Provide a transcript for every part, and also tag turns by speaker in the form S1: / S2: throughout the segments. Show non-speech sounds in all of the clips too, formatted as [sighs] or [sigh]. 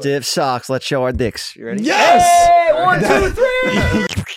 S1: Div socks. Let's show our dicks. You ready?
S2: Yes!
S3: Hey, one, two, three. [laughs]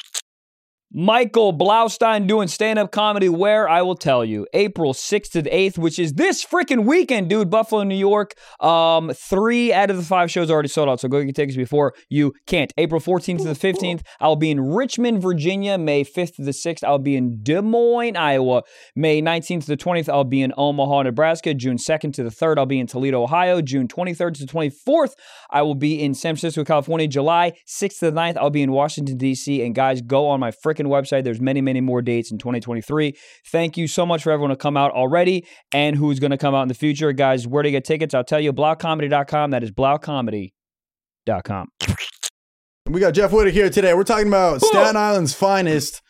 S3: Michael Blaustein doing stand up comedy where I will tell you April 6th to the 8th, which is this freaking weekend, dude. Buffalo, New York. Um, three out of the five shows already sold out, so go get your tickets before you can't. April 14th to the 15th, I'll be in Richmond, Virginia. May 5th to the 6th, I'll be in Des Moines, Iowa. May 19th to the 20th, I'll be in Omaha, Nebraska. June 2nd to the 3rd, I'll be in Toledo, Ohio. June 23rd to the 24th, I will be in San Francisco, California. July 6th to the 9th, I'll be in Washington, D.C. And guys, go on my freaking website. There's many, many more dates in 2023. Thank you so much for everyone to come out already and who's going to come out in the future. Guys, where to get tickets? I'll tell you, blaucomedy.com. That is blaucomedy.com.
S2: We got Jeff Whitaker here today. We're talking about Staten Island's finest.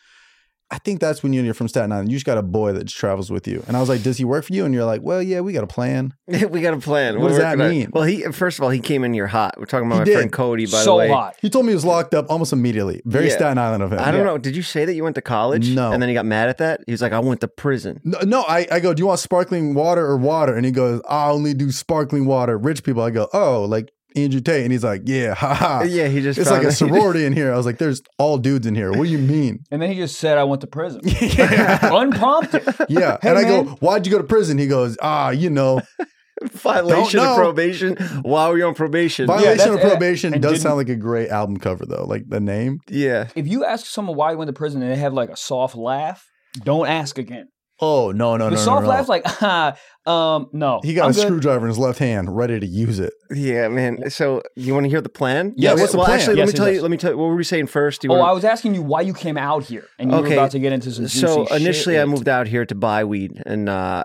S2: I think that's when you and you're from Staten Island. You just got a boy that travels with you. And I was like, does he work for you? And you're like, well, yeah, we got a plan.
S1: [laughs] we got a plan.
S2: What does
S1: we're
S2: that
S1: gonna-
S2: mean?
S1: Well, he first of all, he came in here hot. We're talking about
S2: He
S1: my
S2: did.
S1: friend Cody, by the
S3: So
S1: way.
S3: hot.
S2: He told me he was locked up almost immediately. Very
S1: Yeah.
S2: Staten Island of him.
S1: I don't
S2: Yeah.
S1: know. Did you say that you went to college?
S2: No.
S1: And then he got mad at that? He was like, I went to prison.
S2: No, no I, I go, do you want sparkling water or water? And he goes, I only do sparkling water. Rich people. I go, oh, like Andrew Tate. And he's like, yeah, [laughs] ha ha.
S1: Yeah, he just
S2: It's like a
S1: found- [laughs]
S2: sorority in here. I was like, there's all dudes in here. What do you mean?
S3: And then he just said, I went to
S2: [laughs]
S3: prison. Unprompted.
S2: Yeah.
S3: Hey,
S2: and I go,
S3: man.
S2: why'd you go to prison? He goes, ah, you know,
S1: Violation
S2: Don't know.
S1: of probation while you're on probation.
S2: violation of
S3: that's-
S2: probation
S3: and
S2: does
S3: didn't-
S2: sound like a great album cover, though. Like the name.
S1: Yeah.
S3: If you ask someone why he went to prison and they have like a soft laugh, don't ask again.
S2: Oh, no, no,
S3: The
S2: no. no,
S3: soft
S2: no.
S3: laugh's like, [laughs] ah, um, no.
S2: he got
S3: I'm
S2: a
S3: good.
S2: screwdriver in his left hand, ready to use it.
S1: Yeah. man. So you want to hear the plan?
S2: Yeah,
S1: Well,
S2: what's the
S1: well,
S2: plan?
S1: actually,
S3: Yes,
S1: let
S3: it
S1: me tell you,
S3: does.
S1: let me tell you, what were we saying first? Do you
S3: Oh,
S1: wanna-
S3: I was asking you why you came out here, and you were
S1: Okay.
S3: about to get into some juicy
S1: so
S3: shit.
S1: initially I moved out here to buy weed and uh,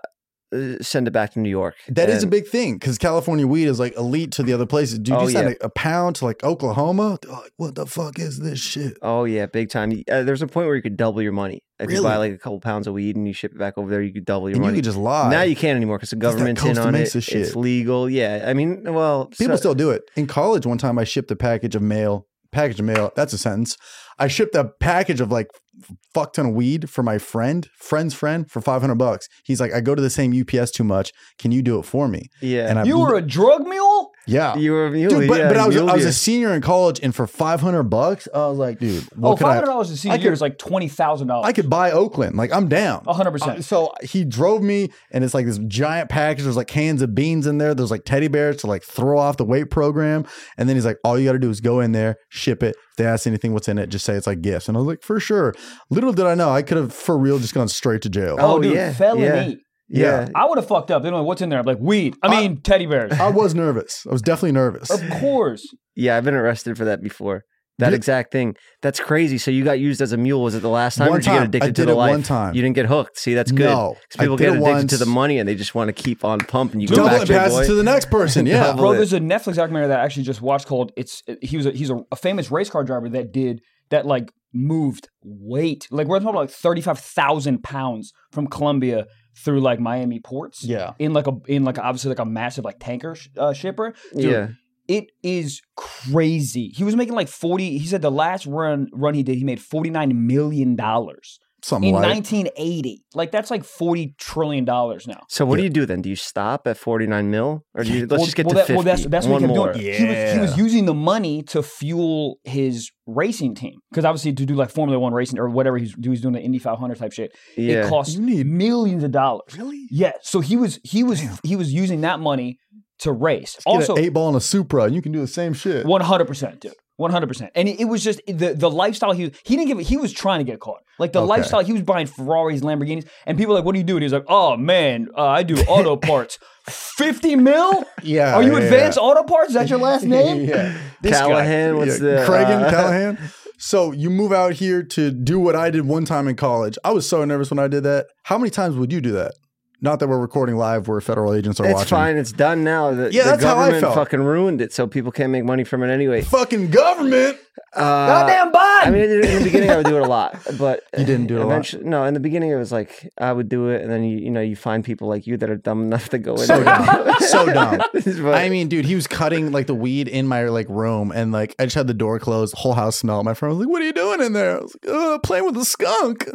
S1: uh, send it back to New York.
S2: That is a
S1: And-
S2: big thing because California weed is like elite to the other places. Dude,
S1: Oh,
S2: you send
S1: yeah.
S2: a, a pound to like Oklahoma. They're like, what the fuck is this shit?
S1: Oh yeah, big time. Uh, there's a point where you could double your money if you
S2: Really?
S1: buy like a couple pounds of weed and you ship it back over there. You could double your
S2: And you
S1: money.
S2: could just lie.
S1: now you can't anymore because the
S2: that
S1: government's in
S2: Costa
S1: on it.
S2: Mesa shit.
S1: It's legal. Yeah, I mean, well,
S2: People
S1: so-
S2: still do it. In college, one time I shipped a package of mail. Package of mail. That's a sentence. I shipped a package of like f- fuck ton of weed for my friend, friend's friend, for five hundred bucks. He's like, I go to the same UPS too much. Can you do it for me?
S1: [laughs] Yeah,
S2: And I
S3: you were a drug mule?
S2: yeah.
S1: you were a mule,
S2: Dude, but,
S1: yeah,
S2: but I was
S1: mule
S2: I was
S1: deer.
S2: a senior in college, and for five hundred bucks, I was like, dude, what
S3: oh,
S2: could
S3: five
S2: I?
S3: hundred dollars a
S2: I
S3: senior
S2: could-
S3: year is like twenty thousand dollars.
S2: I could buy Oakland. Like I'm down.
S1: Oh,
S3: hundred
S2: Uh,
S3: percent.
S2: so he drove me, and it's like this giant package. There's like cans of beans in there. There's like teddy bears to like throw off the weight program. And then he's like, all you got to do is go in there, ship it. If they ask anything what's in it, just say it's like gifts. And I was like, for sure. Little did I know, I could have for real just gone straight to jail.
S3: Oh,
S1: Oh,
S3: dude,
S1: yeah,
S3: felony.
S1: yeah.
S3: I would have fucked up. They don't know what's in there. I'm like weed. I mean, teddy bears.
S2: I was nervous. I was definitely nervous.
S3: of
S2: [laughs]
S3: course.
S1: yeah. I've been arrested for that before. That
S2: Really?
S1: exact thing. That's crazy. So you got used as a mule. Was it the last time?
S2: One
S1: or did you
S2: time. I
S1: get addicted
S2: did
S1: to the
S2: it one
S1: life?
S2: time.
S1: You didn't get hooked. See, that's good.
S2: No,
S1: 'Cause
S2: I
S1: people
S2: did
S1: get
S2: it
S1: addicted
S2: once.
S1: to the money and they just want to keep on pumping. You go
S2: Double
S1: back,
S2: and
S1: big
S2: pass
S1: boy.
S2: it to the next person. Yeah.
S1: Double
S3: Bro,
S1: it.
S3: there's a Netflix documentary that I actually just watched called "It's." He was a, he's a, a famous race car driver that did that like moved weight. Like we're talking about like thirty five thousand pounds from Colombia through like Miami ports.
S2: Yeah.
S3: In like a in like obviously like a massive like tanker sh- uh, shipper. Dude,
S1: yeah.
S3: It is crazy. He was making like 40 he said the last run run he did he made 49 million dollars
S2: Something
S3: in
S2: like
S3: 1980. Like that's like 40 trillion dollars now.
S1: So what do you do then? Do you stop at 49 mil, or do you let's
S3: Well-
S1: just get
S3: well,
S1: to
S3: that-
S1: 50?
S3: Well, that's, that's what
S1: One
S3: he kept
S1: more.
S3: doing. He, was, he was
S2: Yeah.
S3: using the money to fuel his racing team because obviously to do like Formula One racing or whatever he's doing, he's doing the Indy 500 type shit. It
S1: Yeah.
S3: costs
S2: You need-
S3: millions of dollars.
S2: Really?
S3: Yeah. So he was he was he was using that money to race. [laughs]
S2: Also,
S3: also,
S2: eight ball and a Supra, and you can do the same shit.
S3: One hundred percent, dude. One hundred percent. And it, it was just the the lifestyle he was. He didn't give. a- He was trying to get caught. Like the
S2: Okay.
S3: lifestyle he was buying Ferraris, Lamborghinis, and people were like, "What do you do?" And he was like, "Oh man, uh, I do auto parts. Fifty mil?
S2: Yeah,
S3: Are you
S2: Oh, yeah, yeah.
S3: Advanced Auto Parts? Is that your
S2: [laughs]
S3: last name?
S2: yeah.
S1: Callahan, what's
S2: Yeah,
S1: the
S2: Cragen
S1: uh,
S2: Callahan? So you move out here to do what I did one time in college. I was so nervous when I did that. How many times would you do that? Not that we're recording live where federal agents are
S1: It's
S2: watching.
S1: fine. It's done now. The,
S2: Yeah,
S1: the
S2: that's how I
S1: government
S2: felt.
S1: fucking ruined it, so people can't make money from it anyway.
S2: Fucking government.
S1: Uh,
S3: Goddamn Biden!
S1: I mean, in the beginning, I would do it a lot, but
S2: [laughs] You didn't do it a lot.
S1: eventually, No, in the beginning, it was like I would do it, and then you, you know, you find people like you that are dumb enough to go in. there.
S2: So dumb. So dumb.
S1: [laughs] But-
S2: I mean, dude, he was cutting like the weed in my like room, and like I just had the door closed, the whole house smelled. My friend was like, "What are you doing in there?" I was like, "Uh, "Playing with
S3: [laughs]
S2: a skunk."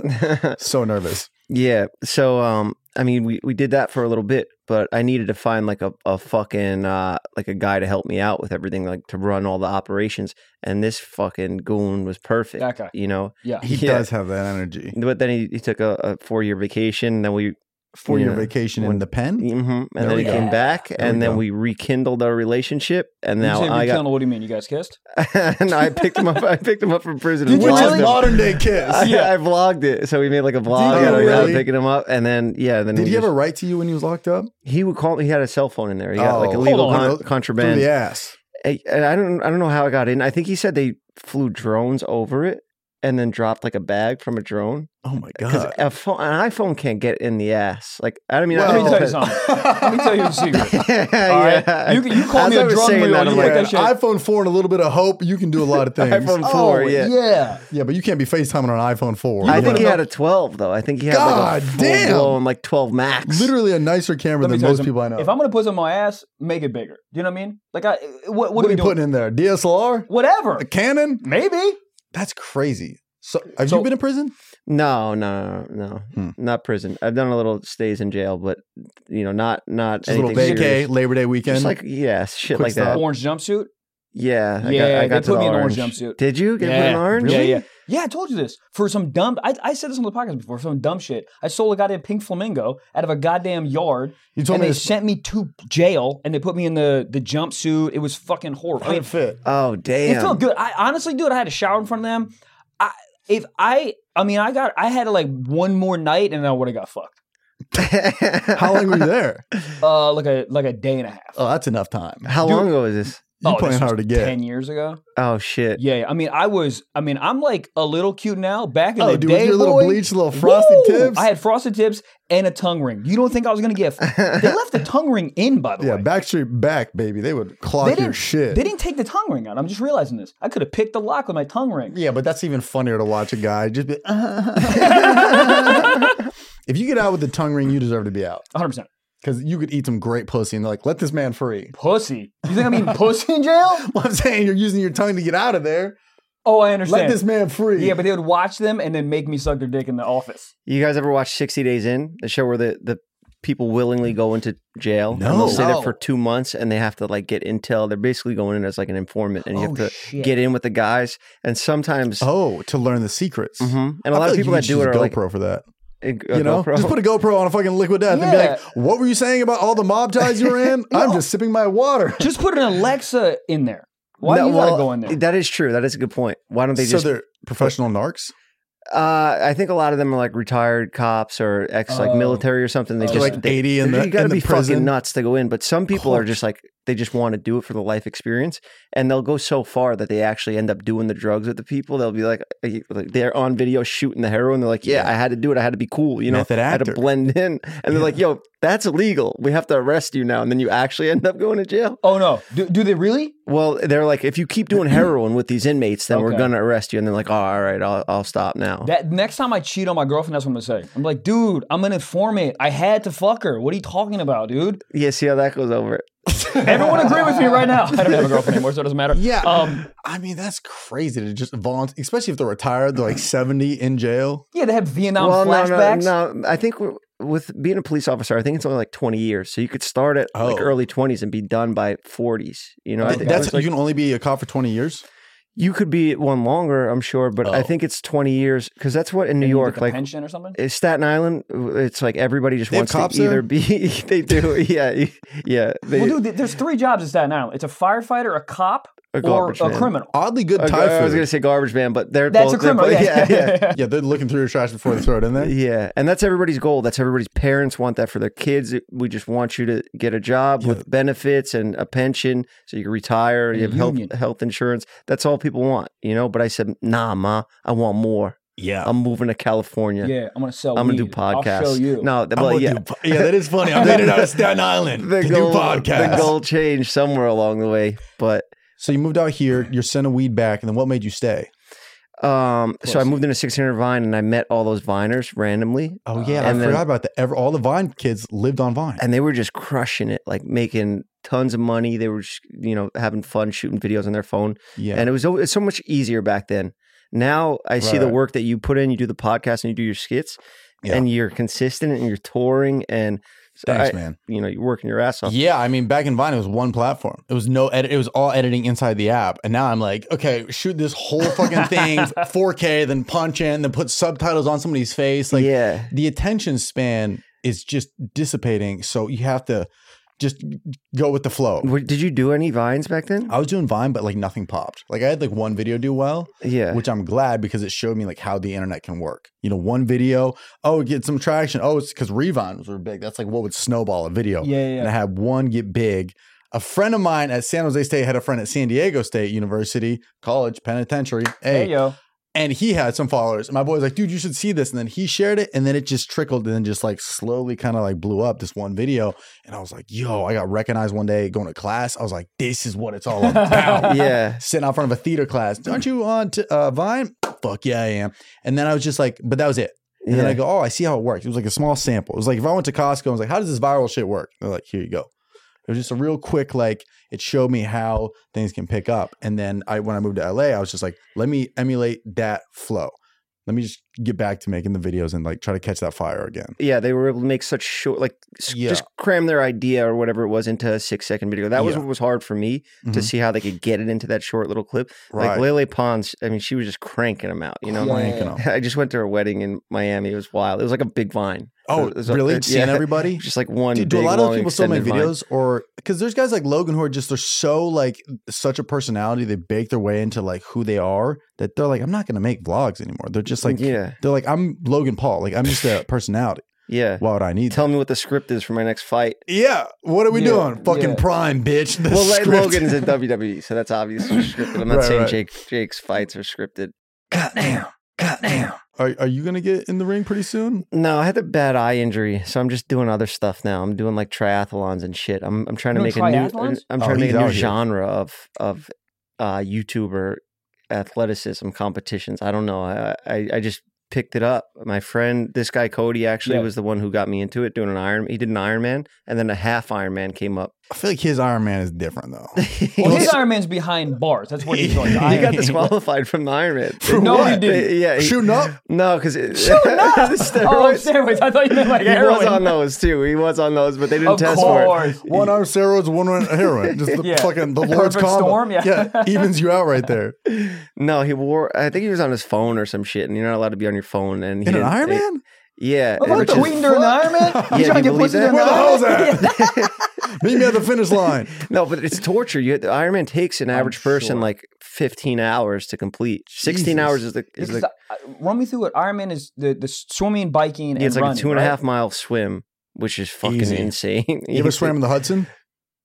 S2: so nervous.
S1: Yeah. So, um, I mean, we, we did that for a little bit, but I needed to find like a, a fucking uh, like a guy to help me out with everything, like to run all the operations. And this fucking goon was perfect.
S3: That guy.
S1: You know,
S3: Yeah.
S2: He
S1: Yeah.
S2: does have that energy.
S1: but then he, he took a, a four year vacation. And then we,
S2: Four year
S1: Yeah.
S2: vacation in
S1: When-
S2: the pen.
S1: mhm, and
S2: There
S1: then
S2: we
S1: he
S3: go.
S1: came back,
S2: we
S1: and then
S2: go.
S1: we rekindled our relationship. And
S3: You
S1: now
S3: said
S1: I got,
S3: rekindle, What do you mean? You guys kissed?
S1: [laughs] and I picked him up. I picked him up from prison. and
S3: Did you
S1: vlogged
S2: Which
S3: really?
S2: is
S1: him.
S3: [laughs]
S2: modern day kiss.
S1: I,
S3: Yeah.
S1: I vlogged it, so we made like a vlog
S2: you
S1: out of
S2: really?
S1: him picking him up, and then yeah, then
S2: Did
S1: we
S2: he
S1: just-
S2: ever write to you when he was locked up?
S1: He would call. He had a cell phone in there. He got like
S2: Oh.
S1: illegal
S3: Hold
S2: on.
S1: con- contraband.
S2: Through the ass.
S1: I, and I don't. I don't know how it got in. I think he said they flew drones over it and then dropped like a bag from a drone
S2: Oh my
S1: because
S2: god.
S1: a phone, an iPhone can't get in the ass. Like I don't mean.
S3: Let
S1: I
S3: me
S1: don't
S3: tell you something. Let me tell you a
S1: [laughs]
S3: secret.
S1: yeah,
S3: All right?
S1: yeah.
S3: You, you call
S1: As
S3: me
S1: I
S3: a
S1: was
S3: drum
S1: saying
S3: wheel.
S1: that,
S3: you
S1: I'm
S3: like
S1: like,
S3: that shit.
S2: iPhone 4 and a little bit of hope, you can do
S3: [laughs]
S2: a lot of things.
S1: iPhone 4, yeah.
S2: Oh, yeah. Yeah, but you can't be FaceTiming on an iPhone 4.
S1: I
S2: You
S1: think
S3: [laughs]
S2: wanna
S1: he
S2: know-
S1: had a 12 though. I think he had
S2: God
S1: like a
S2: damn.
S1: full blown like 12 max.
S2: literally a nicer camera
S3: Let me
S2: than
S3: tell you
S2: most
S3: something.
S2: people I know.
S3: If I'm gonna put something on my ass, make it bigger. Do you know what I mean? Like, I what, what,
S2: what
S3: are
S2: are
S3: we
S2: you
S3: doing?
S2: putting in there? DSLR?
S3: Whatever.
S2: A Canon?
S3: Maybe.
S2: That's crazy. So, have
S3: So-
S2: you been in prison?
S1: No, no, no, no,
S2: Hmm.
S1: not prison. I've done a little stays in jail, but you know, not not
S2: Just a little
S1: anything serious.
S2: vacay, Labor Day weekend.
S1: Just like yeah, shit
S2: Quick
S1: like
S2: stop.
S1: that.
S3: Orange jumpsuit.
S1: Yeah, I
S3: Yeah,
S1: got, I
S3: they
S1: got to
S3: put
S1: the
S3: me in an
S1: orange.
S3: orange jumpsuit.
S1: Did you get me
S3: Yeah.
S1: an orange?
S3: Yeah, yeah. Yeah, I told you this. For some dumb I, I said this on the podcast before, some dumb shit. I sold a goddamn pink flamingo out of a goddamn yard
S2: you told
S3: and
S2: me
S3: they
S2: this [laughs]
S3: sent me to jail and they put me in the, the jumpsuit. It was fucking horrible. I mean,
S2: didn't fit.
S1: Oh damn!
S3: It felt good. I honestly, dude, I had a shower in front of them. I if I I mean I got I had like one more night and I would have got fucked.
S1: [laughs]
S2: [laughs] How long were you there?
S3: Uh like a like a day and a half.
S2: [laughs] Oh, that's enough time.
S1: How
S3: Dude.
S1: long ago was this?
S2: You
S3: Oh,
S2: playing
S3: this was
S2: hard to get.
S3: Ten years ago.
S1: Oh shit!
S3: Yeah. I mean I was I mean I'm like a little cute now. Back in
S2: oh,
S3: the
S2: dude,
S3: day.
S2: with your little
S3: boy,
S2: bleach, little frosted
S3: woo!
S2: tips.
S3: I had frosted tips and a tongue ring. You don't think I was gonna get
S1: [laughs]
S3: they left the tongue ring in by the
S2: yeah,
S3: way.
S2: backstreet back, baby. They would
S3: they
S2: clock your
S3: didn't
S2: shit.
S3: they didn't take the tongue ring out. I'm just realizing this. I could have picked the lock with my tongue ring.
S2: Yeah, but that's even funnier to watch a guy just be.
S3: [laughs]
S2: "Uh-huh." if you get out with the tongue ring, you deserve to be out
S3: 100 percent
S2: because you could eat some great pussy and they're like, let this man free. [laughs]
S3: Pussy. You think I'm eating pussy in jail?
S2: Well, I'm saying you're using your tongue to get out of there.
S3: Oh, I
S2: Let
S3: understand.
S2: this man free.
S3: Yeah, but they would watch them and then make me suck their dick in the office.
S1: You guys ever watch Sixty Days In? The show where the the people willingly go into jail and
S2: No.
S1: they'll stay
S3: No.
S1: there for two months and they have to like get intel. They're basically going in as like an informant, and you
S3: Oh,
S1: have to
S3: shit.
S1: get in with the guys. And sometimes,
S2: oh, to learn the secrets.
S3: Mm-hmm.
S1: Mhm. and
S2: I
S1: a lot
S2: feel
S1: of
S2: like
S1: people
S2: you
S1: that
S2: should
S1: do it
S2: use a
S1: are
S2: GoPro
S1: like,
S2: for that.
S1: a, a
S2: You know,
S1: GoPro. [laughs]
S2: just put a GoPro on a fucking liquid death and be
S3: Yeah.
S2: like, "What were you saying about all the mob ties you were in? [laughs] I'm just sipping my water."
S3: [laughs]
S2: [laughs]
S3: Just put an Alexa in there. Why
S1: No,
S3: do you
S1: well,
S3: gotta go in there?
S1: That is true. That is a good point. Why don't they
S2: so
S1: just?
S2: they're professional narcs.
S1: Uh, I think a lot of them are like retired cops or ex like
S3: Oh.
S1: military or something. They
S3: Oh.
S2: They're
S1: just
S2: like
S1: they,
S2: 80 in the,
S1: you got to
S2: in the
S1: be
S2: prison.
S1: fucking nuts to go in. But some people are
S2: course.
S1: just like they just want to do it for the life experience, and they'll go so far that they actually end up doing the drugs with the people. They'll be like, like they're on video shooting the heroin. They're like, yeah, I had to do it. I had to be cool. You know,
S2: Method
S1: I had
S2: actor.
S1: to blend in. And they're like, yo, that's illegal. We have to arrest you now. And then you actually end up going to jail.
S3: oh no. Do, do they really?
S1: Well, they're like, if you keep
S2: [clears throat]
S1: doing heroin with these inmates, then
S3: Okay.
S1: we're gonna arrest you. And they're like, oh, all right, I'll, I'll stop now.
S3: That next time I cheat on my girlfriend, that's what I'm gonna say. I'm like, dude, I'm an informant. I had to fuck her. What are you talking about, dude?
S1: yeah, see how that goes over.
S3: Everyone agree with me right now. I don't have a girlfriend anymore, so it doesn't matter.
S2: Yeah.
S3: Um,
S2: I mean, that's crazy to just volunteer, especially if they're retired, they're like 70 in jail.
S3: yeah, they have Vietnam
S1: well,
S3: flashbacks.
S1: No, no, no. I think w- with being a police officer, I think it's only like 20 years. So you could start at like
S2: Oh.
S1: early 20s and be done by 40s. You know, I
S2: Th-
S1: think
S2: that's
S1: it's like-
S2: you can only be a cop for 20 years.
S1: you could be at one longer, I'm sure, but
S2: Oh.
S1: I think it's 20 years because that's what in New
S3: You get
S1: York,
S3: the
S1: like
S3: pension or something.
S1: uh, Staten Island, w- it's like everybody just
S2: They have
S1: wants
S2: cops
S1: to
S2: there?
S1: either be, [laughs] they do, yeah, y- yeah, they,
S3: well, dude, th- there's three jobs in Staten Island. It's a firefighter, a cop,
S1: A
S3: or
S1: garbage
S3: a
S1: man.
S3: criminal.
S2: Oddly good
S1: Okay,
S2: Thai
S1: I was
S2: food.
S1: going
S2: [laughs]
S1: to say garbage man, but they're
S3: That's
S1: both,
S3: a criminal.
S1: they're both- [laughs]
S3: yeah, yeah, [laughs] yeah.
S2: yeah, they're looking through your trash before they throw it in there.
S1: Yeah, and that's everybody's goal. That's everybody's parents want that for their kids. We just want you to get a job with benefits and a pension, so you can retire. You have
S3: And a
S1: health,
S3: union.
S1: health insurance. That's all people want, you know. But I said, Nah, ma, I want more.
S2: Yeah.
S1: I'm moving to California.
S3: Yeah, I'm gonna sell.
S1: I'm gonna do
S3: weed. I'll show
S1: podcasts.
S3: you.
S1: No, the-
S2: I'm
S1: but
S2: gonna
S1: yeah,
S2: do po- yeah, that is funny. [laughs] I'm headed out of Staten Island
S1: the
S2: to
S1: goal,
S2: do podcasts.
S1: the goal changed somewhere along the way. But
S2: So you moved out here, you're sending weed back, and then what made you stay?
S1: um, so I
S3: Close.
S1: moved into 600 Vine, and I met all those viners randomly.
S2: Oh, yeah, I
S1: Uh, And then-
S2: forgot about that. Ever, all the Vine kids lived on Vine.
S1: and they were just crushing it, like making tons of money. They were, just, you know, having fun shooting videos on their phone,
S2: yeah.
S1: and it was al- it's so much easier back then. Now I see the
S2: Right.
S1: work that you put in. You do the podcast and you do your skits,
S2: Yeah.
S1: and you're consistent and you're touring, and So
S2: Thanks,
S1: I- Oh.
S2: man.
S1: You know, you're working your ass off.
S2: Yeah, I mean, back in Vine, it was one platform. It was no edit. It was all editing inside the app. And now I'm like, okay, shoot this whole fucking thing
S1: [laughs]
S2: 4K, then punch in, then put subtitles on somebody's face. Like,
S1: yeah.
S2: the attention span is just dissipating. So you have to just go with the flow.
S1: Were- Did you do any vines back then?
S2: I was doing Vine, but like nothing popped. Like I had like one video do well,
S1: yeah.
S2: [laughs] which I'm glad because it showed me like how the internet can work. You know, one video, oh, get some traction. Oh, it's because revines were big. That's like what would snowball a video.
S3: Yeah, yeah.
S2: And I had one get big. A friend of mine at San Jose State had a friend at San Diego State University College Penitentiary.
S3: Hey,
S2: Hey,
S3: yo.
S2: and he had some followers. And my boy was like, dude, you should see this. And then he shared it, and then it just trickled, and then just like slowly kind of like blew up this one video. And I was like, yo, I got recognized one day going to class. I was like, this is what it's
S3: [laughs]
S2: all about.
S1: yeah.
S2: Sitting out front of a theater class, aren't you on t- uh, Vine? Fuck yeah, I am. And then I was just like, but that was it. And
S1: yeah.
S2: then I go, oh, I see how it works. It was like a small sample. It was like if I went to Costco and was like, how does this viral shit work? They're like, here you go. It was just a real quick, like it showed me how things can pick up. And then I when I moved to LA, I was just like, let me emulate that flow. Let me just get back to making the videos and like try to catch that fire again.
S1: yeah, they were able to make such short, like s-
S2: Yeah.
S1: just cram their idea or whatever it was into a six second video. That was
S2: Yeah.
S1: what was hard for me to
S2: Mhm.
S1: see how they could get it into that short little clip. Like
S2: Right.
S1: Lele Pons, I mean, she was just cranking them out, you know?
S3: Yeah.
S2: Cranking 'em.
S1: [laughs] I just went to her wedding in Miami. It was wild. It was like a big vine.
S2: Oh,
S1: It was up
S2: really?
S1: there.
S2: Seeing
S1: Yeah. [laughs]
S2: everybody?
S1: Just like one.
S2: Dude, do
S1: big,
S2: a lot of
S1: long,
S2: people still make
S1: extended vine.
S2: videos or because there's guys like Logan who are just they're so like such a personality, they bake their way into like who they are that they're like, I'm not gonna make vlogs anymore. They're just like
S1: yeah,
S2: They're like, I'm Logan Paul. Like, I'm just a
S1: [laughs]
S2: personality.
S1: yeah.
S2: Why would I need
S1: Tell me what the script is for my next fight.
S2: that? Yeah. What are we
S3: Yeah,
S2: doing? Fucking
S3: yeah.
S2: prime, bitch. The
S1: well, like,
S2: script.
S1: Logan's in WWE, so that's obviously scripted. I'm not
S2: [laughs] Right,
S1: saying
S2: right.
S1: Jake Jake's fights are scripted.
S2: Goddamn. Goddamn. [laughs] Are, are you going to get in the ring pretty soon?
S1: No, I had a bad eye injury, so I'm just doing other stuff now. I'm doing like triathlons and shit. I'm I'm trying to
S3: Doing
S1: make a new uh,
S3: triathlons?
S1: I'm
S2: Oh,
S1: trying to make
S2: he's
S1: a
S2: out
S1: new
S2: here.
S1: genre of of uh, YouTuber athleticism competitions. I don't know. I, I I just picked it up. My friend, this guy Cody, actually
S3: Yeah.
S1: was the one who got me into it. Doing an Iron, he did an Ironman, and then a half Ironman came up. [laughs]
S2: I feel like his Iron Man is different, though.
S3: Well,
S1: he
S3: his Iron Man's behind bars. That's what
S1: [laughs]
S3: he's doing.
S2: He
S1: got
S3: [laughs] Iron-
S1: disqualified from the Ironman.
S2: For
S3: No,
S2: what?
S3: he
S1: [laughs]
S3: didn't.
S1: [laughs] Yeah, he- [laughs]
S2: Shooting up?
S1: no, because it, the
S3: Oh,
S1: [laughs] steroids.
S3: steroids. I thought you [laughs] meant like
S1: he was
S3: heroin.
S1: on those too. He was on those, but they didn't
S3: Of
S1: test for it.
S3: course.
S2: One arm steroids, one arm heroin. Just the
S3: [laughs] Yeah.
S2: fucking, the
S3: Perfect
S2: Lord's combo.
S3: storm, yeah.
S2: evens you out
S1: [laughs]
S2: right there.
S1: No, he wore. I think he was on his phone or some shit, and you're not allowed to be on your phone. And he
S2: In an
S1: didn't-
S2: Iron
S1: they-
S2: Man?
S1: yeah.
S3: What about
S1: which
S3: the
S1: is-
S3: Queen during
S1: [laughs]
S3: the Iron Man? You
S1: Yeah,
S3: trying
S1: do
S3: to
S1: you
S3: get
S1: believe
S3: pussy
S1: that?
S3: during
S2: Where the hell's
S3: Iron Man? [laughs]
S2: that? Meet me at the finish
S1: [laughs]
S2: line.
S1: no, but it's torture. You the Iron Man takes an average person
S2: sure.
S1: like 15 hours to complete. 16
S2: Jesus.
S1: hours is the is
S3: Because
S1: the.
S3: I- run me through it. Iron Man is the, the swimming, biking, and
S1: Yeah, it's like
S3: running,
S1: a two and a
S3: right?
S1: half mile swim, which is fucking
S2: Easy.
S1: insane.
S2: You ever swam in the Hudson?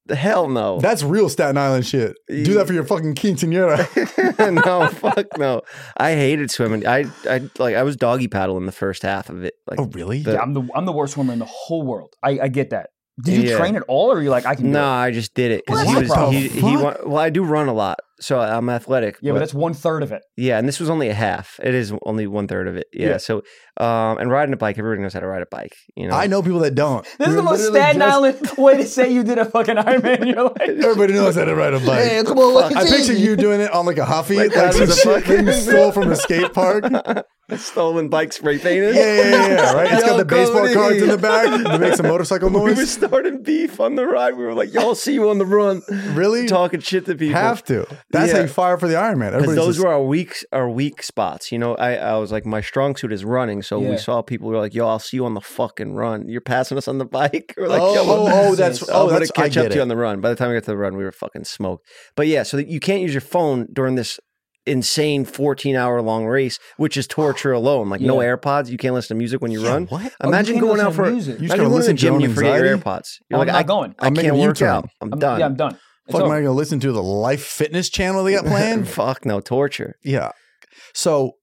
S1: The [laughs] hell no.
S2: [laughs] That's real Staten Island shit. Do that for your fucking quinceanera. [laughs]
S1: no, fuck no. I hated swimming. I I like I was doggy paddling the first half of it. Like
S2: Oh, really?
S1: The-
S3: Yeah, I'm the I'm the worst swimmer in the whole world. I, I get that. Did you
S1: Yeah.
S3: train at all, or are you like I can? do
S1: No,
S3: it?
S1: I just did it because
S3: What
S1: he
S3: the
S1: was
S3: fuck?
S1: he, he wa- well. I do run a lot, so I'm athletic.
S3: Yeah, but that's one third of it.
S1: yeah, and this was only a half. It is only one third of it. Yeah.
S3: Yeah.
S1: So, um, and riding a bike, everybody knows how to ride a bike. You know, [laughs]
S2: I know people that don't.
S3: This is
S2: We're
S3: the most
S2: literally
S3: Staten
S2: just-
S3: Island way to say you did a fucking Iron Man.
S1: [laughs]
S3: You're like,
S2: Everybody knows how to ride a bike.
S3: come on, look
S2: I picture you doing it on like a huffy,
S1: Like
S2: like,
S1: that
S2: some
S1: was a
S2: shit that you
S1: fucking- [laughs]
S2: stole from a skate park. Yeah,
S1: stolen bike spray painted.
S2: yeah, yeah, yeah, right. It's
S1: Yo,
S2: got the baseball
S1: Cody.
S2: cards in the back to make some motorcycle
S1: [laughs] We were
S2: noise.
S1: starting beef on the ride. We were like, "Y'all see you on the run."
S2: Really?
S1: talking shit to people.
S2: Have to. That's
S1: Yeah.
S2: how you fire for the Iron Man.
S1: because
S2: Everybody's
S1: those
S2: just,
S1: were our weak our weak spots. You know, I, I was like, my strong suit is running. So
S3: Yeah.
S1: we saw people who were like, "Yo, I'll see you on the fucking run. You're passing us on the [laughs] bike." We're like,
S2: Oh,
S1: "Yo,
S2: oh,
S1: I'm- [laughs]
S2: oh, that's-
S1: I'm
S2: oh,
S1: gonna
S2: that's- I
S1: catch up
S2: get
S1: to you
S2: it.
S1: on the run." By the time we got to the run, we were fucking smoked. But yeah, so that you can't use your phone during this insane 14 hour long race, which is torture alone. Like no
S3: Yeah.
S1: AirPods, you can't listen to music when you
S2: Yeah,
S1: run.
S2: What?
S3: Oh, you
S1: Imagine
S3: can't
S1: going
S3: listen
S1: out
S3: to
S1: for you
S3: music.
S2: You
S1: imagine
S2: just gotta
S1: going to
S2: listen
S1: the
S2: to
S1: gym
S2: your
S1: and you
S2: own
S1: forget your
S2: anxiety?
S1: AirPods.
S3: I'm
S1: You're like,
S3: not
S1: I,
S3: going.
S1: I
S2: I'm making
S1: can't
S2: a
S1: work
S2: U-turn.
S1: out. I'm done.
S2: [laughs]
S3: Yeah, I'm done. It's
S2: Fuck, am I
S3: over.
S2: going to listen to the Life Fitness channel they got
S1: [laughs]
S2: planned?
S1: Fuck no, torture.
S2: yeah. So,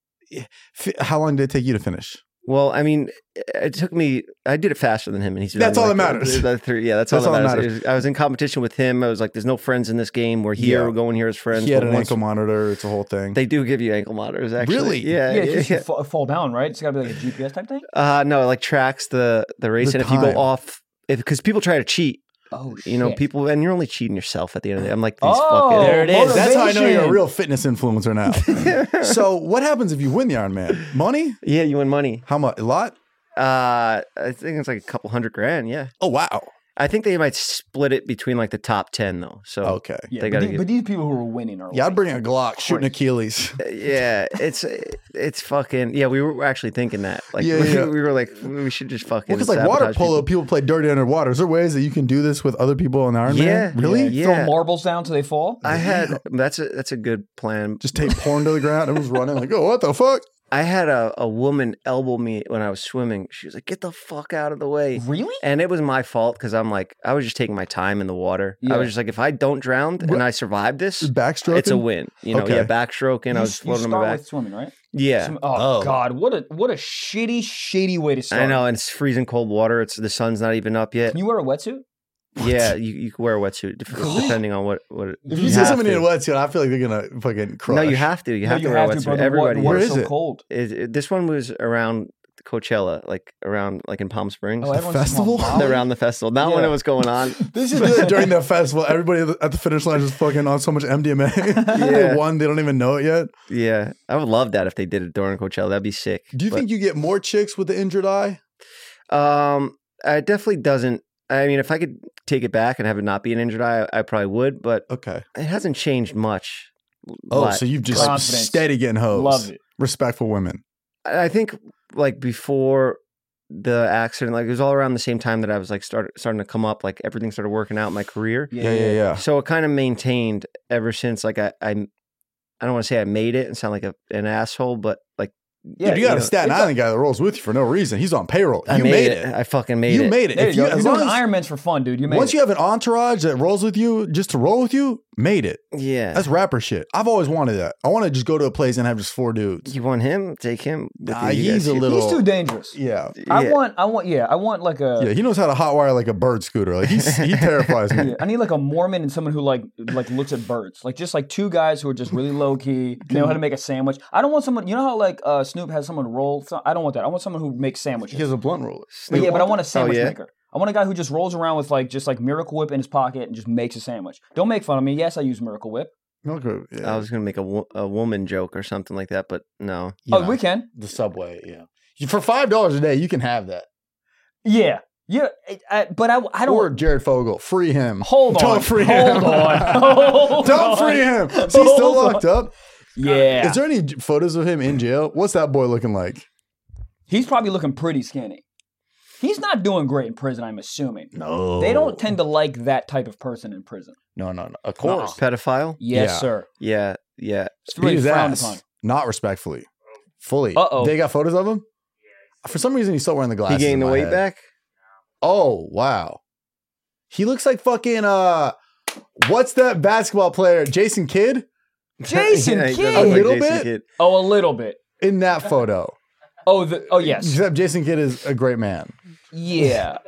S2: f- how long did it take you to finish?
S1: Well, I mean, it took me. I did it faster than him, and he's.
S2: That's all
S1: like,
S2: that matters.
S1: the- the three- yeah, that's, all that matters. It was- I was in competition with him. I was like, "There's no friends in this game. We're here.
S2: Yeah.
S1: We're going here as friends."
S2: he had
S1: but
S2: an
S1: once-
S2: ankle monitor. It's a whole thing.
S1: They do give you ankle monitors, actually.
S2: Really?
S1: Yeah.
S3: Yeah,
S1: yeah,
S3: it's just
S1: yeah.
S3: you fa- fall down, right? It's got to be like a GPS type thing.
S1: Uh, no, it like tracks the the race,
S2: The
S1: and if you
S2: time.
S1: go off, because people try to cheat,
S3: Oh,
S1: you know,
S3: shit.
S1: people, and you're only cheating yourself at the end of the day. I'm like, these
S3: Oh,
S1: fucking.
S3: There it is.
S2: That's how I know you're a
S3: Motivation.
S2: real fitness influencer [laughs] now. so, what happens if you win the Iron Man? Money?
S1: [laughs] Yeah, you win money.
S2: How much? A lot?
S1: Uh, I think it's like a couple hundred grand. Yeah,
S2: Oh wow.
S1: I think they might split it between like the top ten though. So
S2: Okay.
S3: Yeah,
S1: They
S3: but,
S1: gotta
S3: the-
S1: get-
S3: but these people who are winning are
S2: Yeah, I'd
S3: winning.
S2: bring a Glock, shooting Achilles.
S1: yeah, it's it's fucking yeah. We were actually thinking that like [laughs]
S2: Yeah,
S1: we,
S2: yeah.
S1: were like we should just fucking
S2: Because like water
S1: sabotage people.
S2: polo, people. play dirty underwater. Is there ways that you can do this with other people on Iron
S1: Yeah,
S2: Man? Really?
S1: yeah.
S3: throw marbles down till they fall.
S1: I had that's a that's a good plan.
S2: Just take porn to the ground. Everyone's running like, oh, what the fuck?
S1: I had a, a woman elbow me when I was swimming. She was like, "Get the fuck out of the way."
S3: Really?
S1: And it was my fault because I'm like, I was just taking my time in the water.
S3: Yeah.
S1: I was just like, if I don't drown and I survive this,
S2: Just backstroking.
S1: it's a win. You know,
S2: Okay.
S1: yeah, backstroking. I
S3: You-
S1: was
S3: you
S1: floating on my
S3: start
S1: back.
S3: with swimming, right?
S1: yeah,
S3: Swim- oh,
S2: Oh.
S3: God, what a what a shitty, shitty way to start.
S1: I know. And it's freezing cold water. It's the sun's not even up yet.
S3: Can you wear a wetsuit?
S1: yeah, you, you can wear a wetsuit def- depending on what what. it-
S2: If you, see
S1: have
S2: somebody in
S1: to.
S2: a wetsuit, I feel like they're gonna fucking crush.
S1: no, you have to. You
S3: No,
S1: have to wear a
S3: brother.
S1: wetsuit.
S3: Wa-
S1: Everybody.
S3: water's
S2: Where is
S3: so
S2: it?
S3: cold.
S1: Is- it- this one was around Coachella, like around like in Palm Springs.
S3: Oh, everyone's
S2: festival?
S3: just on
S1: [laughs]
S3: Bali.
S1: around the festival, not when
S3: Yeah.
S1: it was going on.
S2: [laughs]
S1: [laughs]
S2: This is [laughs] good during the festival. Everybody at the finish line is fucking on so much MDMA.
S1: Yeah.
S2: [laughs] they won. They don't even know it yet.
S1: Yeah, I would love that if they did it during Coachella. That'd be sick.
S2: Do you
S1: But,
S2: think you get more chicks with the injured eye?
S1: Um, it definitely doesn't. I mean, if I could take it back and have it not be an injured eye, I, I probably would. But
S2: Okay.
S1: it hasn't changed much.
S2: Oh,
S1: But
S2: so you've just
S3: Confidence.
S2: steady getting hoes.
S3: Love it.
S2: Respectful women.
S1: I I think like before the accident, like it was all around the same time that I was like start, starting to come up. Like everything started working out in my career.
S3: Yeah, yeah, yeah.
S1: so it kind of maintained ever since like i i, I don't want to say i made it and sound like a, an asshole but like
S3: Yeah,
S2: Dude, you got
S1: you
S2: a
S1: know,
S2: Staten Island guy that rolls with you for no reason. He's on payroll.
S1: i
S2: you
S1: made, it. i fucking made
S2: you
S1: it
S2: made it.
S3: There
S2: If
S3: you
S2: you-
S3: go.
S2: as
S3: You're doing
S2: long as-
S3: Ironmans for fun, dude. You made
S2: once
S3: it.
S2: you have an entourage that rolls with you just to roll with you, made it.
S1: yeah
S2: That's rapper shit. I've always wanted that. I want to just go to a place and have just four dudes.
S1: you want him take him with
S2: Nah,
S1: you guys.
S2: he's a little.
S3: He's too dangerous.
S2: yeah.
S3: I
S1: Yeah.
S3: want, I want, yeah, I want like a.
S2: Yeah, he knows how to hotwire like a bird scooter. Like he's,
S1: [laughs]
S2: he terrifies me.
S3: Yeah, I need like a Mormon and someone who like like looks at birds, like just like two guys who are just really low
S2: [laughs]
S3: key, know how to make a sandwich. I don't want someone. You know how like uh, Snoop has someone roll. So, I don't want that. I want someone who makes
S2: He
S3: sandwiches.
S2: has a blunt roller.
S3: But yeah, but I
S2: Oh,
S3: want a sandwich
S1: yeah?
S3: maker. I want a guy who just rolls around with like just like Miracle Whip in his pocket and just makes a sandwich. Don't make fun of me. Yes, I use Miracle Whip.
S2: Milk Road, yeah.
S1: i
S3: Oh,
S1: was gonna make a, wo- a woman joke or something like that but no
S2: You
S3: oh,
S2: know,
S3: we can.
S2: the subway. Yeah, You- for five dollars a day, you can have that.
S3: Yeah, yeah. I, I- but I, I don't.
S2: Or Jared Fogle, free him.
S3: hold on.
S2: Don't free
S3: hold
S2: him. [laughs]
S3: on. Hold on.
S2: Don't free him. Is he still
S3: [laughs] Hold on.
S2: locked up?
S3: Yeah,
S2: Is there any j- photos of him in jail? What's that boy looking like?
S3: he's probably looking pretty skinny. He's not doing great in prison. I'm assuming.
S2: No,
S3: They don't tend to like that type of person in prison.
S2: No, no, no. Of
S1: pedophile
S3: Yes,
S2: Yeah.
S3: sir.
S1: yeah yeah
S3: It's
S2: Beat
S3: really
S2: his
S3: frowned
S2: ass.
S3: upon.
S2: Not respectfully, fully.
S3: Uh-oh.
S2: They got photos of him. For some reason, he's still wearing the
S1: he
S2: glasses. in
S1: gained the
S2: my
S1: weight
S2: head.
S1: back [laughs]
S2: Oh wow, he looks like fucking uh, what's that basketball player, Jason Kidd,
S3: Jason
S1: Yeah, he does
S3: Kidd.
S1: look
S2: A little
S1: Jason
S2: bit?
S1: Kidd.
S3: Oh, a little bit.
S2: in that photo.
S3: Oh, the, oh yes,
S2: Except Jason Kidd is a great man.
S3: yeah.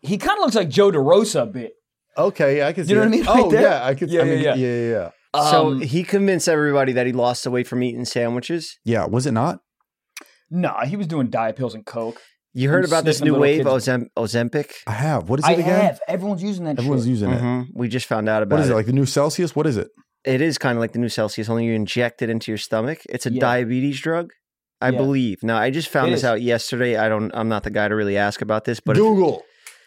S3: He kind of looks like Joe DeRosa a bit.
S2: Okay, yeah, I can see.
S3: know what I
S2: it.
S3: mean? [laughs] Right
S2: oh
S3: there?
S2: yeah, I could.
S3: Yeah,
S2: I mean,
S3: yeah,
S2: yeah, yeah, yeah, yeah.
S1: so
S3: Um,
S1: he convinced everybody that he lost the weight from eating sandwiches
S2: Yeah, was it not?
S3: Nah, he was doing diet pills and coke.
S1: you heard
S3: And
S1: about this
S3: sniffing
S1: new wave
S3: little
S1: of Ozem- ozempic
S2: I have. What is it
S3: I
S2: again?
S3: have. Mm-hmm. Everyone's using that.
S2: Everyone's
S3: shit.
S2: using it.
S1: Mhm. we just found out about
S2: What is
S1: it
S2: it like? The new Celsius? What is it?
S1: it is kind of like the new Celsius, only you inject it into your stomach. It's a
S3: Yeah.
S1: diabetes drug, I
S3: Yeah.
S1: believe. Now, I just found
S3: It
S1: this
S3: is.
S1: out yesterday. I don't. I'm not the guy to really ask about this, but if-
S2: Google.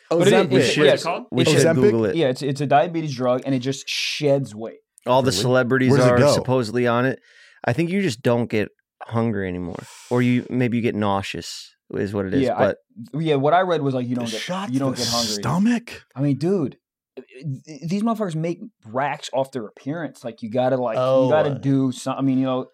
S3: But it-
S2: Ozempic.
S3: it's-
S1: should-
S3: yes,
S1: we
S3: it's-
S1: should
S2: Ozempic?
S1: Google it.
S3: Yeah, it's it's a diabetes drug, and it just sheds weight.
S1: All the
S2: Really?
S1: celebrities
S2: Where does it
S1: are
S2: go?
S1: supposedly on it. I think you just don't get hungry anymore, or you maybe you get nauseous. Is what it is.
S3: Yeah, I-
S1: but
S3: Yeah, what I read was like you don't get
S2: Shot
S3: you don't
S2: the
S3: get hungry.
S2: Stomach.
S3: I mean, dude, th- these motherfuckers make racks off their appearance. Like you gotta like you
S2: Oh.
S3: gotta do some. I mean, you know,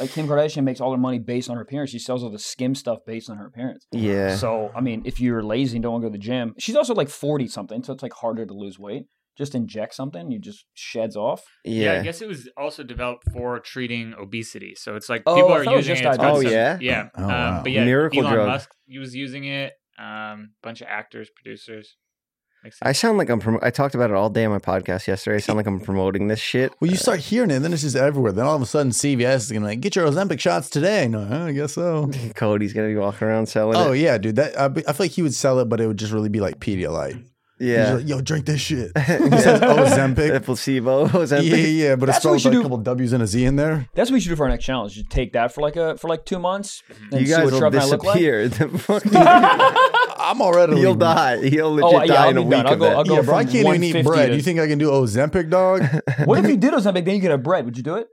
S3: like Kim Kardashian makes all her money based on her appearance. She sells all the skim stuff based on her appearance.
S1: yeah,
S3: So
S4: um,
S3: I mean, if you're lazy and don't want to go to the gym, she's also like forty something, so it's like harder to lose weight. Just inject something, you just sheds off.
S4: Yeah.
S1: yeah,
S4: I guess it was also developed for treating obesity. So it's like
S3: Oh,
S4: people
S3: I
S4: are
S3: thought it was just
S4: using it. It's got
S1: diabetes. Oh,
S4: some-
S1: yeah?
S4: yeah.
S2: Oh,
S4: um,
S2: wow.
S4: But yeah,
S1: Miracle
S4: Elon
S1: drug.
S4: Musk he was using it. Um, bunch of actors, producers. Makes
S1: I
S4: sense.
S1: sound like I'm. Prom- I talked about it all day on my podcast yesterday. I sound
S2: [laughs]
S1: like I'm promoting this shit. Uh,
S2: Well, you start hearing it, and then it's just everywhere. Then all of a sudden, CVS is gonna like, get your Ozempic shots today. No, I
S3: [laughs]
S2: guess so.
S1: Cody's gonna be walking around selling
S2: Oh
S1: it.
S2: yeah, dude. That I, I feel like he would sell it, but it would just really be like Pedialyte. He's
S1: Yeah.
S2: like, yo, drink
S3: [laughs]
S2: this shit. [laughs]
S1: [laughs] He
S2: says, "Oh, Zempic."
S1: placebo. [laughs]
S2: Yeah, yeah,
S1: Ozempic.
S2: yeah, but it's
S3: That's what
S2: spelled
S3: you
S2: with like
S3: do.
S2: a couple W's and a Z in there.
S3: That's what we should do for our next challenge. Just take that for like a for like two months. And
S1: You
S3: see
S1: guys
S3: what
S1: will
S3: Trevor and I look like.
S1: disappear. [laughs] The
S2: [laughs]
S1: fucking-
S2: I'm
S3: [laughs]
S1: [laughs]
S2: already.
S1: You'll die. He'll legit
S3: Oh, yeah,
S1: die
S3: I'll
S1: in a
S3: be
S1: week
S3: done. I'll
S1: of
S3: go-
S1: that.
S3: I'll go
S2: Yeah, bro, I
S3: from
S2: can't even eat
S3: 150
S2: bread.
S3: to-
S2: You think I can do Ozempic,
S1: [laughs]
S2: dog?
S3: What if you did Ozempic, then you get a bread? Would you do it?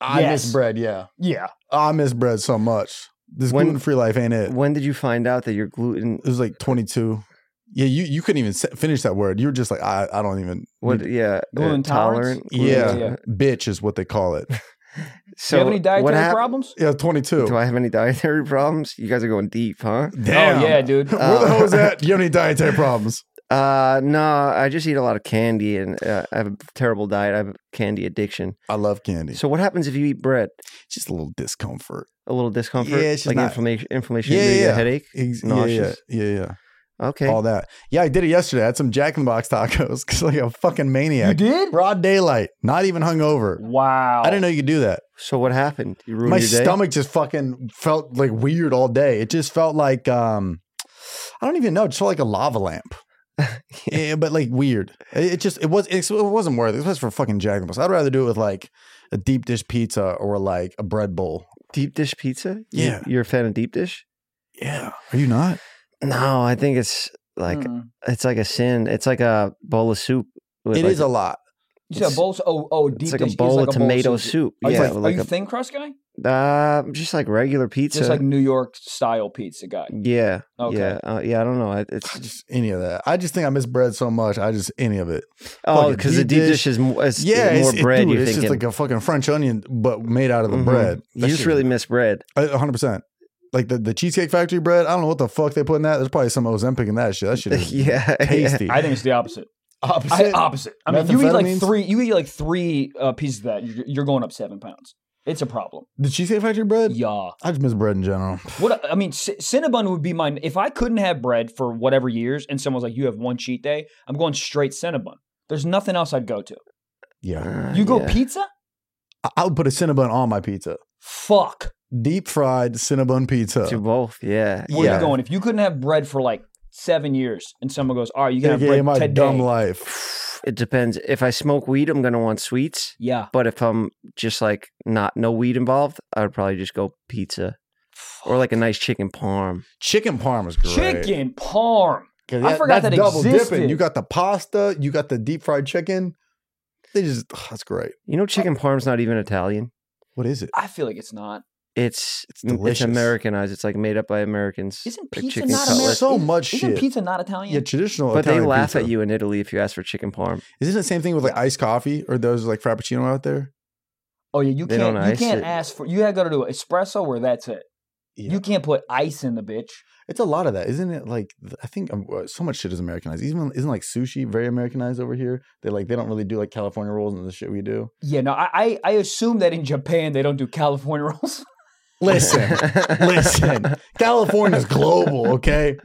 S2: I
S3: Yes.
S2: miss bread, yeah.
S3: Yeah.
S2: I miss bread so much. This
S1: When-
S2: gluten free life ain't it.
S1: When did you find out that you're gluten?
S2: It was like 22. Yeah, you, you couldn't even se- finish that word. You were just like, I, I don't even.
S1: What? Yeah, uh,
S3: Gluten tolerance?
S1: tolerant.
S2: Yeah.
S1: Gluten-
S3: Yeah.
S2: Bitch is what they call it.
S1: So
S3: do you have any
S1: what
S3: dietary
S1: hap-
S3: problems?
S2: Yeah, 22.
S1: Do I have any [laughs] dietary problems? You guys are going deep, huh?
S2: Damn.
S3: Oh
S1: [laughs]
S3: yeah, dude.
S2: Where the hell is that? You don't need dietary problems.
S1: Uh, no, I just eat a lot of candy and uh, I have a terrible diet. I have a candy addiction.
S2: I love candy.
S1: So what happens if you eat bread?
S2: Just a little discomfort.
S1: A little discomfort,
S2: Yeah, it's just
S1: like
S2: not-
S1: inflammation, inflammation,
S2: Yeah,
S1: you get a
S2: yeah.
S1: headache.
S2: Ex-
S1: Nauseous.
S2: Yeah, yeah, yeah,
S1: Okay,
S2: yeah. All that. Yeah, I did it yesterday. I had some Jack in the Box tacos [laughs] because like a fucking maniac.
S3: You did?
S2: Broad daylight, not even hungover.
S3: Wow.
S2: I didn't know you could do that.
S1: so what happened? You ruined
S2: My
S1: Oh. your day?
S2: stomach just fucking felt like weird all day. It just felt like um I don't even know, it just felt like a
S1: [laughs]
S2: lava lamp. yeah, but like weird. It, it just it was it, wasn't worth it. It was for fucking Jack in the Box. I'd rather do it with like a deep dish pizza or like a bread bowl.
S1: Deep dish pizza? You-
S2: Yeah.
S1: you're a fan of deep dish?
S2: Yeah. Are you not?
S1: No, I think it's like
S3: Mm.
S1: it's like a sin. It's like a bowl of soup. With
S2: It is
S1: like,
S2: a lot.
S3: You said a
S1: It's-
S3: bowl. Oh, oh, deep
S1: It's like
S3: dish
S1: a
S3: is
S1: bowl
S3: like
S1: of tomato
S3: bowl
S1: soup.
S3: Are you,
S1: yeah,
S3: like, are
S1: like
S3: you
S1: a,
S3: thin crust guy?
S1: uh, just like regular pizza.
S3: Just like New York style pizza guy.
S1: yeah,
S3: Okay.
S1: yeah, uh, yeah. I don't know. It,
S2: I
S1: it's
S2: just any of that. I just think I miss bread so much. I just any of it.
S1: Oh,
S2: Fucking
S1: because the deep
S2: deep
S1: dish
S2: dish.
S1: is more, is,
S2: Yeah,
S1: is more
S2: it's, it-
S1: bread.
S2: dude,
S1: you're
S2: it's
S1: thinking
S2: just like a fucking French onion, but made out of the
S1: Mhm.
S2: bread.
S1: You just really miss bread.
S2: hundred percent. Like the, the Cheesecake Factory bread. I don't know what the fuck they put in that. There's probably some Ozempic in that shit. That
S3: [laughs]
S2: shit is
S1: [laughs] yeah,
S2: [laughs] tasty.
S3: I think it's the opposite. I,
S2: Opposite.
S3: opposite. I mean, you eat like
S2: Methamphetamines?
S3: three. You eat like three uh, pieces of that. You're, you're going up seven pounds. It's a problem.
S2: the Cheesecake Factory bread.
S3: Yeah.
S2: I just miss bread in general.
S3: What I mean, c- Cinnabon would be mine. If I couldn't have bread for whatever years, and someone's like, "You have one cheat day," I'm going straight Cinnabon. There's nothing else I'd go to.
S2: Yeah,
S1: Uh,
S3: You go
S1: yeah.
S3: pizza?
S2: I, I would put a Cinnabon on my pizza.
S3: Fuck.
S2: Deep fried Cinnabon pizza.
S1: to both. Yeah,
S3: Where
S1: yeah.
S3: you going? If you couldn't have bread for like seven years, and someone goes, "All right, you can
S2: AKA
S3: have
S2: my
S3: bread today."
S2: dumb life.
S1: [sighs] It depends. If I smoke weed, I'm gonna want sweets.
S3: yeah.
S1: But if I'm just like not no weed involved, I would probably just go pizza or like a nice chicken parm.
S2: Chicken parm is great.
S3: Chicken parm.
S2: 'Cause
S3: I forgot
S2: that's
S3: that
S2: double
S3: existed.
S2: dipping. You got the pasta. You got the deep fried chicken. They just ugh, that's great.
S1: You know, chicken parm's not even Italian.
S2: What is it?
S3: I feel like it's not.
S1: It's
S2: It's
S1: it's,
S2: delicious.
S1: Americanized. It's like made up by Americans.
S3: Isn't
S1: Like
S3: pizza
S1: chicken
S3: not
S1: cutlet.
S3: American?
S2: So much
S3: Isn't
S2: shit.
S3: pizza not Italian?
S2: Yeah,
S1: But
S2: traditional.
S1: they
S2: Oh, Italian
S1: laugh
S2: pizza.
S1: at you in Italy if you ask for chicken parm.
S2: Isn't it the same thing with like iced coffee or those like frappuccino out there?
S3: Oh yeah, you
S1: They
S3: can't.
S1: don't
S3: You
S1: ice
S3: can't
S1: it.
S3: ask for. You have got to do an espresso, or that's it.
S2: Yeah.
S3: You can't put ice in the bitch.
S2: It's a lot of that, isn't it? Like th- I think um, uh, so much shit is Americanized. Even isn't like sushi very Americanized over here? They like they don't really do like California rolls and the shit we do.
S3: Yeah, no, I I, I assume that in Japan they don't do California [laughs] rolls.
S1: [laughs]
S2: Listen, listen, [laughs] California's global, okay?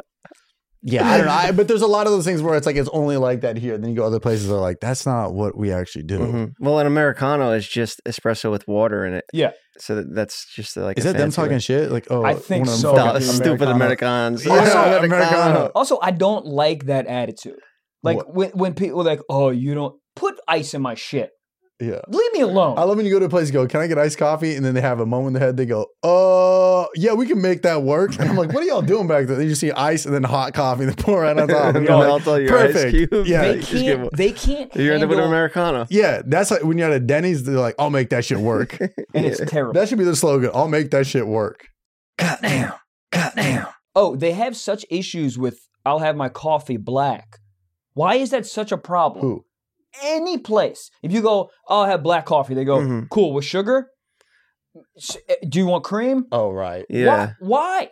S2: Yeah, I don't know, I, but there's a lot of those things where it's like it's only like that here. Then you go other places, they're like that's not what we actually do.
S1: Mhm. Well, an americano is just espresso with water in it.
S3: Yeah.
S1: So that, that's just like.
S2: Is
S1: a
S2: that them
S1: fancy way.
S2: talking shit? Like oh,
S3: I think
S2: one of them
S3: so.
S1: No,
S2: fucking
S3: Fucking
S1: stupid Americans.
S2: Yeah,
S1: [laughs] Also,
S2: Americano.
S3: also, I don't like that attitude. Like
S2: What?
S3: when when people are like, oh, you don't put ice in my shit.
S2: Yeah.
S3: Leave me alone.
S2: I love when you go to a place, you go, can I get iced coffee? And then they have a moment in their head, they go, uh, yeah, we can make that work. And I'm like, what are y'all doing back there? Then you see ice and then hot coffee and then pour right on [laughs] top. And
S1: [laughs] Melt
S2: you're like,
S1: all your ice
S2: perfect.
S1: cubes.
S2: Yeah.
S3: they
S1: Just give
S3: can't.
S1: one.
S3: They can't.
S1: You end up with an
S3: handle-
S1: americano.
S2: yeah, that's like when you're at a Denny's, they're like, I'll make that shit
S1: [laughs]
S2: work.
S3: and it's terrible.
S2: that should be their slogan. I'll make that shit work.
S3: Goddamn. Goddamn. Oh, they have such issues with I'll have my coffee black. Why is that such a problem?
S2: Who?
S3: Any place. If you go, I'll have black coffee, they go,
S2: Mm-hmm.
S1: Mhm.
S3: cool, with sugar? S- eh, Do you want cream?
S2: Oh, right.
S1: Yeah,
S3: Why? Why?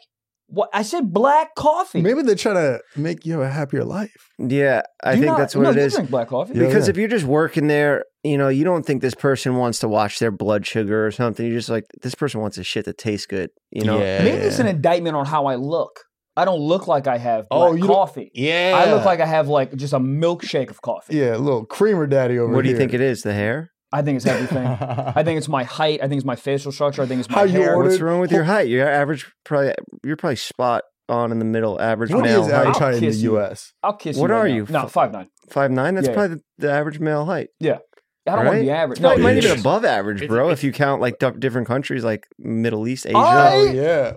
S3: What? I said black coffee.
S2: Maybe they're trying to make you have a happier life.
S1: yeah. I
S3: You
S1: think
S3: not-
S1: that's what
S3: no,
S1: it
S3: you
S1: is.
S3: drink black coffee.
S2: Yeah.
S1: Because if you're just working there, you know, you don't think this person wants to watch their blood sugar or something. You're just like, this person wants a shit that tastes good. You know,
S3: Maybe it's an indictment on how I look. I don't look like I have black
S2: Oh, you don't-
S3: coffee.
S2: yeah.
S3: I look like I have like just a milkshake of coffee.
S2: yeah, little creamer daddy over here.
S1: what do you think it is? The hair?
S3: I think it's
S2: [laughs]
S3: everything. I
S2: I
S3: think it's my height. I think it's my facial structure. I think it's my
S2: How you
S3: hair.
S2: order-
S1: What's
S2: Dude,
S1: wrong with your height? Your average probably you're probably spot on in the middle, average
S2: What
S1: male
S2: is
S1: height.
S2: average height in the
S3: kiss you.
S2: U.S.?
S3: I'll kiss
S1: What
S3: you. right
S1: are
S3: now.
S1: you?
S3: No, five nine.
S1: Five nine. That's
S3: Yeah, yeah.
S1: probably the average male height.
S3: I don't want to
S1: Right?
S3: be average.
S1: No,
S3: No,
S1: it might
S2: bitch.
S1: even above average,
S4: It's-
S1: bro.
S4: it's-
S1: If you count like d- different countries, like Middle East, Asia.
S3: I-
S2: Oh yeah.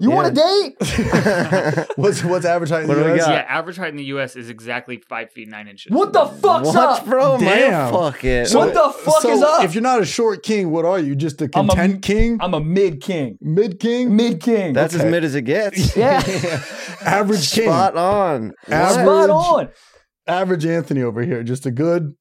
S3: you want to date?
S2: [laughs] what's what's average height in
S1: What
S2: the
S1: do we
S2: U.S.?
S1: got?
S4: yeah, average height in the U.S. is exactly five feet nine inches.
S3: What the fuck's
S1: what,
S3: up?
S1: bro?
S2: Damn.
S1: Man, fuck it.
S3: What the fuck
S2: so
S3: is up?
S2: If you're not a short king, what are you? Just a
S3: I'm a-
S2: content king,
S3: I'm a mid king.
S2: mid king, [laughs]
S3: Mid king.
S1: That's as
S2: Okay.
S1: mid as it gets.
S3: yeah.
S2: [laughs] average king,
S1: Spot on.
S2: Average.
S3: Spot on.
S2: average Anthony over here. Just a good.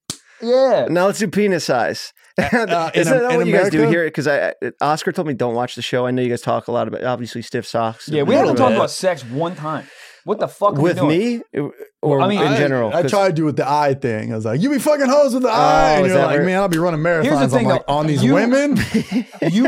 S3: Yeah.
S1: Now let's do penis size.
S2: uh,
S1: [laughs]
S2: in
S1: Isn't
S2: Am-
S1: that
S2: in
S1: what you guys do
S2: America?
S1: here? Because I, I- Oscar told me don't watch the show. I know you guys talk a lot about obviously stiff socks.
S3: Yeah, we
S1: But-
S3: only talked about sex one time. What the fuck are we
S1: with
S3: doing?
S1: me It- or
S3: I mean,
S1: in
S2: I-
S1: general.
S2: I
S1: 'Cause-
S2: tried you with the eye thing. I was like, "You be fucking hoes with the eye," and
S1: is
S2: you're
S1: that
S2: like,
S1: where-
S2: "Man, I'll be running marathons."
S3: the thing,
S2: I'm like,
S3: though,
S2: "On these
S3: you-
S2: women,
S3: You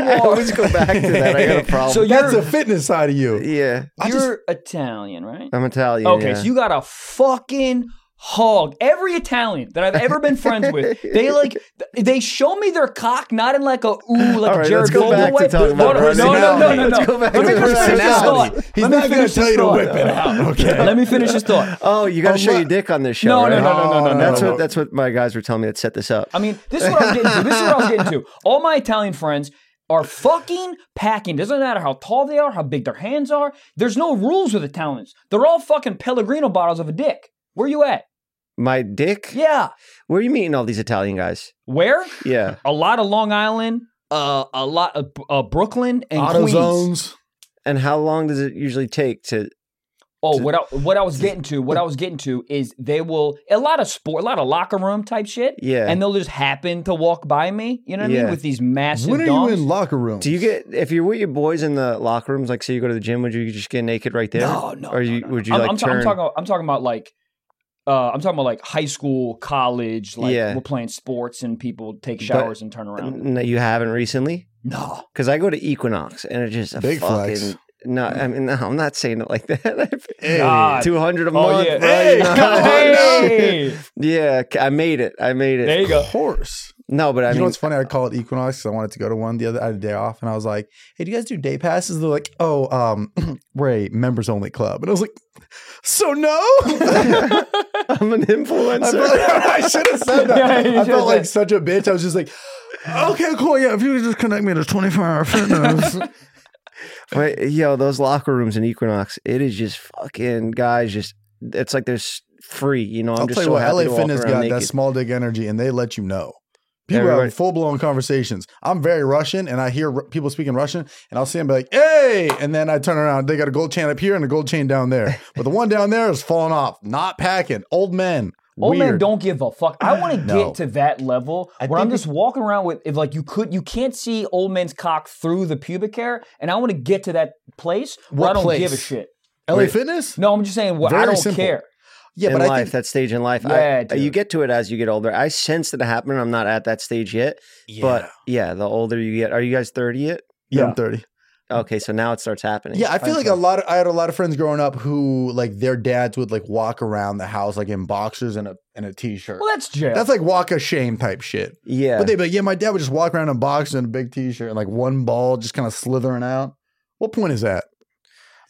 S1: [laughs] I
S3: are
S1: always go back to that. I got a problem.
S3: [laughs] So you-
S2: that's
S3: you're-
S2: a fitness side of you."
S1: yeah,
S2: I just-
S3: you're Italian, right?
S1: I'm Italian.
S3: Okay,
S1: Oh, yeah.
S3: so you got a fucking hog. Every Italian that I've ever been friends with,
S1: [laughs]
S3: they like th- they show me their cock, not in like a ooh, like
S1: All
S3: a
S1: right,
S3: Jared
S1: let's go
S3: Goldblum
S1: back to
S3: way.
S1: talking
S3: No,
S1: about
S3: no, no, no, no, no,
S1: personality.
S3: no.
S1: Let's go back
S3: Let me
S1: to
S3: finish this
S1: personality.
S3: thought.
S2: He's
S3: Let me
S2: not going
S3: finish
S2: to tell
S3: this
S2: you to
S3: thought.
S2: whip it out. Okay.
S3: Let me finish this thought.
S1: Oh, you got to
S2: Oh,
S1: show
S2: my-
S1: your dick on this show.
S3: No,
S1: right?
S3: no, no, no, no, no, no.
S1: That's
S2: Oh, no.
S1: what that's what my guys were telling me that set this up.
S3: I mean, this is what I was getting to. This is what I was getting to. All my Italian friends are fucking packing. Doesn't matter how tall they are, how big their hands are. There's no rules with Italians. They're all fucking Pellegrino bottles of a dick. Where you at?
S1: My dick.
S3: Yeah.
S1: Where are you meeting all these Italian guys?
S3: Where?
S1: Yeah.
S3: A lot of Long Island, uh, a lot of uh, Brooklyn and Queens.
S2: Autozones.
S1: And how long does it usually take to?
S3: Oh, what I, what I was getting to, what I was getting to is they will a lot of sport, a lot of locker room type shit,
S1: Yeah.
S3: and they'll just happen to walk by me. You know what I mean?
S1: Yeah.
S3: With these massive.
S2: When are you
S3: dongs.
S2: in locker room?
S1: do you get if you're with your boys in the locker rooms? Like, say you go to the gym, would you just get naked right there?
S3: No, no.
S1: Or
S3: no,
S1: you,
S3: no, no.
S1: would you
S3: I'm,
S1: like
S3: I'm, ta-
S1: turn?
S3: I'm talking. About, I'm talking about like. Uh, I'm talking about like high school, college. Like
S1: Yeah.
S3: we're playing sports and people take
S1: But-
S3: showers and turn around.
S1: No, you haven't recently.
S3: No,
S1: Because I go to Equinox and it's just a
S2: Big
S1: fucking.
S2: flex.
S1: No, I mean, no, I'm not saying it like that. [laughs]
S2: Hey.
S3: God.
S1: Two hundred a
S3: Oh,
S1: month.
S3: yeah.
S1: bro,
S2: Hey, [laughs]
S1: you know?
S3: Hey!
S1: yeah, I made it. I made it.
S3: there you
S2: Of
S3: go.
S2: course.
S1: No, but I
S2: you know
S1: mean,
S2: what's funny? I called Equinox because I wanted to go to one the other. I had a day off, and I was like, "Hey, do you guys do day passes?" They're like, "Oh, um, [clears throat] we're a members only club," and I was like, "So no." [laughs]
S3: [laughs]
S2: I,
S1: [laughs] I'm an influencer.
S2: felt
S1: [laughs]
S2: like- [laughs] I should have said that.
S3: Yeah, you
S2: I
S3: should've
S2: felt like
S3: said-
S2: such a bitch. I was just like, "Okay, cool. Yeah, if you could just connect me to twenty four hour fitness."
S1: But yo, those locker rooms in Equinox, it is just fucking guys. Just it's like there's free. You know, I'm
S2: I'll
S1: just
S2: tell you
S1: so
S2: what,
S1: happy
S2: LA
S1: to walk
S2: Fitness
S1: around
S2: got
S1: naked.
S2: that small dick energy, and they let you know. People are
S1: Everybody-
S2: having full blown conversations. I'm very Russian, and I hear Ru- people speaking Russian, and I'll see them be like, "Hey!" And then I turn around. They got a gold chain up here and a gold chain down there, but the one down there is falling off. Not packing. Old men.
S3: Old man,
S2: Weird.
S3: don't give a fuck. I want to
S2: No.
S3: get to that level
S2: I
S3: where I'm
S2: think-
S3: just walking around with, if like you could, you can't see old man's cock through the pubic hair, and I want to get to that place where
S2: What
S3: I don't
S2: place?
S3: give a shit.
S2: LA
S1: Wait.
S2: Fitness.
S3: No, I'm just saying, well, I
S2: Very
S3: don't
S2: simple.
S3: care.
S2: Yeah,
S1: in
S2: but
S1: life,
S2: I think
S1: that stage in life,
S3: Yeah,
S1: I,
S3: dude.
S1: you get to it as you get older. I sense that it happened. I'm not at that stage yet, but yeah, the older you get, are you guys 30 yet?
S2: yeah,
S3: Yeah.
S2: I'm thirty.
S1: Okay, so now it starts happening.
S2: Yeah, I feel like a lot of I had a lot of friends growing up who like their dads would like walk around the house like in boxers and a and a t-shirt.
S3: Well, that's jail.
S2: That's like walk of shame type shit.
S1: yeah.
S2: But they'd be like, yeah, my dad would just walk around in boxers and a big t shirt and like one ball just kind of slithering out. What point is that?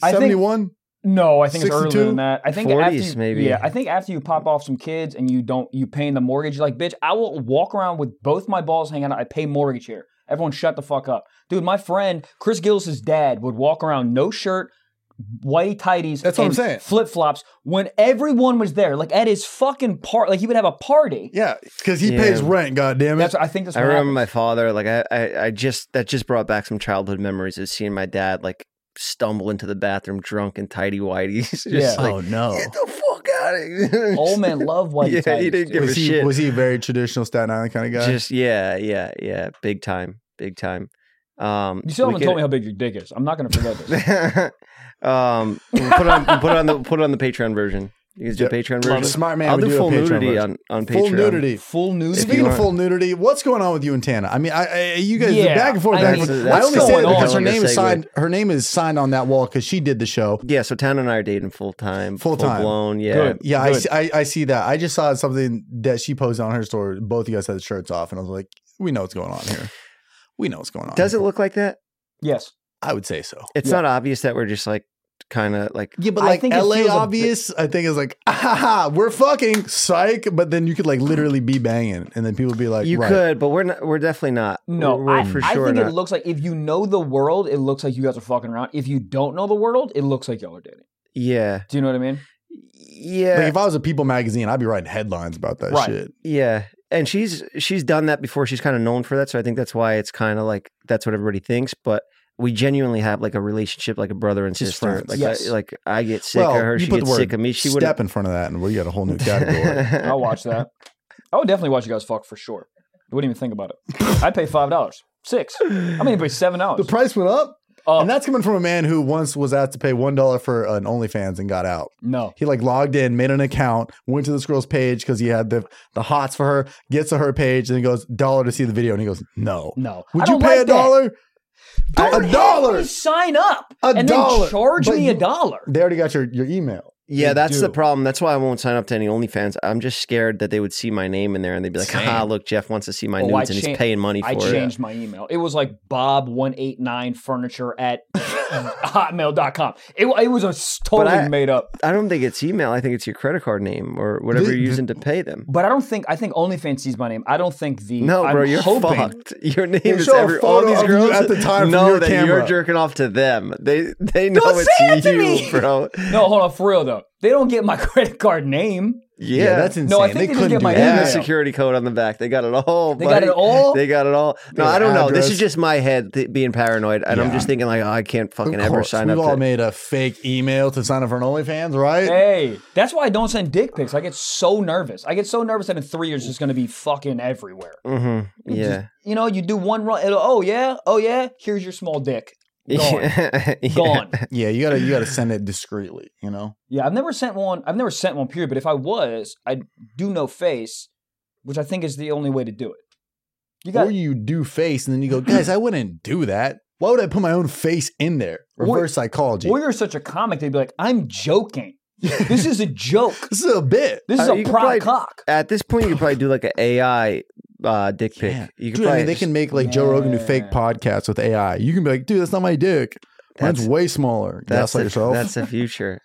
S3: I think-
S2: 71?
S3: No, I think it's earlier
S2: 62?
S3: than that. I think after
S1: 40s
S3: you,
S1: maybe.
S3: Yeah, I think after you pop off some kids and you don't you paying the mortgage, like bitch, I will walk around with both my balls hanging out. I pay mortgage here. Everyone shut the fuck up. Dude, my friend Chris Gillis's dad would walk around no shirt, whitey tighties,
S2: That's what I'm saying.
S3: Flip flops when everyone was there. Like at his fucking part like he would have a party.
S2: Yeah, because he
S1: Yeah.
S2: pays rent, goddammit.
S3: That's I think that's
S1: I
S3: what
S1: remember
S3: happened.
S1: my father, like I, I, I just that just brought back some childhood memories of seeing my dad like stumble into the bathroom drunk and tidy whitey. [laughs] just
S3: Yeah.
S1: like,
S2: oh, no.
S1: get the fuck out of here. [laughs]
S3: Old man love whitey
S1: Yeah,
S3: tighties.
S1: he didn't
S3: dude.
S1: give a
S2: Was he,
S1: shit.
S2: was he a very traditional Staten Island kind of guy?
S1: Just yeah, yeah, yeah. Big time. Big time. Um
S3: You still
S1: we
S3: haven't
S1: get-
S3: told me how big your dick is. I'm not gonna forget
S1: [laughs]
S3: this.
S1: um we'll put it
S2: [laughs]
S1: on we'll put it on the put it on the Patreon version. You guys do
S2: Yep.
S1: Patreon
S2: Love it.
S1: version.
S2: Smart man
S1: I'll
S2: would
S1: do,
S2: do a
S1: full
S2: Patreon
S1: nudity
S2: version.
S1: on, on Patreon.
S2: full nudity.
S3: Full news.
S2: Speaking
S1: you
S2: of full nudity, what's going on with you and Tana? I mean, I, I you guys
S3: Yeah,
S2: back and forth.
S3: I
S2: back
S3: mean,
S2: and forth. I
S1: what's
S2: only say
S1: going
S2: that
S1: on?
S2: because her
S1: Like a
S2: name
S1: segue.
S2: is signed. Her name is signed on that wall because she did the show.
S1: Yeah, so Tan and I are dating full time.
S2: Full time.
S1: blown, yeah.
S3: Good.
S2: Yeah, I
S3: Good.
S2: see, I, I see that. I just saw something that she posted on her story. Both of you guys had the shirts off, and I was like, "We know what's going on here. We know what's going on."
S1: Does it
S2: here."
S1: look like that?
S3: Yes.
S2: I would say so.
S1: It's
S3: Yeah.
S1: not obvious that we're just like kind of like
S2: Yeah, but
S3: I
S2: like
S3: think it
S2: LA
S3: feels a bit-
S2: obvious, I think it's like, ah, ha, ha, we're fucking psych. But then you could like literally be banging, and then people be like,
S1: you
S2: right.
S1: could, but we're not, we're definitely not.
S3: No,
S1: we're, we're
S3: I,
S1: for
S3: I
S1: sure
S3: think
S1: not.
S3: it looks like if you know the world, it looks like you guys are fucking around. If you don't know the world, it looks like y'all are dating.
S1: yeah,
S3: Do you know what I mean?
S1: yeah,
S2: Like if I was a People magazine, I'd be writing headlines about that
S3: Right.
S2: shit.
S1: yeah. And she's she's done that before. She's kind of known for that, so I think that's why it's kind of like that's what everybody thinks. But we genuinely have like a relationship, like a brother and
S2: Just
S1: sister.
S2: friends.
S1: Like
S3: Yes.
S1: I, like I get sick
S2: Well,
S1: of her,
S2: you
S1: she
S2: put the
S1: gets
S2: word
S1: sick of me. She would
S2: Step in front of that, and we got a whole new
S1: [laughs]
S3: [laughs]
S2: category.
S3: I'll watch that. I would definitely watch you guys fuck for sure. I wouldn't even think about
S2: [laughs]
S3: it. I'd pay five dollars, six. I'm gonna pay seven
S2: the
S3: dollars.
S2: price went up,
S3: Uh,
S2: and that's coming from a man who once was asked to pay one dollar for an OnlyFans and got out.
S3: no,
S2: He like logged in, made an account, went to this girl's page because he had the the hots for her. Gets to her page, and he goes dollar to see the video, and he goes no.
S3: no.
S2: Would
S3: I
S2: you
S3: don't
S2: pay
S3: like
S2: a
S3: that.
S2: dollar?
S3: Don't
S2: a
S3: have
S2: dollar.
S3: me sign up
S2: A
S3: and
S2: dollar.
S3: then charge
S2: But
S3: me
S2: you-
S3: a dollar.
S2: They already got your your email.
S1: Yeah,
S3: They
S1: that's the
S3: do.
S1: problem. That's why I won't sign up to any OnlyFans. I'm just scared that they would see my name in there and they'd be like,
S3: Same.
S1: "Ah, look, Jeff wants to see my
S3: Oh, I
S1: nudes and he's
S3: changed-
S1: paying money for
S3: I
S1: it."
S3: changed my email. It was like Bob one eight nine furniture at [laughs] hotmail.com. It, it was a s- totally
S1: I-
S3: made up.
S1: I don't think it's email. I think it's your credit card name or whatever
S2: The-
S1: you're using to pay them.
S3: But I don't think I think OnlyFans sees my name. I don't think the
S1: No,
S3: I'm
S1: bro, you're
S3: hoping,
S1: fucked. Your name is
S2: show a
S1: every, all
S2: photo
S1: these
S2: of you
S1: girls
S2: at the time from
S1: know
S2: your
S1: that you're
S2: camera.
S1: jerking off to them. They they know
S3: Don't
S1: it's
S3: say it to
S1: you, [laughs]
S3: me.
S1: bro.
S3: No, hold on, for real though. They don't get my [laughs] credit card name.
S1: Yeah,
S2: that's insane.
S3: No, I think they just
S2: couldn't
S3: get
S2: do
S3: my
S2: that.
S1: and the
S3: email.
S1: security code on the back. They got it all.
S3: They got
S1: buddy.
S3: it all?
S1: They got it all. No,
S2: Their
S1: I don't know. This is
S2: address.
S1: just my head th- being paranoid, and I'm
S2: Yeah.
S1: just thinking like, oh, I can't
S2: Of
S1: fucking ever
S2: course,
S1: sign
S2: We've
S1: up.
S2: all
S1: to
S2: made a fake email to sign up for an OnlyFans, right?
S3: Hey, that's why I don't send dick pics. I get so nervous. I get so nervous that in three years it's going to be fucking everywhere.
S1: Mm-hmm.
S3: Just-
S1: Yeah.
S3: you know, you do one run. It'll, oh yeah, oh yeah. Here's your small dick. Gone.
S1: [laughs] Yeah. [laughs]
S3: Gone.
S2: Yeah, you gotta you gotta send it discreetly, you know.
S3: Yeah, I've never sent one. I've never sent one. Period. But if I was, I'd do no face, which I think is the only way to do it. You got
S2: or you do face, and then you go, guys, I wouldn't do that. Why would I put my own face in there? Reverse psychology. [laughs]
S3: or you're such a comic, they'd be like, "I'm joking. This is a joke.
S1: [laughs]
S2: this is a bit.
S3: This is
S1: Uh,
S3: a
S1: you could
S3: prop
S1: probably-
S3: cock."
S1: At this point, you could probably do like an AI uh, dick pic.
S2: Yeah.
S1: You could
S2: Dude, I
S1: probably
S2: mean, they
S1: just-
S2: can make like Joe Rogan do fake
S3: Yeah.
S2: podcasts with AI. You can be like, dude, that's not my dick. Mine's
S1: That's-
S2: way smaller.
S1: That's
S2: That's
S1: the,
S2: like yourself.
S1: That's the future.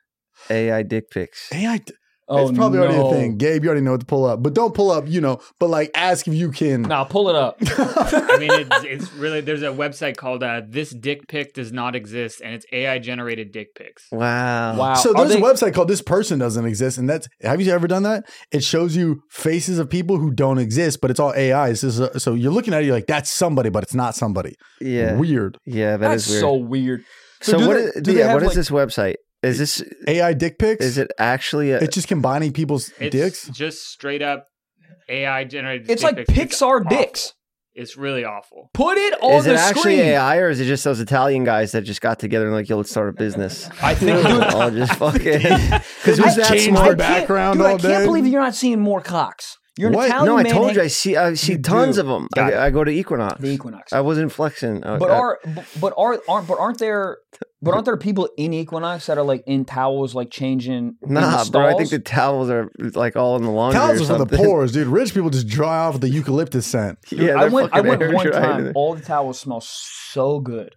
S1: AI dick pics.
S2: AI,
S3: Oh,
S2: it's probably already
S3: no.
S2: a thing. Gabe, you already know what to pull up, but don't pull up, you know. But like, ask if you can.
S3: Nah, pull
S1: [laughs]
S3: it up.
S4: I mean, it's, it's really there's a website called uh, "This Dick Pic Does Not Exist" and it's AI generated dick pics.
S1: Wow.
S3: Wow.
S2: So
S3: Are
S2: there's
S3: they-
S2: a website called This Person Doesn't Exist, and that's have you ever done that? It shows you faces of people who don't exist, but it's all AI. This is a- so you're looking at it, you're like, that's somebody, but it's not somebody.
S1: Yeah.
S2: Weird.
S1: Yeah, that
S3: That's
S1: is weird.
S3: so weird.
S1: So,
S3: do
S1: what
S3: they-
S1: is,
S3: do they
S1: yeah,
S3: have,
S1: what is
S3: like-
S1: this website? Is this
S2: AI dick pics.
S1: is it uh, actually a
S2: It's just combining people's
S4: It's
S2: dicks.
S4: just straight up AI generated.
S3: It's like Pixar dicks.
S4: It's really awful.
S3: Put it on
S1: is
S3: the
S1: it actually
S3: screen.
S1: AI or is it just those Italian guys that just got together and like, yo, let's start a
S3: [laughs]
S1: business?
S3: I think,
S1: [laughs]
S3: dude,
S1: I'll
S3: [laughs]
S1: just fucking because who's
S2: I
S1: that
S2: changed
S1: smart?
S2: my background
S3: dude, I
S2: all
S3: can't
S2: day.
S3: believe you're not seeing more cocks. You're an
S2: What?
S3: Italian
S1: No, I
S3: man
S1: told
S3: hang-
S1: you I see I see
S3: You
S1: tons
S3: do.
S1: of them.
S3: Got it.
S1: I, I go to Equinox.
S3: [laughs] the Equinox.
S1: I wasn't flexing. Oh,
S3: but
S1: uh,
S3: are but are aren't but aren't there but aren't there people in Equinox that are like in towels like changing? in the
S1: Nah, bro. I think
S3: stalls?
S1: the towels are like all in the laundry.
S2: Towels
S1: or
S2: are for the
S1: something. [laughs]
S2: pores, dude. Rich people just dry off with the eucalyptus scent.
S3: Dude,
S1: Yeah,
S3: I
S1: they're
S3: went. I
S1: fucking [laughs]
S3: went
S1: air
S3: one
S1: dried.
S3: time. All the towels smell so good.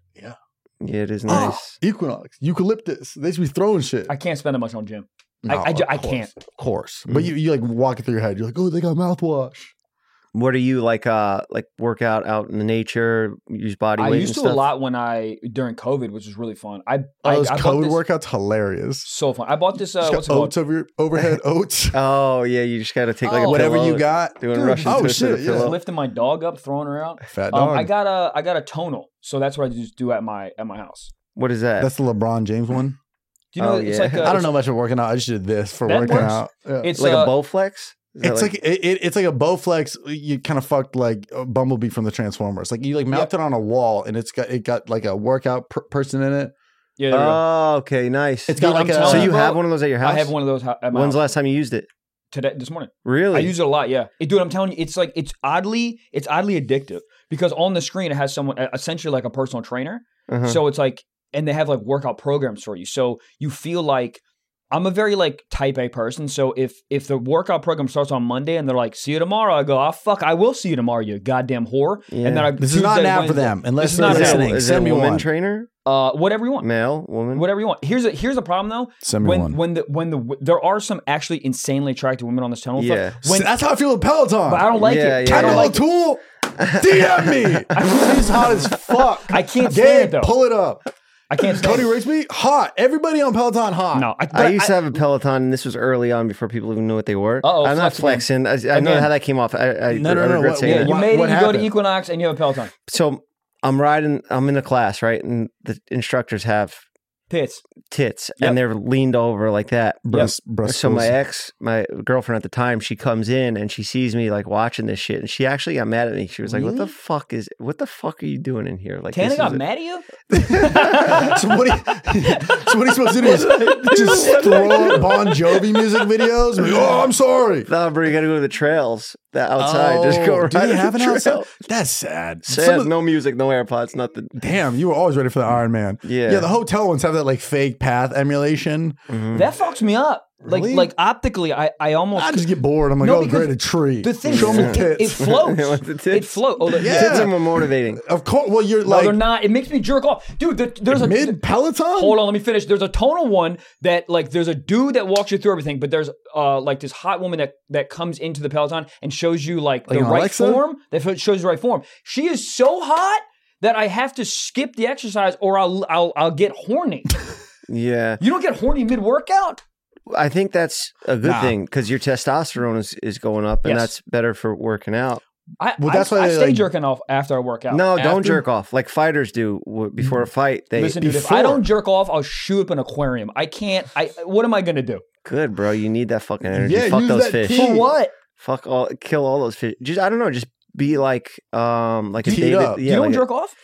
S1: Yeah, it is
S3: Oh,
S2: Ah,
S1: nice.
S2: Equinox, eucalyptus. They should be throwing shit.
S3: I can't spend that much on gym. I- I
S2: of
S3: ju- I
S2: course,
S3: can't.
S2: Of course. But
S1: Mm.
S2: you, you like walk it through your head. You're like, oh, they got mouthwash.
S1: What are you like? Uh, like work out out in the nature, use body
S3: I
S1: weight.
S3: used
S1: and
S3: to
S1: stuff? Oh,
S3: a lot when I during COVID, which was really fun. I I,
S2: Those
S3: I bought
S2: code
S3: this-
S2: workouts hilarious.
S3: so fun. I bought this. Uh,
S2: Just
S3: what's it
S2: got
S3: called?
S2: oats over your
S1: [laughs]
S2: overhead oats.
S1: Oh yeah, you just gotta take like a
S3: Oh.
S2: whatever
S1: pillow,
S2: you got.
S1: Doing
S2: Dude,
S1: Russian
S2: oh,
S1: twist with
S2: shit,
S1: a
S2: yeah.
S3: Just
S1: pillow.
S3: lifting my dog up, throwing her
S1: [laughs]
S3: out.
S2: Fat
S3: Um,
S2: dog.
S3: I got a I got a tonal, so that's what I just do at my at my house.
S1: What is that?
S2: That's the LeBron James one.
S3: Do you know?
S1: Oh,
S3: it's
S1: yeah. [laughs]
S3: like a,
S2: I don't know much about working out. I just did this for
S3: That
S2: working
S3: works.
S2: out. Yeah.
S3: It's
S1: like
S3: uh,
S1: a bow flex. Is that
S2: It's like, it, it- it's like a Bowflex. You kind of fucked like a Bumblebee from the Transformers. Like you like mount it on a wall, and it's got it got like a workout per- person in it.
S3: yeah. there we go.
S1: oh, okay, nice.
S2: It's got
S3: Dude,
S2: like
S3: I'm
S2: a.
S3: telling
S1: so
S3: Oh,
S1: you
S3: bro,
S1: have one of those at your house.
S3: I have one of those ho- at my
S1: When's
S3: house
S1: the last time you used it?
S3: today this morning.
S1: Really?
S3: I use it a lot, yeah. It, dude, I'm telling you, it's like it's oddly, it's oddly addictive because on the screen it has someone uh, essentially like a personal trainer.
S1: Uh-huh.
S3: So it's like, and they have like workout programs for you. So you feel like I'm a very like type A person. So if if the workout program starts on Monday and they're like, see you tomorrow, I go, ah, fuck, I will see you tomorrow, you goddamn whore.
S1: yeah.
S3: And then I
S2: This is not an
S3: Tuesday,
S2: ad for
S3: Wednesday-
S2: them, unless
S3: This is
S2: they're
S3: not an ad.
S1: is it,
S2: listening.
S1: is it
S2: Send
S1: a
S2: me
S1: woman
S2: one.
S1: trainer?
S3: uh, whatever you want,
S1: Male, woman.
S3: whatever you want. Here's a here's a problem though.
S2: Send me
S3: when
S2: one.
S3: when the when the there are some actually insanely attractive women on this channel.
S1: Yeah.
S3: but When,
S2: that's how I feel with Peloton.
S3: but I don't like
S1: Yeah,
S3: it.
S1: yeah,
S3: I don't
S1: yeah.
S3: like.
S2: O'Toole, DM me. She's hot as fuck.
S3: I
S2: [laughs]
S3: can't stand
S2: Gabe,
S3: it though.
S2: pull it up.
S3: I can't stand
S2: Cody
S3: it.
S2: Rigsby, hot. Everybody on Peloton, hot.
S3: No, I, but
S1: I used
S3: I-
S1: to have a Peloton, and this was early on before people even knew what they were.
S3: Uh-oh,
S1: I'm not
S3: flex
S1: flexing. I, I know
S3: Again.
S1: how that came off. I, I,
S2: No, no,
S1: I
S2: no,
S1: regret
S2: what-
S1: saying
S3: yeah,
S1: that.
S3: you
S2: What-
S3: made
S2: what
S3: it. You go to
S2: happened?
S3: Equinox and you have a Peloton.
S1: so I'm riding. I'm in a class, right? And the instructors have
S3: Pits.
S1: tits,
S3: Yep.
S1: and they're leaned over like that.
S2: Breast, breast
S1: So my
S2: goes-
S1: ex, my girlfriend at the time, she comes in and she sees me like watching this shit, and she actually got mad at me. She was like, "What the
S2: Really?
S1: fuck is? What the fuck are you doing in here?" Like,
S3: Tana
S1: this
S3: got
S1: is a-
S3: mad at you.
S1: [laughs]
S2: so, what he, so what he's supposed to do is just throw up Bon Jovi music videos. and be, [laughs] oh, I'm sorry.
S1: Nah, bro, you gotta go to the trails, the outside. Just go
S2: Oh,
S1: right.
S2: do they have an outside?
S1: trail.
S2: [laughs] That's sad.
S1: Sad,
S2: Some of-
S1: no music, no AirPods, nothing.
S2: damn, you were always ready for the Iron Man.
S1: Yeah. Mm-hmm.
S2: yeah. The hotel ones have that like fake path emulation.
S3: That fucks me up. Like
S2: Really?
S3: like optically, I I almost
S2: I just get bored. I'm like,
S3: No,
S2: oh,
S3: because
S2: great, a tree.
S3: the thing
S2: Show
S3: is,
S2: me
S3: it, it,
S2: tits. [laughs]
S3: it floats.
S1: They want the tits.
S3: It floats. Oh, the-
S2: Yeah.
S1: Tits are more motivating.
S2: of course. Well, you're
S3: No,
S2: like
S3: they're not. It makes me jerk off, dude. There, there's a
S2: mid Peloton.
S3: Hold on, let me finish. There's a tonal one that like there's a dude that walks you through everything, but there's uh like this hot woman that that comes into the Peloton and shows you like, the
S2: an
S3: right
S2: Alexa?
S3: form. That fo- shows the right form. She is so hot that I have to skip the exercise or I'll I'll, I'll get horny.
S1: Yeah,
S3: you don't get horny mid workout.
S1: I think that's a good
S2: Nah.
S1: thing because your testosterone is, is going up, and
S3: Yes.
S1: that's better for working out.
S3: I
S2: Well,
S3: I-
S2: that's why
S3: I,
S2: they,
S3: stay
S2: like-
S3: jerking off after I work out.
S1: No, don't
S2: After- Mm-hmm.
S1: jerk off like fighters do w- before a fight. They
S3: Listen, dude, if I
S2: before.
S3: don't jerk off, I'll shoot up an aquarium. I can't. I what am I gonna do?
S1: good, bro. You need that fucking energy.
S2: Yeah,
S1: Fuck
S2: use
S1: those
S2: that
S1: fish.
S2: team. For
S3: What?
S1: Fuck all, kill all those fish. Just I don't know. Just be like, um, like a
S2: Teed
S1: David.
S2: up.
S1: Yeah,
S3: you don't
S1: like a-
S3: jerk off?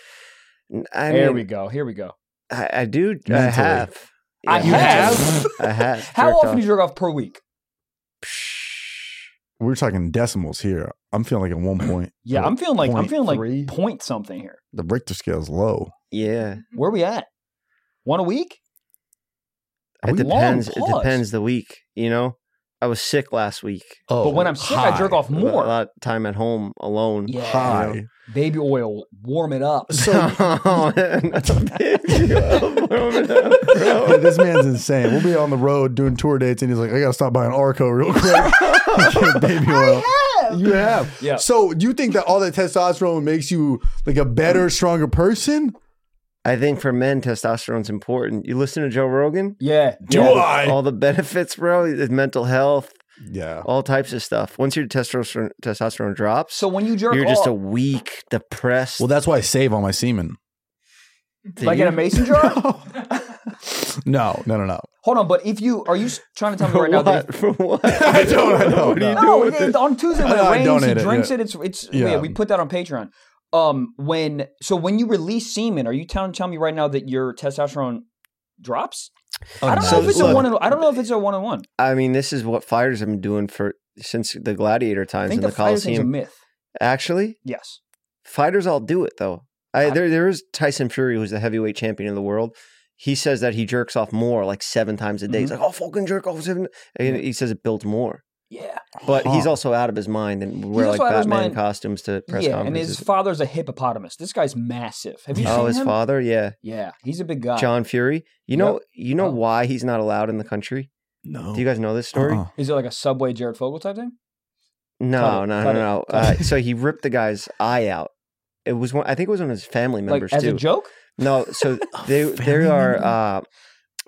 S1: I
S3: there
S1: mean,
S3: we go. Here we go.
S1: I, I do. I
S2: Mentally.
S1: have.
S3: I
S1: Yeah,
S3: have.
S1: I have.
S3: [laughs]
S1: [laughs]
S3: How
S1: jerked
S3: often
S1: off.
S3: do you jerk off per week?
S2: We're talking decimals here. I'm feeling like at one point.
S3: Yeah, I'm feeling like I'm
S2: point
S3: feeling
S2: three.
S3: like point something here.
S2: The Richter scale's low.
S1: Yeah,
S3: Where are we at? One a week?
S2: Are
S1: it
S2: we-
S3: long
S1: depends. It
S3: pause?
S1: depends the week. You know, I was sick last week.
S2: Oh,
S3: but when I'm sick, I jerk off
S1: A lot- a
S3: more.
S1: lot of time at home alone. [laughs]
S3: Yeah.
S2: high.
S3: Baby oil, warm it up. [laughs]
S2: So
S1: oh, man, [laughs] that's a big deal, bro.
S2: Yeah, this man's insane. We'll be on the road doing tour dates, and he's like, "I gotta stop by an Arco
S3: [laughs]
S2: real quick." [laughs] Get baby oil. You have.
S3: Yeah.
S2: So, do you think that all that testosterone makes you like a better, stronger person?
S1: I think for men, testosterone's important. You listen to Joe Rogan.
S3: Yeah.
S2: Do
S3: yeah.
S2: I?
S1: All the benefits, bro. the Mental health,
S2: yeah.
S1: all types of stuff. Once your testosterone testosterone drops,
S3: So when you jerk
S1: you're
S3: off,
S1: just a weak, depressed.
S2: Well, that's why I save all my semen. [laughs]
S1: dude.
S3: like in a mason
S1: [laughs]
S3: jar?
S2: No, no, no, no.
S3: Hold on, but if you are you s- trying to tell me
S1: for
S3: right now
S1: [laughs] what?
S3: that if,
S1: for what?
S2: [laughs] I don't. I
S1: [laughs]
S2: don't.
S1: What do you
S2: no.
S1: do
S3: no,
S1: with
S3: it-
S1: it?
S3: on Tuesday when
S2: I- I
S3: it rains, he
S2: donate it,
S3: drinks
S2: yeah.
S3: it. It's it's yeah.
S2: Yeah.
S3: we put that on Patreon. Um, when so when you release semen, are you telling telling me right now that your testosterone drops? I don't know
S1: Oh, so
S3: if it's a
S1: look-
S3: one. in- I don't know if it's a one on one.
S1: I mean, this is what fighters have been doing for since the gladiator
S3: I
S1: times in
S3: think
S1: the,
S3: the fire thing's a
S1: Coliseum.
S3: myth.
S1: Actually,
S3: Yes.
S1: fighters all do it though. I,
S3: I-
S1: there, there is Tyson Fury, who's the heavyweight champion of the world. He says that he jerks off more, like seven times a day. He's
S3: Mhm.
S1: like, "Oh, fucking jerk off seven. And he says it builds more,
S3: Yeah.
S1: but he's
S2: Huh.
S1: also out of his mind and would wear
S3: He's
S1: like
S3: also out of his
S1: Batman
S3: mind.
S1: costumes to press
S3: yeah, and his [laughs]
S1: conferences.
S3: father's a hippopotamus. This guy's massive. Have you
S1: oh,
S3: seen
S1: his
S3: him?
S1: father, yeah,
S3: Yeah, he's a big guy.
S1: John Fury. You know, you know
S3: Oh.
S1: why he's not allowed in the country?
S2: No.
S1: Do you guys know this story?
S2: Uh-uh.
S3: Is it like a Subway Jared Fogle type thing? Cut
S1: No,
S3: it,
S1: no,
S3: cut
S1: no,
S3: it,
S1: no.
S3: cut
S1: Uh, so he ripped the guy's eye out. It was one. I think it was one of his family members
S3: like as
S1: too.
S3: a joke?
S1: No,
S3: [laughs]
S1: so they they
S2: family
S1: are
S2: member?
S1: uh,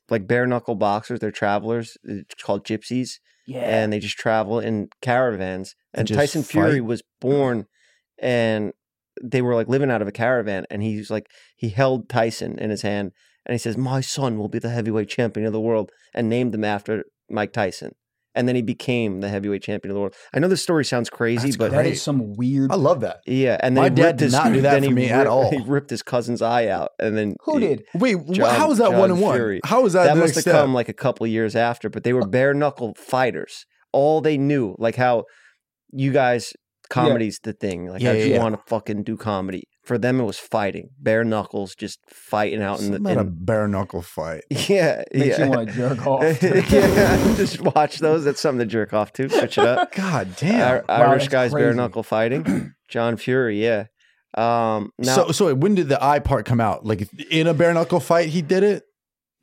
S1: like bare knuckle boxers. They're travelers. It's called gypsies,
S3: Yeah.
S1: and they just travel in caravans. And
S2: And just
S1: Tyson Fury
S2: fight?
S1: was born, and they were like living out of a caravan. And he's like he held Tyson in his hand, and he says, "My son will be the heavyweight champion of the world," and named him after Mike Tyson. And then he became the heavyweight champion of the world. I know this story sounds crazy,
S2: That's
S1: but
S3: that
S2: great.
S3: is some weird.
S2: I love that.
S1: yeah, and then
S2: My
S1: he
S2: dad
S1: ripped
S2: did
S1: his- [laughs]
S2: not do that
S1: then
S2: for
S1: he
S2: me at
S1: ripped-
S2: all.
S1: He ripped his cousin's eye out, and then
S3: Who
S1: he-
S3: did?
S2: Wait, wh-
S1: John-
S2: how is that
S1: John
S2: one and one?
S1: Fury.
S2: How is that?
S1: that
S2: the Uh
S1: must
S2: next
S1: have
S2: step?
S1: come like a couple years after, but they were bare knuckle fighters. All they knew, like how you guys comedy's the thing. Like
S2: Yeah,
S1: how
S2: yeah,
S1: you
S2: yeah.
S1: want to fucking do comedy. For them, it was fighting, bare knuckles, just fighting out in the
S2: Not a
S1: in-
S2: bare
S1: [laughs]
S2: knuckle fight. [laughs]
S1: yeah,
S3: Makes
S1: [laughs]
S3: you
S1: yeah.
S3: want to jerk off. [laughs]
S1: yeah, just watch those. That's something to jerk off
S2: [laughs]
S1: to. Switch it up.
S2: God
S1: Ir-
S2: damn.
S3: Wow,
S1: Irish
S3: that's
S1: guys bare
S3: crazy.
S2: [clears throat]
S1: knuckle fighting. John Fury, yeah. Um, now,
S2: so so when did the eye part come out? Like in a bare knuckle fight, he did it,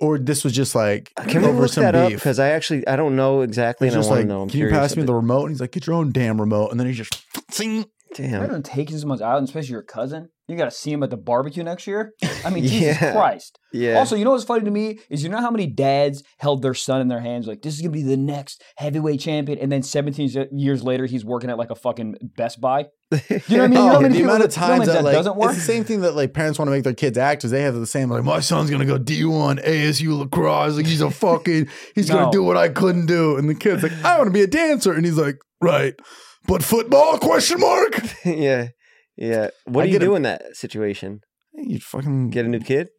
S2: or this was just like
S1: Uh, can we
S2: over
S1: look
S2: some
S1: that up?
S2: beef?
S1: Because I actually I don't know exactly,
S2: It's
S1: and I
S2: just
S1: want
S2: like,
S1: to know. I'm
S2: can you
S1: curious
S2: pass me
S1: of
S2: the remote? And he's like, get your own damn remote. And then he just, [laughs] zing.
S1: it.
S3: I
S1: damn.
S3: don't take someone's island, especially your cousin. You got to see him at the barbecue next year. I
S2: [laughs]
S3: mean, Jesus
S1: Yeah.
S3: Christ.
S1: Yeah.
S3: Also, you know what's funny to me is you know how many dads held their son in their hands like this is gonna be the next heavyweight champion, and then 17 se- years later he's working at like a fucking Best Buy. You know what I mean? You
S1: [laughs]
S3: know
S2: Oh,
S3: how many
S2: the
S3: people
S2: amount of
S3: that- you know how
S2: times
S3: many
S2: that,
S3: that
S2: like,
S3: doesn't work.
S2: it's the same thing that like parents want to make their kids actors. They have the same like, my son's gonna go D1 ASU lacrosse. Like
S1: [laughs]
S2: he's a fucking, he's
S3: No.
S2: gonna do what I couldn't do. And the kid's like, I want to be a dancer. And he's like, right, but football? Question mark.
S1: [laughs] yeah. Yeah. What
S2: I
S1: do you
S2: get a-
S1: do in that situation?
S2: You fucking
S1: Get a new
S2: [laughs]
S1: kid?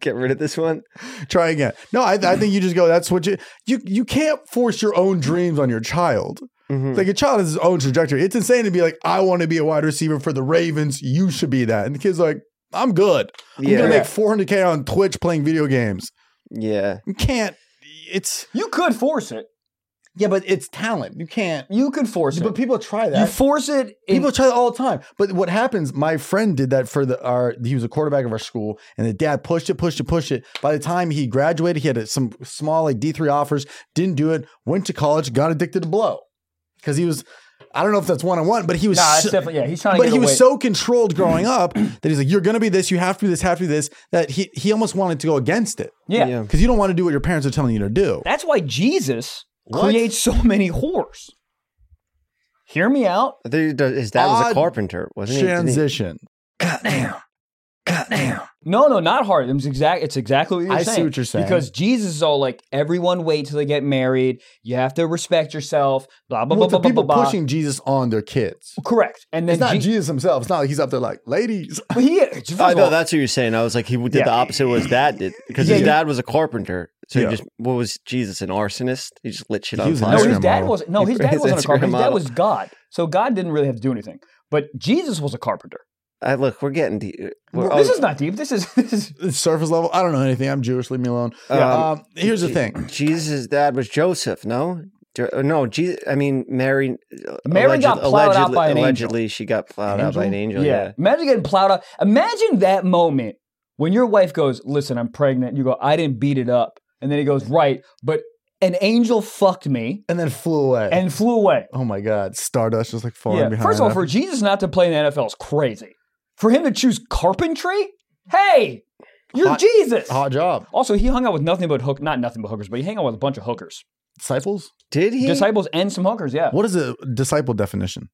S1: Get rid of this one?
S2: try again. No, I, I think you just go. That's what you you you can't force your own dreams on your child.
S1: Mhm.
S2: Like a child has his own trajectory. It's insane to be like, I want to be a wide receiver for the Ravens. You should be that. And the kid's like, I'm good. I'm
S1: yeah.
S2: gonna make 400k on Twitch playing video games.
S1: yeah.
S2: You can't. It's
S3: you could force it.
S2: yeah, but it's talent. You can't.
S3: You could force
S2: But
S3: it.
S2: people try
S3: You
S2: that.
S3: force it. in-
S2: People try that all the time. But what happens, my friend did that for the our he was a quarterback of our school, and the dad pushed it, pushed it, pushed it. By the time he graduated, he had a- some small like D3 offers, didn't do it, went to college, got addicted to blow. Because he was I don't know if that's one on one, but he was
S3: nah,
S2: so-
S3: it's definitely yeah. He's trying to
S2: but
S3: get
S2: he
S3: away.
S2: was so controlled growing up [clears throat] that he's like, You're gonna be this, you have to be this, have to be this, that he he almost wanted to go against it.
S3: yeah.
S1: Yeah.
S2: Because you don't want to do what your parents are telling you to do.
S3: That's why Jesus
S2: What?
S3: creates so many whores. Hear me out.
S1: I think it does- his dad was a
S2: Odd
S1: carpenter, wasn't he? Didn't he?
S2: Transition.
S3: No, no, not hard. It's exact. It's exactly what you're
S2: I see
S3: saying.
S2: what you're saying.
S3: Because Jesus is all like, everyone wait till they get married. You have to respect yourself. Blah blah blah
S2: Well, the
S3: blah blah
S2: people
S3: blah.
S2: pushing Jesus on their kids.
S3: Correct. And then
S2: It's not
S3: Je-
S2: Jesus himself. It's not like he's up there like, ladies. [laughs]
S3: but he. first of
S1: Oh, I know
S3: all,
S1: that's what you're saying. I was like, he did
S3: Yeah.
S1: the opposite of what his dad did because
S2: Yeah.
S1: his dad was a carpenter. So
S2: Yeah.
S1: he just what was Jesus an arsonist? He just lit shit
S2: He
S1: on
S2: was an
S1: fire.
S3: No, his
S2: Instagram
S3: dad
S2: model.
S3: was no, his
S1: His
S3: dad wasn't a
S1: Instagram
S3: carpenter. His dad
S1: model.
S3: was God. So God didn't really have to do anything. But Jesus was a carpenter.
S1: I, look, we're getting deep. We're,
S3: this
S1: oh,
S3: is not deep. This is [laughs] this is
S2: It's surface level. I don't know anything. I'm Jewish. Leave me alone.
S1: Yeah.
S2: Um, here's the thing.
S1: Jesus' dad was Joseph. No, Jo- uh, no. Jesus, I mean Mary.
S3: Mary
S1: alleged-
S3: got plowed out
S1: allegedly-
S3: by an angel.
S1: Allegedly, she got plowed out by an angel.
S3: yeah.
S1: Yeah.
S3: Imagine getting plowed up. Imagine that moment when your wife goes, "Listen, I'm pregnant." You go, "I didn't beat it up," and then he goes, "Right, but an angel fucked me
S2: And then flew away.
S3: and flew away."
S2: oh my God. Stardust just like falling
S3: Yeah.
S2: behind.
S3: First of all,
S2: her.
S3: for Jesus not to play in the NFL is crazy. For him to choose carpentry, hey, you're
S2: Hot-
S3: Jesus.
S2: hot job.
S3: Also, he hung out with nothing but hook, not nothing but hookers, but he hung out with a bunch of hookers,
S2: Disciples?
S1: Did he?
S3: disciples and some hookers. Yeah.
S2: What is a disciple definition?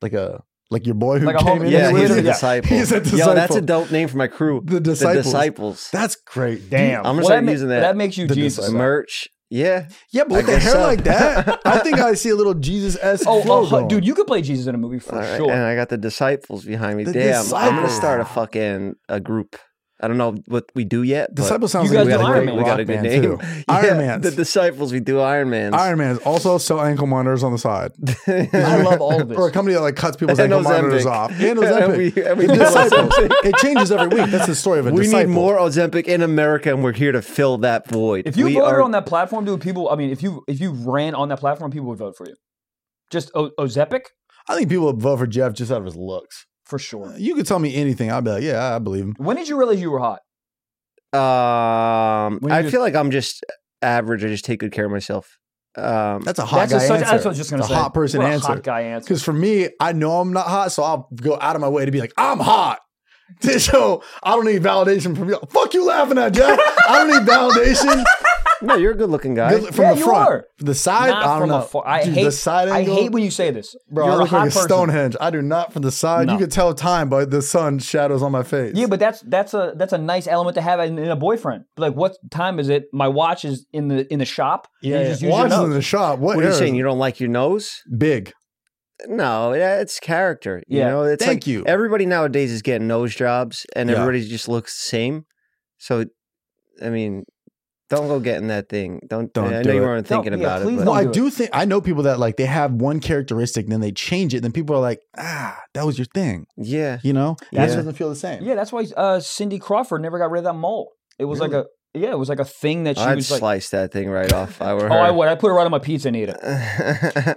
S2: Like a like your boy who
S3: Like a
S2: came
S3: home-
S2: in.
S1: yeah,
S2: here
S1: he's
S2: with
S1: a
S2: you?
S3: yeah.
S1: disciple.
S2: He's a
S1: Yo, that's a
S2: disciple.
S1: dope name for my crew.
S2: The disciples.
S1: The disciples.
S2: That's great.
S3: Damn.
S1: I'm gonna
S3: Well,
S1: start
S3: that ma-
S1: using that.
S3: That makes you
S2: The
S3: Jesus.
S2: disciple.
S1: Merch. Yeah.
S2: Yeah, but
S1: I
S2: with a
S1: guess
S2: hair
S1: so.
S2: like that, I think I see
S3: [laughs]
S2: a little Jesus esque.
S3: Oh, uh, dude, you could play Jesus in a movie for
S1: All right,
S3: sure.
S2: [laughs]
S1: And I got the disciples behind me.
S2: The
S1: Damn, I'm gonna
S2: disciples.
S1: start a fucking a group. I don't know what we do yet. but
S2: Disciple sounds
S3: You guys
S2: like we
S3: do
S2: got a
S3: Iron
S2: great
S3: Man.
S1: we
S2: rock
S1: got a good
S2: band,
S1: name.
S2: too.
S1: [laughs] Yeah,
S2: Iron Man's.
S1: The disciples. We do Iron Man's.
S2: Iron Man's also sell ankle monitors on the side.
S3: I love all of
S2: [laughs]
S3: this.
S2: Or a company that like cuts people's ankle monitors off.
S3: [laughs]
S2: And
S1: And
S2: Ozempic.
S1: we, and we
S2: The
S1: do
S2: disciples.
S1: Ozempic.
S2: it changes every week. That's the story of a
S1: We need
S2: disciple.
S1: more Ozempic in America, and we're here to fill that void.
S3: If you
S1: we
S3: voted
S1: are,
S3: on that platform, dude, people. I mean, if you if you ran on that platform, people would vote for you. Just o- Ozepic
S2: I think people would vote for Jeff just out of his looks.
S3: for sure.
S2: You could tell me anything. I'd be like, yeah, I believe him.
S3: When did you realize you were hot?
S1: um,
S3: When you
S1: I
S3: just-
S1: feel like I'm just average. I just take good care of myself. Um,
S2: That's a hot
S3: a
S2: guy
S3: such-
S2: answer.
S3: that's what I was just gonna
S2: It's
S3: say.
S2: a hot person
S3: What a
S2: answer.
S3: Hot guy answer.
S2: Because for me, I know I'm not hot, so I'll go out of my way to be like, I'm hot. [laughs] So I don't need validation from you. Fuck you laughing at Jeff. I don't
S3: [laughs]
S2: need validation
S1: no, you're a good-looking guy.
S2: Good- from
S3: Yeah,
S2: the
S3: you
S2: front.
S3: are.
S2: The side,
S3: Not
S2: I don't
S3: from
S2: know.
S3: afar. I
S2: Dude,
S3: hate.
S2: the side
S3: I
S2: angle.
S3: hate when you say this,
S2: Bro,
S3: You're
S2: I
S3: a
S2: look
S3: hot
S2: like a
S3: person.
S2: Stonehenge. I do not from the side.
S3: No.
S2: You could tell time by the sun shadows on my face.
S3: Yeah, but that's that's a that's a nice element to have in, in a boyfriend. Like, what time is it? My watch is in the in the shop. You
S2: yeah,
S3: just use your
S2: watches
S3: nose.
S2: in the shop. What,
S1: what are you
S2: era?
S1: saying? You don't like your nose?
S2: Big.
S1: No, yeah, it's character. You
S3: Yeah.
S1: know, it's
S2: Thank
S1: like
S2: you.
S1: everybody nowadays is getting nose jobs, and
S2: Yeah.
S1: everybody just looks the same. So, I mean, don't go getting that thing. Don't.
S2: Don't
S1: I
S2: do
S1: know you
S2: it.
S1: weren't
S3: Don't-
S1: thinking
S3: yeah,
S1: about
S3: please
S1: it. But
S2: No,
S3: don't
S2: I
S3: do it.
S2: do think I know people that like they have one characteristic, then they change it, then people are like, ah, that was your thing.
S1: yeah,
S2: You know,
S1: That's-
S2: that doesn't feel the same.
S3: Yeah, that's why uh, Cindy Crawford never got rid of that mole. It was like a Yeah, it was like a thing that she
S1: I'd
S3: was like.
S1: slice that thing right off. if I were
S3: Oh, I
S1: her.
S3: would. I put it right on my pizza and eat it.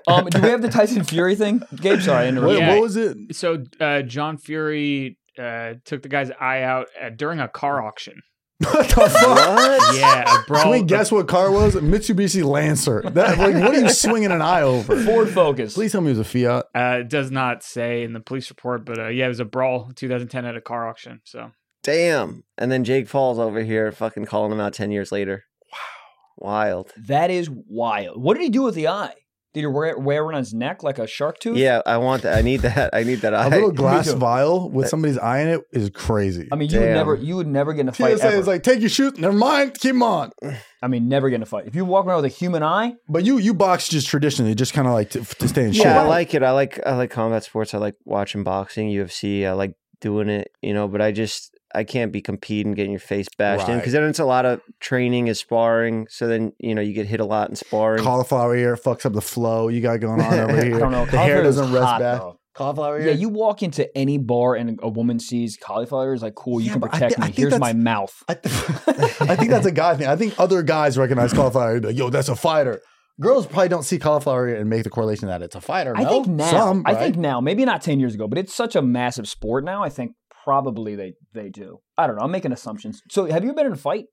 S3: Um, do we
S2: [laughs]
S3: have the Tyson Fury thing? Gabe, sorry, I
S2: What,
S3: interrupted.
S4: Yeah.
S2: what was it? [laughs]
S4: So uh, John Fury uh, took the guy's eye out uh, during a car auction.
S2: What the fuck?
S1: what?
S4: [laughs] Yeah, a brawl.
S2: Can we guess what car it was? Mitsubishi Lancer. That, like, what are you swinging an eye over?
S3: Ford Focus.
S2: Please tell me it was a Fiat.
S4: Uh, it does not say in the police report, but uh, yeah, it was a brawl, 2010 at a car auction. So
S1: Damn. And then Jake Paul's over here fucking calling him out 10 years later. Wow. Wild.
S3: That is wild. What did he do with the eye? Did he wear, wear it on his neck like a shark tooth?
S1: Yeah, I want that. I need that. I need that
S2: A
S1: eye. [laughs]
S2: little glass
S3: too.
S2: vial with somebody's eye in it is crazy.
S3: I mean, you would
S1: Damn.
S3: never, you would never get in a fight
S2: TSA
S3: ever.
S2: is like, take your shoes. Never mind. Keep 'em on.
S3: I mean, never get in a fight. If you walk around with a human eye,
S2: But you you box just traditionally, just kind of like to, to stay in shape.
S1: yeah, I like it. I like I like combat sports. I like watching boxing, UFC. I like doing it, you know. But I just I can't be competing, getting your face bashed in
S2: Right.
S1: because then it's a lot of training is sparring. So then you know you get hit a lot in sparring.
S2: cauliflower ear fucks up the flow you got going on over
S3: [laughs]
S2: here.
S3: I don't know.
S2: The hair
S3: cauliflower is
S2: doesn't rest
S3: hot,
S2: back. Oh,
S3: though.
S2: Cauliflower
S3: Yeah, you walk into any bar and a woman sees cauliflower, is like, cool, you
S2: Yeah,
S3: can
S2: but I
S3: protect
S2: thi- I
S3: me.
S2: think
S3: Here's my
S2: that's-
S3: mouth.
S2: I, th- [laughs] I think that's a guy thing. I think other guys recognize cauliflower. ear, Like, Yo, that's a fighter. Girls probably don't see cauliflower ear and make the correlation that it's a fighter.
S3: I
S2: no?
S3: think now,
S2: Some,
S3: I
S2: right?
S3: think now, maybe not 10 years ago, but it's such a massive sport now. I think probably they, they do. I don't know. I'm making assumptions. So have you been in a fight?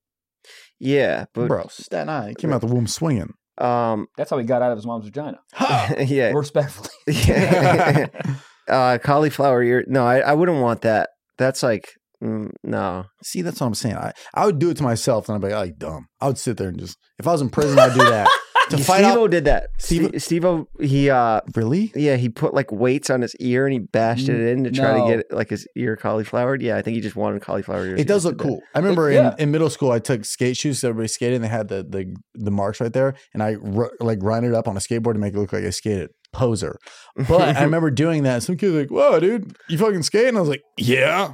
S1: Yeah, but
S2: bro, Staten Island came out the
S3: [laughs]
S2: womb swinging.
S1: um, [laughs]
S3: That's how he got out of his mom's vagina.
S1: yeah,
S3: Respectfully.
S1: [laughs]
S3: [laughs]
S1: yeah. [laughs] uh, cauliflower ear. No, I, I wouldn't want that. That's like mm, no.
S2: [laughs] See, that's what I'm saying. I, I would do it to myself, and I'd be like, like, dumb. I would sit there and just, if I was in prison, I'd
S3: [laughs]
S2: do that to fight
S1: Steve-O
S2: out.
S1: did that.
S2: Steve-
S1: Steve O he uh
S2: Really?
S1: yeah, he put like weights on his ear and he bashed it in to try
S3: No.
S1: to get it, like his ear cauliflowered. Yeah, I think he just wanted cauliflower ears.
S2: It does look cool. I remember
S3: yeah.
S2: in, in middle school, I took skate shoes. so Everybody skated, and they had the the the marks right there, and I ru- like grinded it up on a skateboard to make it look like I skated. Poser.
S3: [laughs]
S2: But I remember doing that. and Some kid's like, "Whoa, dude, you fucking skate?" And I was like, "Yeah."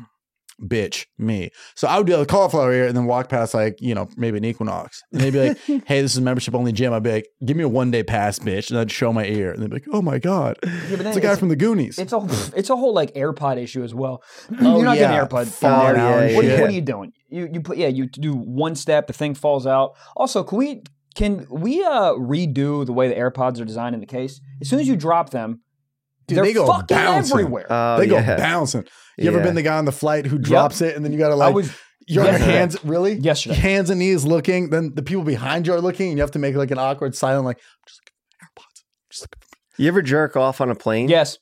S2: Bitch, me. So I would do the cauliflower ear and then walk past like, you know, maybe an Equinox. And they'd be
S3: [laughs]
S2: like, hey, this is a membership only gym. I'd be like, give me a one day pass, bitch. And I'd show my ear. And they'd be like, oh my God.
S3: Yeah, but then
S2: It's a guy from the Goonies.
S3: It's a it's a whole like AirPod issue as well.
S2: Oh,
S3: You're not
S2: yeah.
S3: getting AirPod.
S2: Fall
S1: Oh,
S3: down.
S1: yeah,
S3: what, are you,
S1: yeah.
S3: what are you doing? You you put yeah. You do one step, the thing falls out. Also, can we can we uh redo the way the AirPods are designed in the case? As soon as you drop them,
S2: Dude,
S3: they're
S2: they go
S3: fucking
S2: bouncing.
S3: everywhere.
S1: Oh,
S2: they go
S1: yeah.
S2: bouncing. You ever
S1: Yeah.
S2: been the guy on the flight who drops it and then you got to
S3: I
S2: like,
S3: was
S2: you're on your
S3: Yesterday.
S2: hands, really?
S3: Yesterday.
S2: Hands and knees looking. Then the people behind you are looking and you have to make like an awkward silent, like, just look at AirPods. Just look at
S1: You ever jerk off on a plane?
S3: yes.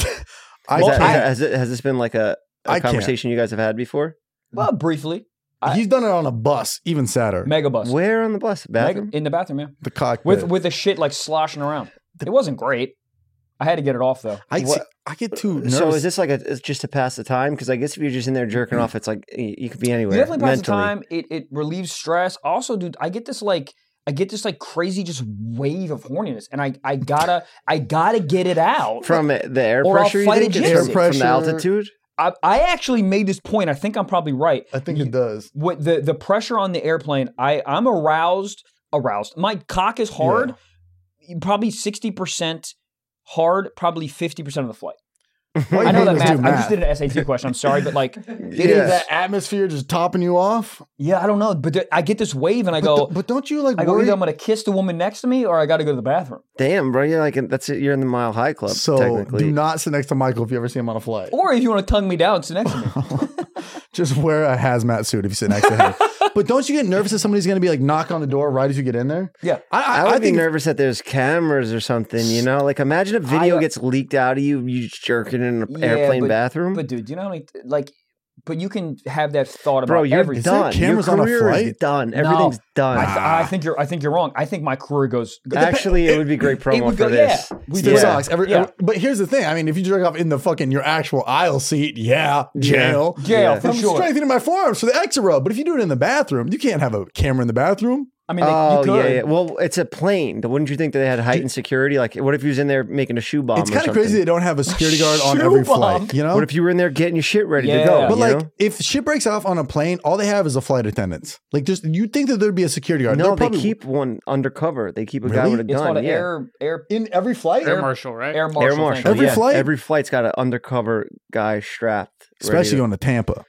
S2: I
S1: Is that-
S2: can't.
S1: has, it, has this been like a, a
S2: I can't.
S1: conversation you guys have had before?
S3: Well, briefly, I-
S2: He's done it on a bus, even sadder.
S3: Megabus.
S1: Where on the bus? Bathroom?
S3: Mega- in the bathroom, yeah.
S2: the cockpit.
S3: With with the shit like sloshing around. It wasn't great. I had to get it off though.
S2: I,
S1: what-
S2: see, I get too nervous.
S1: So is this like a it's just to pass the time? Because I guess if you're just in there jerking off, it's like y- you could be anywhere.
S3: You definitely pass
S1: mentally.
S3: the time. It it relieves stress. Also, dude, I get this like I get this like crazy just wave of horniness, and I I gotta I gotta get it out.
S1: from it- the air
S3: Or I'll
S1: pressure. You
S3: fight
S1: think
S3: a
S1: it's
S2: gypsy.
S1: from,
S2: Air
S1: from
S2: pressure.
S1: the altitude.
S3: I, I actually made this point. I think I'm probably right.
S2: I think it does.
S3: What the the pressure on the airplane? I I'm aroused. Aroused. My cock is hard. Probably sixty percent hard. Probably fifty percent of the flight.
S2: Why
S3: I know
S2: you
S3: that
S2: make us
S3: math.
S2: do
S3: I just did an
S2: [laughs]
S3: SAT question. I'm sorry, but like,
S2: It
S1: Yeah.
S2: is that atmosphere just topping you off.
S3: yeah, I don't know. But there- I get this wave, and I
S2: But,
S3: go.
S2: th- but don't you like
S3: I go
S2: worry?
S3: either I'm gonna kiss the woman next to me or I gotta go to the bathroom.
S1: Damn, bro, you're like in- that's it. You're in the mile high club.
S2: so
S1: technically,
S2: do not sit next to Michael if you ever see him on a flight.
S3: Or if you want to tongue me down,
S1: [laughs]
S3: sit next to me.
S2: [laughs] just wear a hazmat suit if you sit next
S1: [laughs]
S2: to him. but don't you get nervous that somebody's going to be like knock on the door right as you get in there?
S3: Yeah.
S2: I, I,
S1: I
S2: I
S1: would be
S2: think
S1: nervous that there's cameras or something. You know, like imagine if video
S3: uh,
S1: gets leaked out of you, you jerking in an
S3: Yeah,
S1: airplane
S3: but-
S1: bathroom.
S3: But dude, do you know how many like? But you can have that thought about
S1: bro, you're
S3: everything.
S2: there
S1: done. Your
S2: cameras on a
S1: career is
S2: flight?
S1: done.
S3: No.
S1: Everything's done.
S3: I, th- I think you're. I think you're wrong. I think my career goes.
S1: Actually, it would be great promo
S3: would
S1: for
S3: go-
S1: this.
S3: yeah.
S2: we
S3: We
S2: still
S3: did.
S2: sucks. Every,
S3: Yeah.
S2: but here's the thing. I mean, if you jerk off in the fucking your actual aisle seat, yeah, jail.
S3: [laughs] Jail
S1: Yeah.
S3: for
S2: I'm
S3: sure.
S2: strengthening my forearms for the extra rub. But if you do it in the bathroom, you can't have a camera in the bathroom.
S3: I mean, they,
S1: Oh
S3: you could.
S1: yeah, yeah. Well, it's a plane. Wouldn't you think that they had heightened security? Like, what if you was in there making a shoe bomb?
S2: it's
S1: or
S2: kind of
S1: something?
S2: crazy they don't have
S1: [laughs]
S2: a security guard on
S3: Shoe
S2: every
S3: bomb.
S2: flight. You know,
S1: What if you were in there getting your shit ready to
S3: Yeah.
S1: go?
S2: but
S1: you
S2: like
S1: know?
S2: if shit breaks off on a plane, all they have is a flight attendant. Like, just you would think that there'd be a security guard?
S1: no, they
S2: There probably-
S1: keep one undercover. They keep a guy
S2: Really?
S1: with a
S3: It's called
S1: gun.
S3: an
S1: Yeah.
S3: air air
S2: in every flight.
S4: air marshal, right?
S3: air marshal.
S1: Air
S3: thing.
S1: marshal.
S2: Every
S1: yeah.
S2: flight?
S1: Every flight's got an undercover guy strapped. ready [laughs]
S2: especially
S1: to-
S2: going to Tampa.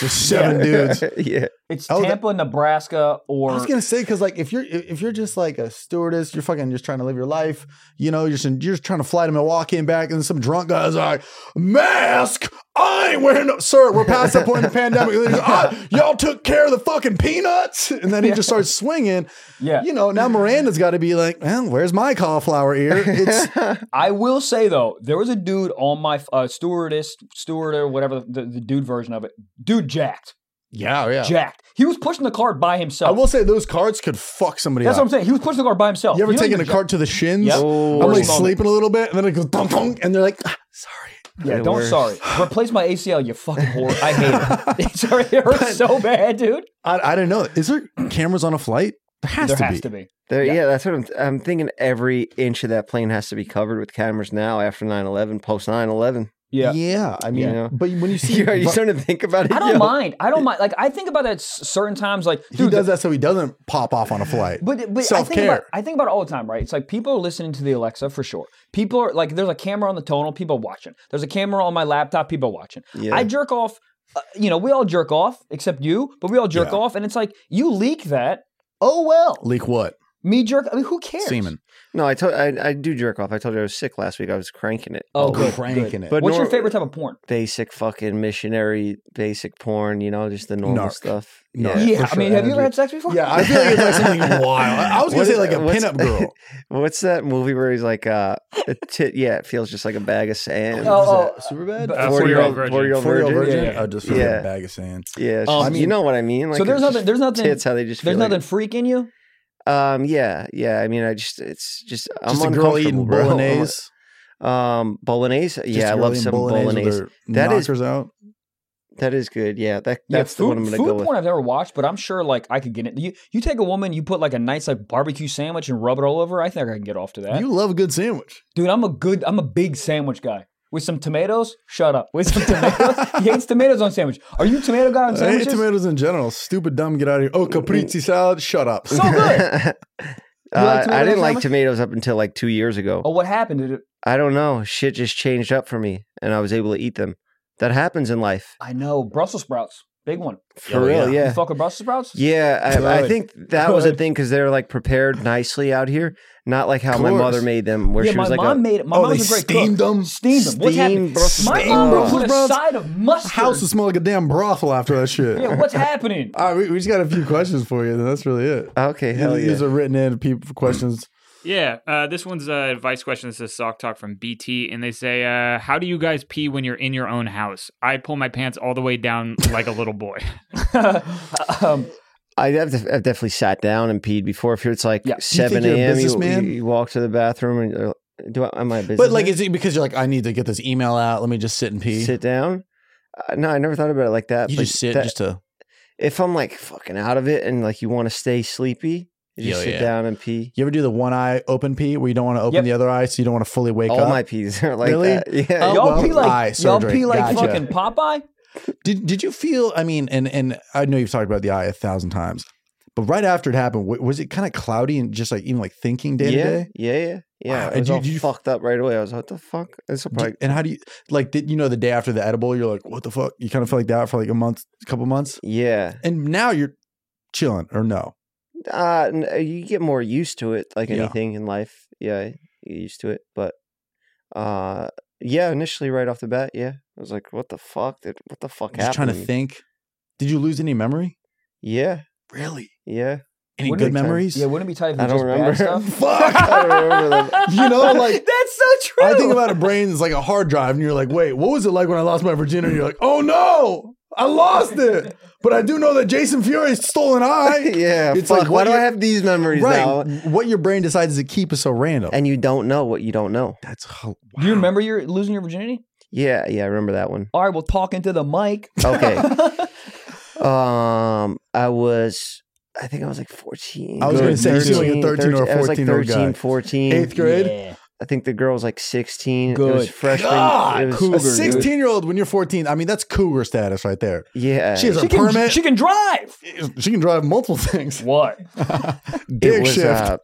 S2: Just seven
S1: [laughs]
S2: dudes.
S1: yeah.
S3: It's
S2: Oh, that-
S3: Tampa, Nebraska, or
S2: I was gonna say because like if you're if you're just like a stewardess, you're fucking just trying to live your life. You know, you're just, you're just trying to fly to Milwaukee and back, and then some drunk guys like mask. I ain't wearing no, sir. We're past that point in the pandemic. And then he's like, "Ah, y'all took care of the fucking peanuts, and then he just starts swinging.
S3: yeah.
S2: You know, now Miranda's got to be like, well, where's my cauliflower ear? It's
S3: I will say though, there was a dude on my uh, stewardess, steward or whatever the, the dude version of it. Dude, jacked,
S2: yeah, yeah.
S3: jacked. He was pushing the card by
S2: I
S3: himself.
S2: will say those cards could fuck somebody
S3: That's
S2: up.
S3: what I'm saying. He was pushing the card by himself.
S2: you ever
S3: know
S2: taken
S3: you're
S2: a card to the shins?
S3: Yep.
S1: Oh,
S2: I'm
S3: Worst moment.
S2: like sleeping a little bit, and then it goes dong dong, and they're like, "Ah, sorry.
S3: jacked? Yeah,
S1: The
S3: don't.
S1: worst.
S2: [sighs]
S3: Sorry, replace my ACL. You fucking whore. I
S2: [laughs]
S3: hate it. sorry, it hurts so bad, dude.
S2: I, I didn't know. Is there cameras on a flight? There has
S3: there
S2: to
S3: has
S2: be.
S3: to be.
S1: There,
S3: Yeah.
S1: yeah. that's what I'm. I'm thinking. Every inch of that plane has to be covered with cameras now. After 9-11, post 9-11.
S3: Yeah.
S2: I mean,
S1: Yeah.
S2: but when you see,
S1: [laughs] You, are you starting to think about it?
S3: I don't
S1: Yo.
S3: mind. I don't mind. Like I think about that s- certain times. Like
S2: he
S3: dude,
S2: does that so he doesn't pop off on a
S1: [laughs]
S2: flight.
S3: But, but I think
S2: Self-care.
S3: about I think about it all the time, right? It's like people are listening to the Alexa for sure. People are like, there's a camera on the tonal, people are watching. There's a camera on my laptop, people are watching.
S1: Yeah.
S3: I jerk off. Uh, you know, we all jerk off except you, but we all jerk
S2: Yeah.
S3: off, and it's like you leak that. Oh well,
S2: Leak what?
S3: me jerk. I mean, who cares?
S2: Semen.
S1: No, I told. I, I do jerk off. I told you I was sick last week. I was cranking it.
S3: Oh, good,
S2: cranking
S3: good.
S2: it.
S1: But
S3: What's your
S1: nor-
S3: favorite type of porn?
S1: Basic fucking missionary, basic porn. You know, just the normal
S2: Narc.
S1: stuff.
S2: Narc.
S1: Yeah.
S3: Yeah,
S2: for
S3: I mean,
S2: sure,
S3: have you ever
S2: energy.
S3: had sex before?
S2: [laughs] Yeah, I feel like it's
S1: [laughs]
S2: like something wild. I, I was gonna
S1: What
S2: say
S1: is-
S2: like a
S1: what's- [laughs]
S2: pinup girl.
S1: What's that movie where he's like, uh, a tit? Yeah, it feels just like a bag of sand.
S3: Oh,
S2: super bad.
S3: uh,
S4: 40-year-old virgin.
S1: Four year old
S2: Four year old
S1: virgin.
S2: virgin.
S3: Yeah, yeah.
S2: Oh, just
S1: Yeah.
S2: a bag of sand.
S1: Yeah,
S3: Um,
S1: I mean, you know what I mean. Like,
S3: so there's
S1: it's just
S3: nothing. There's nothing.
S1: Tits, how they just
S3: there's
S1: feel like-
S3: nothing freaking you.
S1: Um, yeah, yeah. I mean, I just it's just I'm
S2: Just a girl
S1: uncomfortable,
S2: eating
S1: bro.
S2: bolognese.
S1: [laughs] Um, bolognese.
S2: Just
S1: yeah,
S2: a
S1: I
S2: girl
S1: love
S2: eating
S1: some bolognese.
S2: with her
S1: That is-
S2: knockers out.
S1: That is good. Yeah, that
S3: Yeah,
S1: that's
S3: food,
S1: the one I'm gonna
S3: food
S1: go
S3: porn I've never watched, but I'm sure like I could get it. You you take a woman, you put like a nice like barbecue sandwich and rub it all over. I think I can get off to that.
S2: You love a good sandwich.
S3: Dude, I'm a good, I'm a big sandwich guy. With some tomatoes, shut up.
S1: [laughs]
S3: With some tomatoes, he hates tomatoes on sandwich. Are you a tomato guy on
S2: I hate
S3: sandwiches?
S2: tomatoes in general. Stupid dumb. Get out of here. Oh, caprese salad. Shut up.
S3: So
S1: [laughs]
S3: good.
S1: with.
S3: You
S1: uh,
S3: like
S1: I
S3: tomatoes,
S1: didn't like
S3: Simon?
S1: tomatoes up until like two years ago.
S3: Oh, what happened? Did it,
S1: I don't know. Shit just changed up for me, and I was able to eat them. That happens in life,
S3: I know Brussels sprouts, big one.
S1: for
S2: Oh,
S1: real.
S2: yeah.
S3: You
S1: Yeah,
S3: fuck with Brussels sprouts?
S1: yeah. I, I
S3: Good.
S1: think that was a
S3: Good.
S1: thing because they're like prepared nicely out here, not like how my
S2: Course.
S1: mother made them, where
S3: yeah,
S1: she
S3: my
S1: was like
S3: mom
S1: a
S3: made it. My
S2: Oh,
S3: mom's
S2: they
S3: a great
S2: steamed
S3: cook.
S2: them?
S3: Steamed them. What's happening?
S1: steamed Brussels
S3: My
S1: sprouts.
S3: mom
S2: Brussels
S3: put a
S2: sprouts?
S3: side of mustard.
S2: [laughs] House would smell like a damn brothel after that shit.
S3: yeah, what's happening?
S2: All right, we, we just got a few questions for you. and That's really it.
S1: Okay, hell
S2: These-
S1: yeah.
S2: These are written in people for questions.
S4: Yeah, uh, this one's uh, advice question. This is Sock Talk from BT, and they say, uh, "How do you guys pee when you're in your own house?" I pull my pants all the way down like a little [laughs] boy.
S3: um,
S1: I have def- I've definitely sat down and peed before. If it's like
S3: Yeah. You
S2: think
S1: seven
S2: you're a
S1: a.m., you,
S2: businessman?
S1: you, you walk to the bathroom and uh, do I, am I a business?
S2: But like, is it because you're like, I need to get this email out? Let me just sit and pee.
S1: sit down. Uh, no, I never thought about it like that.
S2: you
S1: but
S2: just sit
S1: that-
S2: just to.
S1: if I'm like fucking out of it and like you want to stay sleepy, you just
S2: Yeah,
S1: sit
S2: yeah.
S1: down and pee.
S2: You ever do the one eye open pee where you don't want to open
S3: Yep.
S2: the other eye, so you don't want to fully wake
S1: All
S2: up?
S1: my pees are [laughs] like
S2: Really?
S1: that. Yeah.
S2: Oh,
S3: y'all
S2: well,
S3: pee
S2: eye
S3: like y'all
S2: surgery.
S3: pee like
S2: Gotcha.
S3: fucking Popeye.
S2: Did Did you feel? I mean, and and I know you've talked about the eye a thousand times, but right after it happened, wa- was it kind of cloudy and just like even like thinking day to
S1: yeah,
S2: day?
S1: yeah, yeah, yeah. I
S2: Wow,
S1: was
S2: did you-
S1: all
S2: did you-
S1: fucked up right away. I was like, "What the fuck?" It's
S2: Do-
S1: probably
S2: and how do you like? Did you know the day after the edible? You're like, what the fuck? You kind of feel like that for like a month, couple months,
S1: yeah.
S2: and now you're chilling or no?
S1: Uh, n- you get more used to it, like
S2: Yeah.
S1: anything in life. Yeah, you get used to it. But uh, yeah, initially right off the bat, yeah, I was like, "What the fuck? Did, what the fuck
S2: Just
S1: happened?"
S2: trying to think. Did you lose any memory?
S1: Yeah,
S2: Really?
S1: yeah. [laughs]
S2: Any
S3: Wouldn't
S2: good
S1: it-
S2: memories?
S3: Yeah, wouldn't it be tight if it
S1: I
S3: was
S1: don't
S3: just
S1: remember.
S3: bad
S2: [laughs]
S3: stuff?
S2: Fuck.
S1: I don't remember them.
S3: [laughs]
S2: You know, like-
S3: that's so true.
S2: I think about a brain as like a hard drive, and you're like, wait, what was it like when I lost my virginity? you're like, oh no, I lost it. But I do know that Jason
S1: [laughs]
S2: Fury stole an eye.
S1: yeah,
S2: It's
S1: it's
S2: like,
S1: like
S2: what
S1: why do
S2: you-
S1: I have these memories
S2: right.
S1: now?
S2: What your brain decides to keep is so random.
S1: And you don't know what you don't know.
S2: That's how,
S3: Do you remember your losing your virginity?
S1: Yeah, yeah, I remember that one.
S3: All right, well, talking to the mic.
S1: Okay. um, I was, I think I was like 14.
S2: I was
S1: going
S2: gonna
S1: to
S2: say, you seem like a 13 or a
S1: I was like
S2: 14-year-old guy.
S1: 13, 14.
S2: eighth grade?
S3: [laughs] Yeah.
S1: I think the girl was like 16. It was
S3: Good
S1: freshman.
S2: God,
S1: it was,
S3: cool.
S2: a
S3: Cougar, dude.
S2: 16 year old when you're 14. I mean, that's cougar status right there.
S1: Yeah.
S2: She has
S3: She
S2: a
S3: can,
S2: permit.
S3: she can drive.
S2: She can drive multiple [laughs] things.
S3: What?
S1: it
S2: Dick
S1: was,
S2: shift.
S1: uh,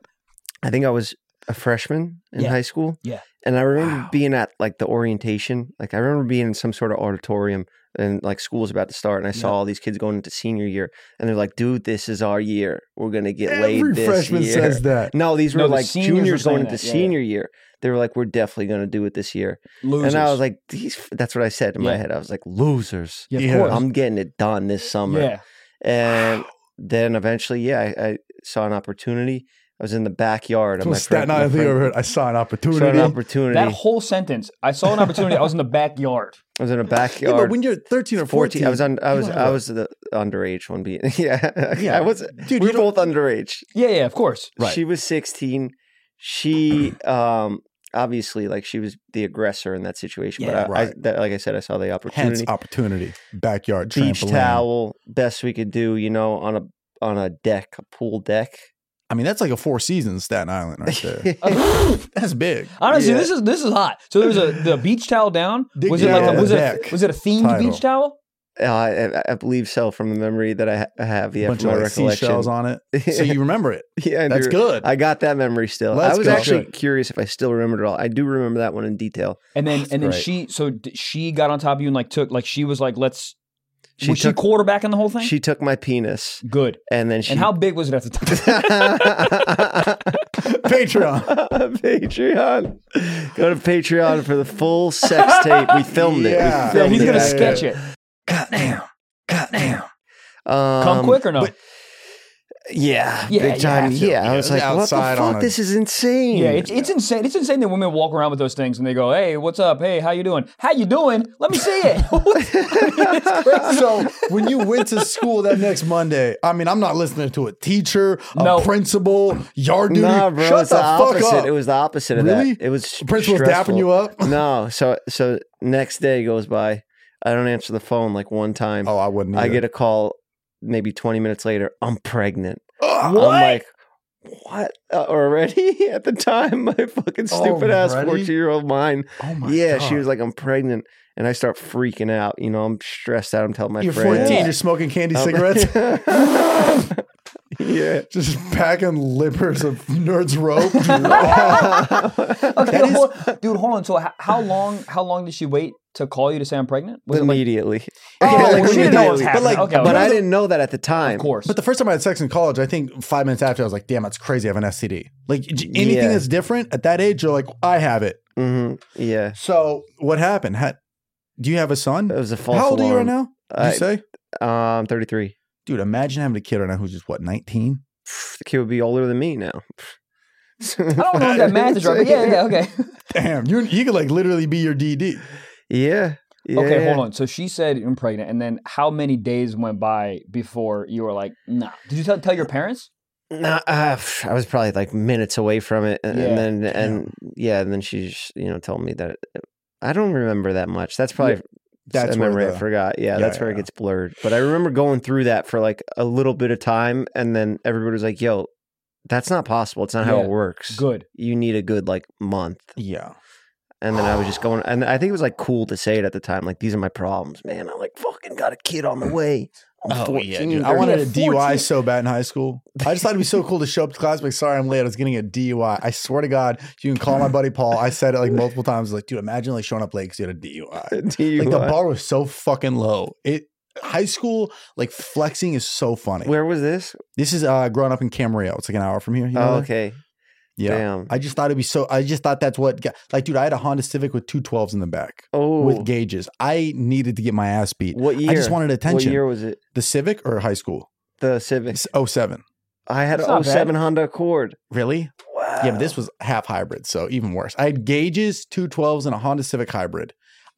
S1: I think I was a freshman in
S3: Yeah.
S1: high school.
S3: Yeah.
S1: And I remember
S2: Wow.
S1: being at like the orientation. Like I remember being in some sort of auditorium and like school's about to start, and I saw all these kids going into senior year, and they're like, "Dude, this is our year. We're gonna [laughs] get
S2: Every
S1: laid this
S2: freshman
S1: year."
S2: says that.
S1: [laughs] no, these were
S3: No, the
S1: like
S3: seniors were
S1: juniors
S3: saying
S1: going into
S3: that, yeah, yeah.
S1: senior year. They were like, "We're definitely gonna do it this year,"
S3: Losers.
S1: and I was like, "These." That's what I said in my
S3: Yeah.
S1: head. I was like, "Losers."
S3: yeah, of
S2: Yeah.
S3: course.
S1: I'm getting it done this summer.
S3: yeah.
S1: And then eventually, yeah, I, I saw an opportunity. I was in the backyard.
S2: That's
S1: of
S2: what
S1: my friend-
S2: Staten Island
S1: my
S2: thing
S1: friend-
S2: overheard. I saw an opportunity.
S1: saw an opportunity.
S3: That whole sentence. I saw an opportunity. I was in the backyard.
S1: I was in a
S2: [laughs] yeah,
S1: backyard.
S2: but when you're 13 or 14,
S1: I was on. I
S2: you
S1: was.
S2: don't
S1: I
S2: have
S1: was the underage one. Being [laughs] yeah.
S2: Yeah.
S1: I was.
S2: Dude, you
S1: we were
S2: don't-
S1: both underage.
S3: Yeah, yeah, of course.
S2: Right.
S1: She was sixteen. She um obviously like she was the aggressor in that situation.
S3: Yeah.
S1: but I, I
S2: Right.
S1: that, like I said, I saw the
S2: hence
S1: opportunity.
S2: opportunity. Backyard
S1: Beach
S2: trampoline.
S1: towel, best we could do. You know, on a on a deck, a pool deck.
S2: I mean, that's like a Four Seasons Staten Island right
S1: [laughs]
S2: there. that's big.
S3: [laughs] Honestly,
S1: Yeah.
S3: this is this is hot. So there was a the beach towel down.
S2: Dick
S3: Was it like
S1: down on
S3: a,
S1: the
S3: was it a,
S2: deck
S3: was it a themed
S2: title.
S3: beach towel?
S1: Uh, I, I believe so from the memory that I, ha- I have. Yeah,
S2: bunch
S1: from
S2: of
S1: my
S2: like
S1: recollection. [laughs]
S2: seashells on it. So you remember it.
S1: yeah, I
S2: That's
S1: do-
S2: good.
S1: I got that memory still. I
S2: Let's
S1: was
S2: go.
S1: actually
S2: Good.
S1: curious if I still remembered it all. I do remember that one in detail.
S3: And then and then
S2: great.
S3: she so d- she got on top of you and like took like she was like let's
S1: She
S3: was
S1: took
S3: she quarterbacking the whole thing?
S1: she took my penis
S3: Good.
S1: and then she [laughs]
S3: And how big was it at the time?
S1: [laughs]
S2: Patreon.
S1: Patreon. Go to Patreon for the full sex tape. We filmed it. We
S2: Yeah.
S3: yeah,
S1: filmed
S3: he's
S1: it
S3: gonna
S1: back then.
S3: sketch it. God damn. God damn.
S1: Um,
S3: Come quick or no?
S1: Yeah,
S3: Yeah,
S1: big
S3: you
S1: time.
S3: have to.
S1: Yeah, I was
S2: Yeah, it was
S1: like, what the
S2: outside on
S1: fuck?
S2: a-
S1: This is insane.
S3: Yeah, it's, [laughs] it's insane. It's insane that women walk around with those things and they go, "Hey, what's up? Hey, how you doing? How you doing? Let me see it." [laughs] It's crazy.
S2: [laughs] So when you went to school that next Monday, I mean, I'm not listening to a teacher, a
S3: No.
S2: principal, yard duty.
S1: Nah, bro,
S2: Shut
S1: it's
S2: the,
S1: the,
S2: fuck
S1: opposite.
S2: up.
S1: It was the opposite of
S2: Really?
S1: that. It was
S2: The principal's
S1: stressful.
S2: dapping you up.
S1: [laughs]
S2: [laughs]
S1: No, so so next day goes by. I don't answer the phone like one time.
S2: Oh, I wouldn't.
S1: I
S2: either.
S1: get a call maybe 20 minutes later. I'm pregnant.
S2: Ugh.
S1: I'm like, what Uh, already? [laughs] At the time, my fucking stupid ass
S2: Oh, Already?
S1: 14 year old mind.
S2: oh my
S1: yeah, she
S2: God.
S1: was like, I'm pregnant. And I start freaking out. You know, I'm stressed out. I'm telling my
S2: You're
S1: friends.
S2: 14.
S3: Yeah.
S2: You're smoking
S1: [laughs]
S2: candy
S1: I'm-
S2: cigarettes. [laughs]
S1: yeah.
S2: Just packing livers of nerds
S3: [laughs]
S2: rope.
S3: Oh,
S2: [laughs]
S3: okay,
S2: That is-
S3: hold- dude, hold on. So how, how long? How long did she wait to call you to say I'm pregnant? Was it like-
S1: Immediately. [laughs]
S3: Oh,
S1: Yeah,
S3: she didn't know it was
S1: immediately.
S3: happening.
S2: like,
S3: okay,
S2: but
S1: But
S3: okay.
S1: I didn't know that at the time.
S3: of course.
S2: But the first time I had sex in college, I think five minutes after, I was like, damn, that's crazy. I have an STD. Like j- anything
S1: Yeah.
S2: that's different at that age, you're like, I have it.
S1: hmm Yeah.
S2: So what happened? Ha- do you have a son?
S1: It was a false
S2: How old are you right
S1: alarm.
S2: now? Did you say?
S1: I, um, 33.
S2: Dude, imagine having a kid right now who's just what, 19?
S1: Pff, The kid would be older than me now.
S3: I don't know if that math is right, but yeah, yeah, okay. [laughs]
S2: Damn, you you could like literally be your DD.
S1: [laughs] Yeah. yeah.
S3: Okay, hold on. So she said I'm pregnant, and then how many days went by before you were like, nah? Did you tell, tell your parents?
S1: Nah, uh, pff, I was probably like minutes away from it, and,
S3: Yeah.
S1: and then and yeah, and then she just you know told me that it- I don't remember that much. That's probably
S2: That's
S1: a
S2: where
S1: memory I
S2: the-
S1: forgot. Yeah,
S2: Yeah,
S1: that's where
S2: yeah.
S1: it gets blurred. But I remember going through that for like a little bit of time, and then everybody was like, "Yo, that's not possible. It's not how
S3: Yeah.
S1: it works.
S3: Good.
S1: You need a good like month."
S2: Yeah.
S1: And then I was just going, and I think it was like cool to say it at the time. Like these are my problems, man. I like fucking got a kid on
S2: [laughs]
S1: the way. I'm
S2: Oh, yeah,
S1: 14.
S2: I wanted a DUI
S3: 14.
S2: so bad in high school. I just thought it'd be so cool to show up to class, be like, sorry, I'm late. I was getting a DUI. I swear to God, you can call my buddy Paul. I said it like multiple times. Like, dude, imagine like showing up late because you had a DUI.
S1: DUI.
S2: Like the bar was so fucking low. It high school like flexing is so funny.
S1: Where was this?
S2: This is uh growing up in Camarillo. It's like an hour from here. You know
S1: oh,
S2: that?
S1: okay.
S2: Yeah.
S1: Damn.
S2: I just thought it'd be so. I just thought that's what. Got, like, dude, I had a Honda Civic with two 12s in the back
S1: oh,
S2: with gauges. I needed to get my ass beat.
S1: what year?
S2: I just wanted attention.
S1: What year was it?
S2: The Civic or high school? oh,
S1: The Civic.
S2: It's 07.
S1: I had
S3: It's not
S1: an 07 Honda Accord.
S2: Really?
S1: Wow.
S2: Yeah, but this was half hybrid, so even worse. I had gauges, two 12s, and a Honda Civic hybrid.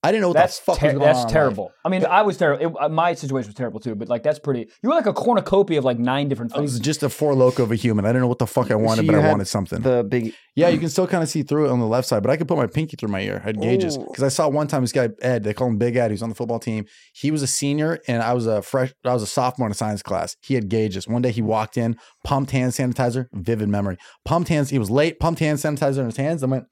S2: I didn't know what
S3: That's
S2: the fuck
S3: ter-
S2: was going on.
S3: that's
S2: in life.
S3: terrible. I mean, I was terrible. It, uh, my situation was terrible too. But like, that's pretty. You were like a cornucopia of like nine different
S2: I was
S3: things.
S2: just a four loco of a human. I didn't know what the fuck I wanted,
S1: So
S2: but
S1: you
S2: I
S1: had
S2: wanted something.
S1: the big.
S2: Yeah, you can still kind of see through it on the left side, but I could put my pinky through my ear. I had gauges
S1: Ooh.
S2: because I saw one time this guy Ed, they call him Big Ed, he was on the football team. He was a senior, and I was a fresh, I was a sophomore in a science class. He had gauges. One day he walked in, pumped hand sanitizer, vivid memory. Pumped hands, he was late, pumped hand sanitizer in his hands and went,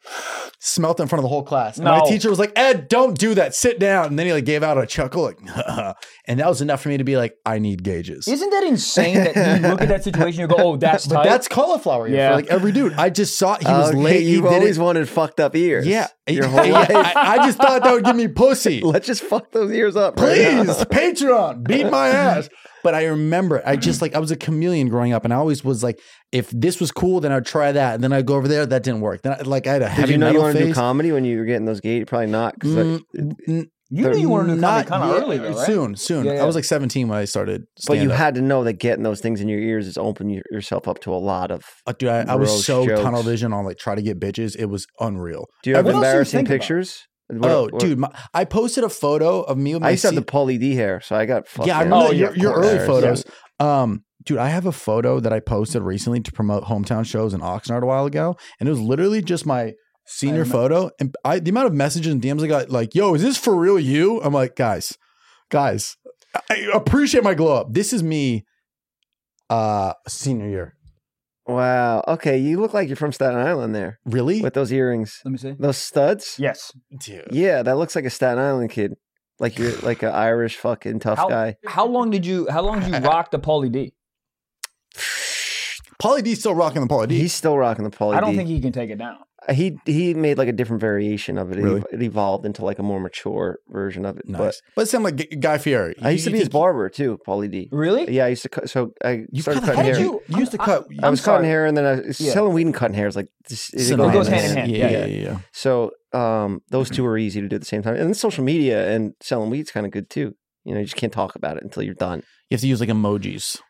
S2: smelt it in front of the whole class. And
S3: No.
S2: my teacher was like, Ed, don't do that. Sit down. And then he like gave out a chuckle, like, [laughs] and that was enough for me to be like, I need gauges.
S3: Isn't that insane that you look at that situation and you go, oh, that's
S2: [laughs] but
S3: tight?
S2: that's cauliflower ear
S3: Yeah.
S2: for like every dude. I just saw he was
S1: Okay,
S2: late. He
S1: Uh, You've
S2: did
S1: always
S2: it.
S1: wanted fucked up ears.
S2: Yeah.
S1: [laughs]
S2: [laughs]
S1: Your whole
S2: Yeah,
S1: life.
S2: I, I just thought that would give
S1: [laughs]
S2: me pussy.
S1: Let's just fuck those ears up. Right [laughs]
S2: Please,
S1: now.
S2: Patreon,
S1: [laughs]
S2: beat my ass. But I remember, I
S1: Mm-hmm.
S2: just like I was a chameleon growing up, and I always was like, if this was cool, then I'd try that, and then I'd go over there. That didn't work. Then I, like I had a
S1: Did
S2: heavy
S1: you know you
S2: metal
S1: wanted to do
S2: phase.
S1: comedy when you were getting those gate? Probably not. 'cause, like,
S2: Mm, n-
S3: you knew you wanted to come
S2: not
S3: kind of
S2: yet.
S3: early, though, right?
S2: Soon, soon.
S3: Yeah, yeah.
S2: I was like 17 when I started.
S1: but you
S2: stand-up.
S1: had to know that getting those things in your ears is opening your- yourself up to a lot of.
S2: Uh, dude, I, I was
S1: gross
S2: so
S1: jokes.
S2: tunnel vision on like try to get bitches. It was unreal.
S1: Do you have
S2: What else do you
S1: embarrassing
S3: think about?
S1: pictures? What-
S2: oh,
S1: what-
S2: dude, my, I posted a photo of me with my
S1: I used to have
S2: se-
S1: the Pauly D hair, so I got fucked.
S2: yeah, I
S1: up.
S2: remember
S3: Oh,
S2: that-
S3: yeah,
S2: your,
S3: of
S2: your
S1: course.
S2: early
S1: Yeah.
S2: photos. Um, dude, I have a photo that I posted recently to promote hometown shows in Oxnard a while ago, and it was literally just my senior photo. And I, the amount of messages and DMs I got, like, "Yo, is this for real? You?" I'm like, guys, guys, I appreciate my glow up. This is me, uh, senior year.
S1: Wow. Okay, you look like you're from Staten Island there
S2: Really,
S1: with those earrings,
S3: Let me see.
S1: those studs.
S3: Yes.
S2: dude.
S1: Yeah, that looks like a Staten Island kid, like you're like an Irish fucking tough
S3: How-
S2: [laughs]
S1: guy.
S3: How long did you How long did you rock the Paulie D?
S2: Pauly D's still rocking the Pauly D.
S1: He's still rocking the Pauly
S3: I don't
S1: D.
S3: think he can take it down.
S1: he he made like a different variation of it. It
S2: Really?
S1: ev- It evolved into like a more mature version of it.
S2: nice, but, it sounded like G- Guy Fieri.
S1: But I used to
S2: You
S1: be his
S2: think-
S1: barber too, Paulie D.
S3: Really?
S1: Yeah, I used to cut. So I
S2: You
S1: started
S2: cut
S1: cutting hair.
S3: hair. Did
S2: You, you used to cut.
S1: I was cutting
S3: sorry.
S1: hair, and then I was
S3: Yeah.
S1: selling weed and cutting hair. It's like this,
S2: Synonymous.
S3: It goes hand in hand. Yeah, yeah,
S2: yeah.
S1: So um, those two are easy to do at the same time, and then social media and selling weed's kind of good too. You know, you just can't talk about it until you're done. [laughs]
S2: You have to use like emojis.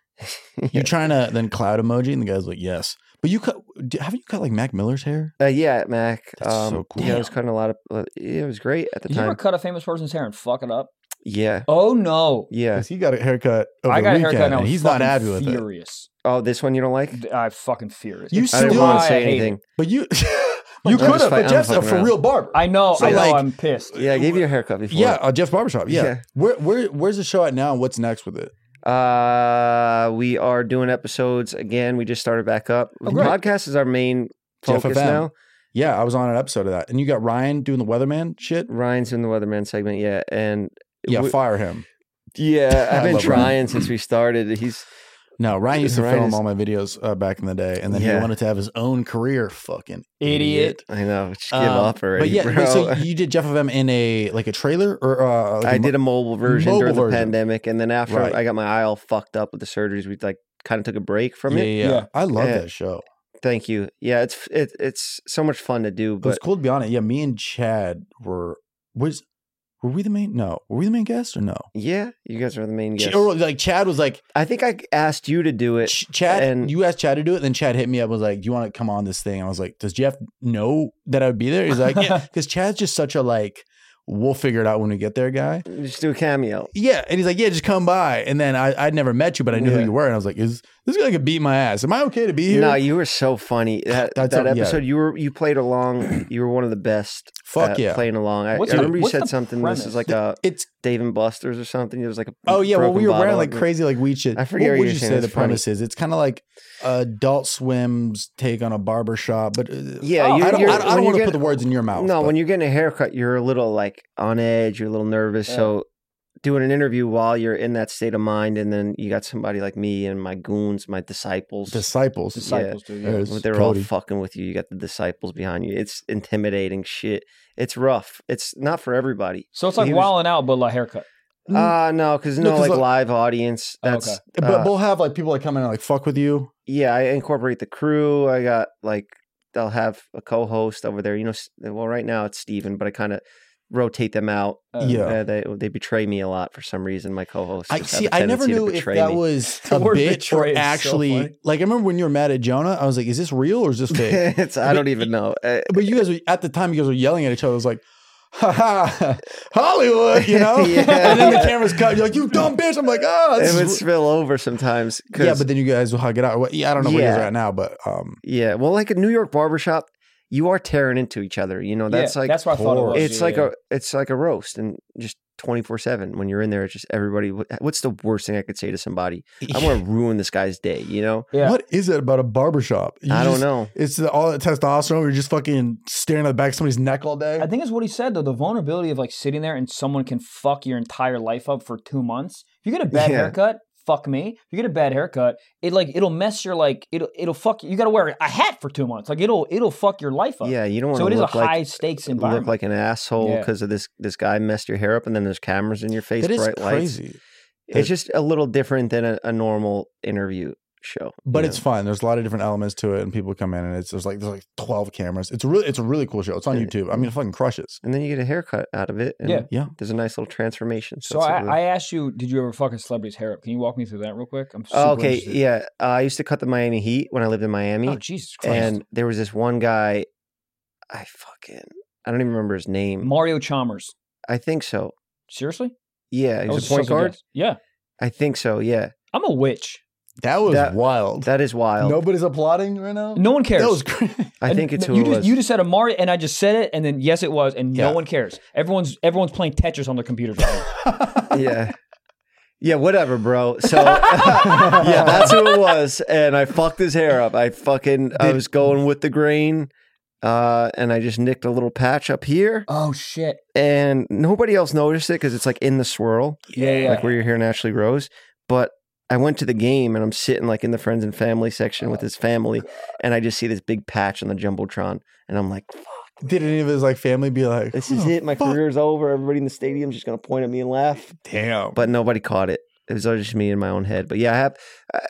S2: You're trying to then cloud emoji, and the guy's like, "Yes." But you cut? d- Haven't you cut like Mac Miller's hair?
S1: Uh, yeah, at Mac.
S2: That's
S1: um,
S2: so cool.
S1: Yeah, I was cutting a lot of. Uh, yeah, it was great at the
S3: Did you ever
S1: time.
S3: cut a famous person's hair and fuck it up?
S1: Yeah,
S3: Oh no!
S1: yeah.
S2: he got a haircut. Over
S3: I got
S2: the
S3: a haircut
S2: weekend,
S3: and I
S2: and
S3: was
S2: he's not
S3: fucking
S2: happy with it.
S3: furious.
S1: Oh, this one you don't like?
S3: I fucking furious.
S2: You
S3: It's
S1: I didn't
S2: Dude,
S3: why
S1: want to say
S3: hate it.
S1: anything.
S2: But you, [laughs]
S1: I'm
S2: you could
S1: just
S2: have.
S1: fi-
S2: But
S1: I'm
S2: Jeff's a
S1: fucking
S2: for
S1: around.
S2: real barber.
S3: I know.
S2: So,
S3: I know.
S2: like-
S3: I'm pissed.
S1: Yeah, I gave you a haircut before.
S2: yeah, uh, Jeff's barbershop. Yeah.
S1: Yeah.
S2: Where where where's the show at now? and What's next with it?
S1: Uh, we are doing episodes again. We just started back up.
S3: Oh,
S1: The
S3: great.
S1: podcast is our main focus
S2: TFFM.
S1: now.
S2: Yeah, I was on an episode of that, and you got Ryan doing the weatherman shit.
S1: Ryan's in the weatherman segment, yeah, and
S2: Yeah,
S1: we-
S2: fire him.
S1: yeah. [laughs]
S2: I
S1: I've been
S2: love
S1: trying
S2: Ryan.
S1: since we started. He's
S2: No, Ryan used to
S1: Ryan
S2: film
S1: is-
S2: all my videos uh, back in the day, and then he
S1: Yeah.
S2: wanted to have his own career. Fucking
S3: Idiot.
S1: I know, just give
S2: Um,
S1: up already.
S2: But yeah,
S1: bro.
S2: wait, so you did Jeff of M in a like a trailer or uh, like
S1: [laughs] I
S2: a mo-
S1: did a mobile version
S2: mobile
S1: during the
S2: version.
S1: pandemic, and then after
S2: Right.
S1: I got my eye all fucked up with the surgeries, we like kind of took a break from
S2: yeah,
S1: it.
S2: yeah,
S3: Yeah.
S2: I love
S1: Yeah.
S2: that show.
S1: Thank you. Yeah, it's it, it's so much fun to do,
S2: It was
S1: but
S2: cool to be on it. Yeah, me and Chad were was were we the main? No, were we the main guest or no?
S1: yeah, you guys are the main
S2: Ch-
S1: guests.
S2: or like Chad was like
S1: I think I asked you to do it.
S2: Ch- Chad.
S1: and-
S2: you asked Chad to do it, then Chad hit me up was like, "Do you want to come on this thing?" I was like, "Does Jeff know that I would be there?" He's
S1: [laughs]
S2: like, "Yeah," because Chad's just such a like, "We'll figure it out when we get there," guy.
S1: Just do a cameo.
S2: Yeah, and he's like, "Yeah, just come by." And then I, I'd never met you, but I knew
S1: Yeah.
S2: who you were, and I was like, "Is this guy could beat my ass? Am I okay to be here?"
S1: No, you were so
S2: [sighs]
S1: funny. That
S2: That's
S1: that
S2: a- yeah.
S1: episode, you were you played
S2: [clears throat]
S1: along. You were one of the best.
S2: Fuck
S1: at
S2: yeah.
S1: Playing along. I, I
S3: What's the-
S1: remember you
S3: what's
S1: said
S3: the
S1: something. This is
S3: premise?
S1: like a
S2: It's
S1: Dave and Buster's or something. It was like a
S2: oh yeah, well
S1: broken
S2: we were wearing
S1: bottle
S2: like
S1: opener.
S2: crazy like weed shit.
S1: I forget what you
S2: would
S1: were
S2: you
S1: saying,
S2: say
S1: it's
S2: the
S1: funny.
S2: premise is? It's kind of like Adult Swim's take on a barber shop, but uh,
S1: Yeah,
S3: Oh,
S1: you,
S2: I don't,
S1: you're-
S2: I don't,
S1: when you
S2: want to
S1: get-
S2: put the words in your mouth.
S1: No,
S2: but-
S1: when you're getting a haircut, you're a little like on edge. You're a little nervous.
S3: Yeah.
S1: So doing an interview while you're in that state of mind, and then you got somebody like me and my goons, my disciples.
S2: disciples,
S3: Disciples, dude. yeah.
S2: There's
S1: they're all
S2: Cody.
S1: fucking with you. You got the disciples behind you. It's intimidating shit. It's rough. It's not for everybody.
S3: So it's like
S1: He was-
S3: wilding out, but like haircut.
S1: Uh no, because
S2: No,
S1: no,
S2: 'cause
S1: like
S2: look-
S1: live audience.
S3: Oh,
S1: That's
S2: Mm, but
S1: uh,
S2: we'll have like people that come in and like fuck with you.
S1: yeah. I incorporate the crew. I got like I'll have a co-host over there. You know, s- well right now it's Steven, but I kind of rotate them out.
S3: Uh,
S2: Yeah.
S1: Uh, they they betray me a lot for some reason. My co-host.
S2: I
S1: just have
S2: see.
S1: a
S2: I never
S1: tendency to
S2: knew if
S1: betray
S2: that
S1: me.
S2: was
S3: The
S2: a
S3: word
S2: bitch or
S3: betray is so
S2: actually
S3: funny.
S2: like. I remember when you were mad at Jonah, I was like, "Is this real or is
S1: [laughs]
S2: this
S1: [laughs]
S2: fake?"
S1: it's, I don't even know. Uh,
S2: but you guys were at the time you guys were yelling at each other. It was like, ha ha, [laughs] Hollywood, you know?
S1: [laughs] Yeah.
S2: And then the cameras cut. You're like, you dumb bitch. I'm like, oh,
S1: it
S2: this
S1: would
S2: is
S1: spill over sometimes. 'cause-
S2: yeah, but then you guys will hug it out. Well, Yeah, I don't know where you guys
S1: Yeah.
S2: are at now, but um,
S1: yeah, well, like a New York barbershop, you are tearing into each other. You know, that's
S3: yeah,
S1: like
S3: that's what I thought it was.
S1: it's
S3: yeah,
S1: like
S3: yeah.
S1: a it's like a roast and just 24/7 when you're in there it's just everybody what's the worst thing I could say to
S3: [laughs]
S1: somebody? I want to ruin this guy's day, you know?
S3: Yeah.
S2: What is it about a barbershop? You
S1: I don't
S2: just-
S1: know.
S2: It's the, all that testosterone. You're just fucking staring at the back of somebody's neck all day.
S3: I think that's what he said though. The vulnerability of like sitting there and someone can fuck your entire life up for two months. If you get a bad
S1: Yeah.
S3: haircut, fuck me. If you get a bad haircut, it like it'll mess your like it'll it'll fuck you. You got to wear a hat for two months. Like it'll it'll fuck your life up.
S1: Yeah, you don't want
S3: So it
S1: to
S3: is a
S1: look like
S3: high stakes
S1: look
S3: environment.
S1: like an asshole
S3: Yeah.
S1: because of this this guy messed your hair up and then there's cameras in your face,
S2: that is
S1: bright lights.
S2: crazy.
S1: It's just a little different than a, a normal interview show.
S2: But
S1: you
S2: it's
S1: know?
S2: fun. There's a lot of different elements to it, and people come in, and it's there's like there's like twelve cameras. It's a really it's a really cool show. It's on
S1: And-
S2: YouTube. I mean, it fucking crushes.
S1: and then you get a haircut out of it. And
S3: Yeah.
S2: Yeah.
S1: There's a nice little transformation.
S3: so
S1: it's a
S3: I,
S1: really-
S3: I asked you, did you ever fuck a celebrity's hair up? Can you walk me through that real quick? I'm super
S1: Oh, okay,
S3: interested.
S1: yeah. Uh, I used to cut the Miami Heat when I lived in Miami.
S3: Oh Jesus Christ!
S1: and there was this one guy i fucking i don't even remember his name
S3: Mario Chalmers.
S1: i think so
S3: Seriously?
S1: yeah
S3: That
S1: he
S3: was
S1: was a point
S3: such a
S1: guard
S3: guess. Yeah,
S1: i think so yeah
S3: I'm a witch.
S2: That was
S1: That-
S2: wild.
S1: that is wild
S2: Nobody's applauding right now.
S3: No one cares.
S2: that was crazy.
S1: i
S2: [laughs]
S3: And
S1: think it's who
S3: th- you
S1: it
S3: just,
S1: was
S3: You just said a Mario, and I just said it, and then yes, it was, and
S2: Yeah.
S3: no one cares. Everyone's everyone's playing Tetris on their computers. Right
S2: [laughs]
S3: now. [laughs]
S1: yeah yeah whatever bro so [laughs] yeah that's who it
S3: [laughs]
S1: was and i fucked his hair up i fucking i
S2: Did-
S1: was going with the grain uh, and I just nicked a little patch up here,
S3: oh shit!
S1: and nobody else noticed it because it's like in the swirl.
S3: Yeah, yeah.
S1: like where your hair naturally grows. But I went to the game and I'm sitting like in the friends and family section with his family, and I just see this big patch on the jumbotron, and I'm like,
S2: Did any of his like family be like, "Oh,
S1: "This
S2: "Who
S1: is
S2: the
S1: it. My
S2: fuck?"
S1: career's over. Everybody in the stadium's just gonna point at me and laugh."
S2: Damn.
S1: But nobody caught it. It was all just me in my own head. But yeah, I have. I,